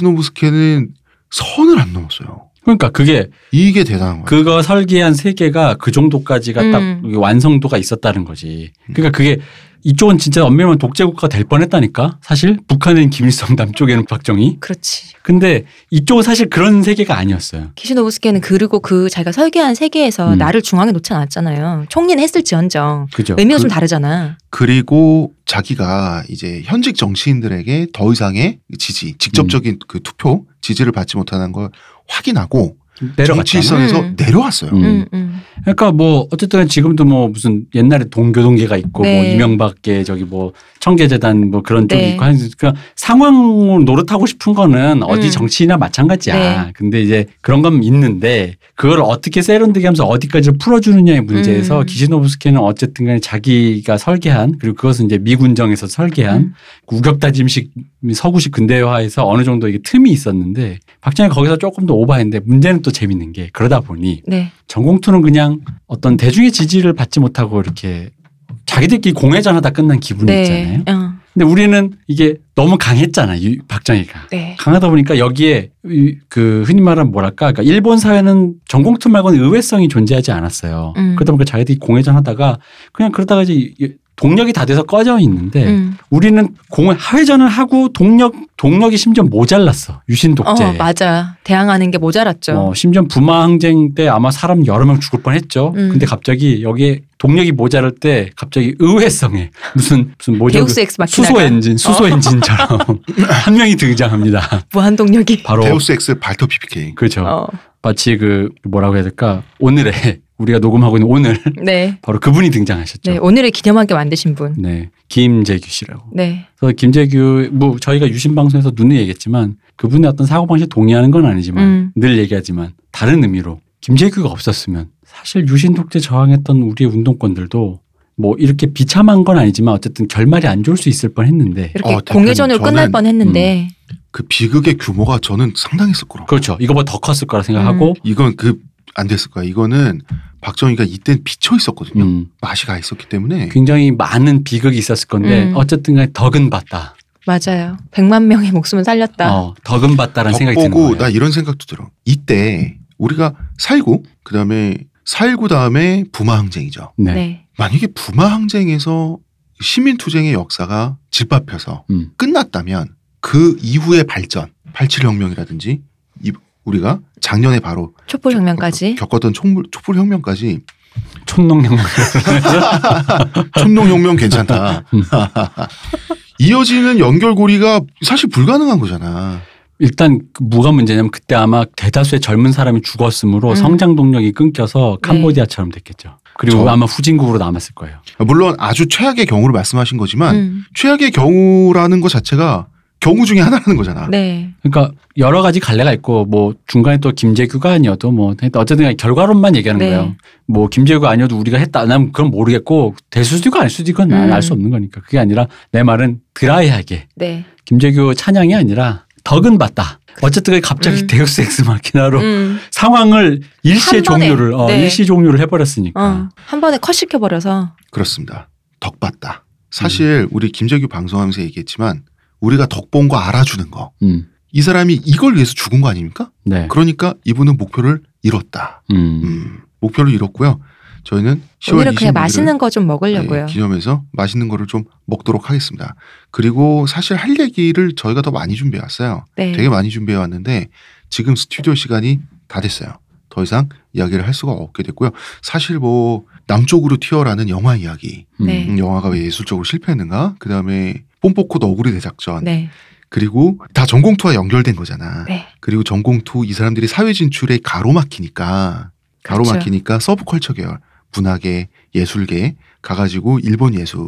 기시노부스케는 선을 안 넘었어요.
그러니까 그게
이게 대단한 거야.
그거 설계한 세계가 그 정도까지가
음.
딱 완성도가 있었다는 거지 그러니까 그게 이쪽은 진짜 엄밀하면 독재국가가 될 뻔했다니까 사실 북한은 김일성 남쪽에는 박정희
그렇지.
근데 이쪽은 사실 그런 세계가 아니었어요
키시노부스케는 그리고 그 자기가 설계한 세계에서
음.
나를 중앙에 놓지 않았잖아요. 총리는 했을지언정
그죠
의미가
그-
좀 다르잖아.
그리고 자기가 이제 현직 정치인들에게 더 이상의 지지, 직접적인
음.
그 투표 지지를 받지 못하는 걸 확인하고
내려갔잖아
정치선에서
음.
내려왔어요.
음.
음, 음.
그러니까 뭐 어쨌든 지금도 뭐 무슨 옛날에 동교동계가 있고 뭐
네.
이명박계 저기 뭐 청계재단 뭐 그런 쪽이
네.
있고 한 그러니까 상황을 노릇하고 싶은 거는 어디
음. 네.
정치나 마찬가지야. 근데 이제 그런 건 있는데 그걸 어떻게 세련되게 하면서 어디까지 풀어주느냐의 문제에서
음.
기시노부스키는 어쨌든 간에 자기가 설계한 그리고 그것은 이제 미군정에서 설계한
음.
우격다짐식 서구식 근대화에서 어느 정도 이게 틈이 있었는데 박정희 거기서 조금 더 오버했는데 문제는 또 재밌는 게 그러다 보니
네.
전공투는 그냥 어떤 대중의 지지를 받지 못하고 이렇게 자기들끼리 공회전하다 끝난 기분이
네.
있잖아요.
어.
근데 우리는 이게 너무 강했잖아, 유, 박정희가.
네.
강하다 보니까 여기에 이- 그 흔히 말하면 뭐랄까, 그러니까 일본 사회는 전공투 말고는 의외성이 존재하지 않았어요.
음.
그러다 보니까 자기들이 공회전하다가 그냥 그러다가 이제 이- 동력이 다 돼서 꺼져 있는데
음.
우리는 공을 하회전을 하고 동력 동력이 심지어 모자랐어 유신 독재.
어, 맞아. 대항하는 게 모자랐죠.
어, 심지어 부마 항쟁 때 아마 사람 여러 명 죽을 뻔했죠.
음.
근데 갑자기 여기에 동력이 모자랄 때 갑자기 의외성에 무슨 무슨 뭐죠? 그
데우스 엑스 마키나가 어.
수소 엔진 수소 엔진처럼 한 명이 등장합니다.
무한동력이.
바로
데우스 엑스 발터 PPK.
그렇죠.
어.
마치 그 뭐라고 해야 될까? 오늘의 우리가 녹음하고 있는 오늘
네.
바로 그분이 등장하셨죠.
네, 오늘을 기념하게 만드신 분.
네. 김재규 씨라고.
네.
그래서 김재규 뭐 저희가 유신 방송에서 눈에 얘기했지만 그분의 어떤 사고 방식 동의하는 건 아니지만
음.
늘 얘기하지만 다른 의미로 김재규가 없었으면 사실 유신 독재 저항했던 우리의 운동권들도 뭐 이렇게 비참한 건 아니지만 어쨌든 결말이 안 좋을 수 있을 뻔했는데
이렇게
어, 대표님,
공회전으로 끝날
저는-
뻔
음.
했는데.
그 비극의 규모가 저는 상당했을 거라고.
그렇죠. 이거보다 더 컸을 거라 생각하고
이건 그 안 됐을 거야. 이거는 박정희가 이때 비쳐 있었거든요.
음, 그
맛이 가 있었기 때문에
굉장히 많은 비극이 있었을 건데
음.
어쨌든 간에 덕은 봤다.
맞아요. 100만 명의 목숨을 살렸다.
어, 덕은 봤다라는 생각이 드는
덕보고
거예요.
나 이런 생각도 들어. 이때 우리가 살고 그다음에 살고 다음에 부마 항쟁이죠.
네.
네.
만약에 부마 항쟁에서 시민 투쟁의 역사가 집합해서
음.
끝났다면 그 이후의 발전, 87혁명이라든지 이- 우리가 작년에 바로
촛불 혁명까지.
겪었던 촛불, 촛불 혁명까지
촌농영화.
촛농 혁명 괜찮다.
음.
이어지는 연결고리가 사실 불가능한 거잖아.
일단 그 뭐가 문제냐면 그때 아마 대다수의 젊은 사람이 죽었으므로
음.
성장 동력이 끊겨서
네.
캄보디아처럼 됐겠죠. 그리고
저-
아마 후진국으로 남았을 거예요.
물론 아주 최악의 경우를 말씀하신 거지만
음.
최악의 경우라는 것 자체가 경우 중에 하나라는 거잖아.
네.
그러니까 여러 가지 갈래가 있고 뭐 중간에 또 김재규가 아니어도 뭐 하여튼 어쨌든 간에 결과론만 얘기하는
네.
거예요. 뭐 김재규가 아니어도 우리가 했다. 난 그건 모르겠고 될 수도 있고 안 수도 있고
음.
알수 없는 거니까. 그게 아니라 내 말은 드라이하게
네.
김재규 찬양이 아니라 덕은 봤다. 어쨌든 간에 갑자기
음.
데우스 엑스
어.
마키나로
음.
상황을 일시에
한 번에.
종료를 어,
네.
일시 종료를 해버렸으니까.
아.
어. 한 번에 컷 시켜버려서.
그렇습니다. 덕봤다. 사실 우리 김재규 방송하면서 얘기했지만 우리가 덕본 거 알아주는 거.
음.
이 사람이 이걸 위해서 죽은 거 아닙니까?
네.
그러니까 이분은 목표를 이뤘다.
음.
음, 목표를 이뤘고요. 저희는 10월
오늘은 그냥
26일 을
맛있는 거 좀
예,
먹으려고요.
기념해서 맛있는 거를 좀 먹도록 하겠습니다. 그리고 사실 할 얘기를 저희가 더 많이 준비해 왔어요.
네.
되게 많이 준비해 왔는데 지금 스튜디오 시간이 다 됐어요. 더 이상 이야기를 할 수가 없게 됐고요. 사실 뭐 남쪽으로 튀어라는 영화 이야기,
네.
음, 영화가 왜 예술적으로 실패했는가? 그 다음에 뽐뽀코 너구리 대작전,
네.
그리고 다 전공투와 연결된 거잖아.
네.
그리고 전공투 이 사람들이 사회 진출에 가로막히니까 가로막히니까 서브컬처 계열 문학계 예술계 가가지고 일본 예술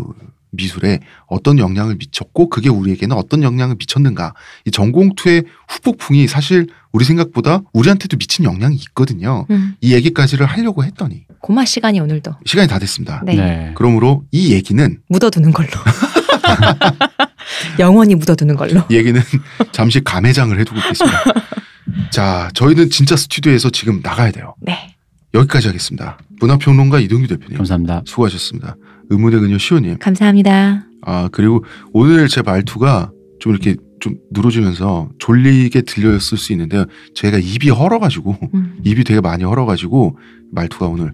미술에 어떤 영향을 미쳤고 그게 우리에게는 어떤 영향을 미쳤는가 이 전공투의 후폭풍이 사실 우리 생각보다 우리한테도 미친 영향이 있거든요
음.
이 얘기까지를 하려고 했더니
고마 시간이 오늘도.
시간이 다 됐습니다
네.
네.
그러므로 이 얘기는
묻어두는 걸로. 영원히 묻어두는 걸로.
이 얘기는 잠시 감회장을 해두고 있겠습니다 자 저희는 진짜 스튜디오에서 지금 나가야 돼요
네.
여기까지 하겠습니다. 문화평론가 이동규 대표님
감사합니다.
수고하셨습니다. 의문의 그녀 시호님
감사합니다.
아 그리고 오늘 제 말투가 좀 이렇게 좀 누러지면서 졸리게 들렸을 수 있는데 제가 입이 헐어가지고
음.
입이 되게 많이 헐어가지고 말투가 오늘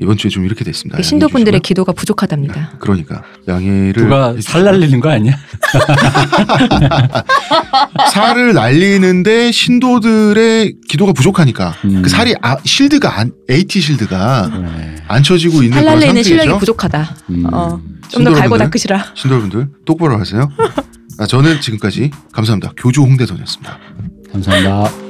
이번 주에 좀 이렇게 됐습니다.
그
양해해
신도분들의
주시고요.
기도가 부족하답니다.
그러니까 양해를
누가
해주시고요.
살 날리는 거 아니야?
살을 날리는데 신도들의 기도가 부족하니까
음.
그 살이 아, 실드가 안 AT 실드가
네.
안 쳐지고 있는 그런
탈날레는 실력이
상태죠.
부족하다.
음.
어. 좀 더 갈고
신도분들.
닦으시라.
신도분들 똑바로 하세요. 아, 저는 지금까지 감사합니다. 교주 홍대선이었습니다.
감사합니다.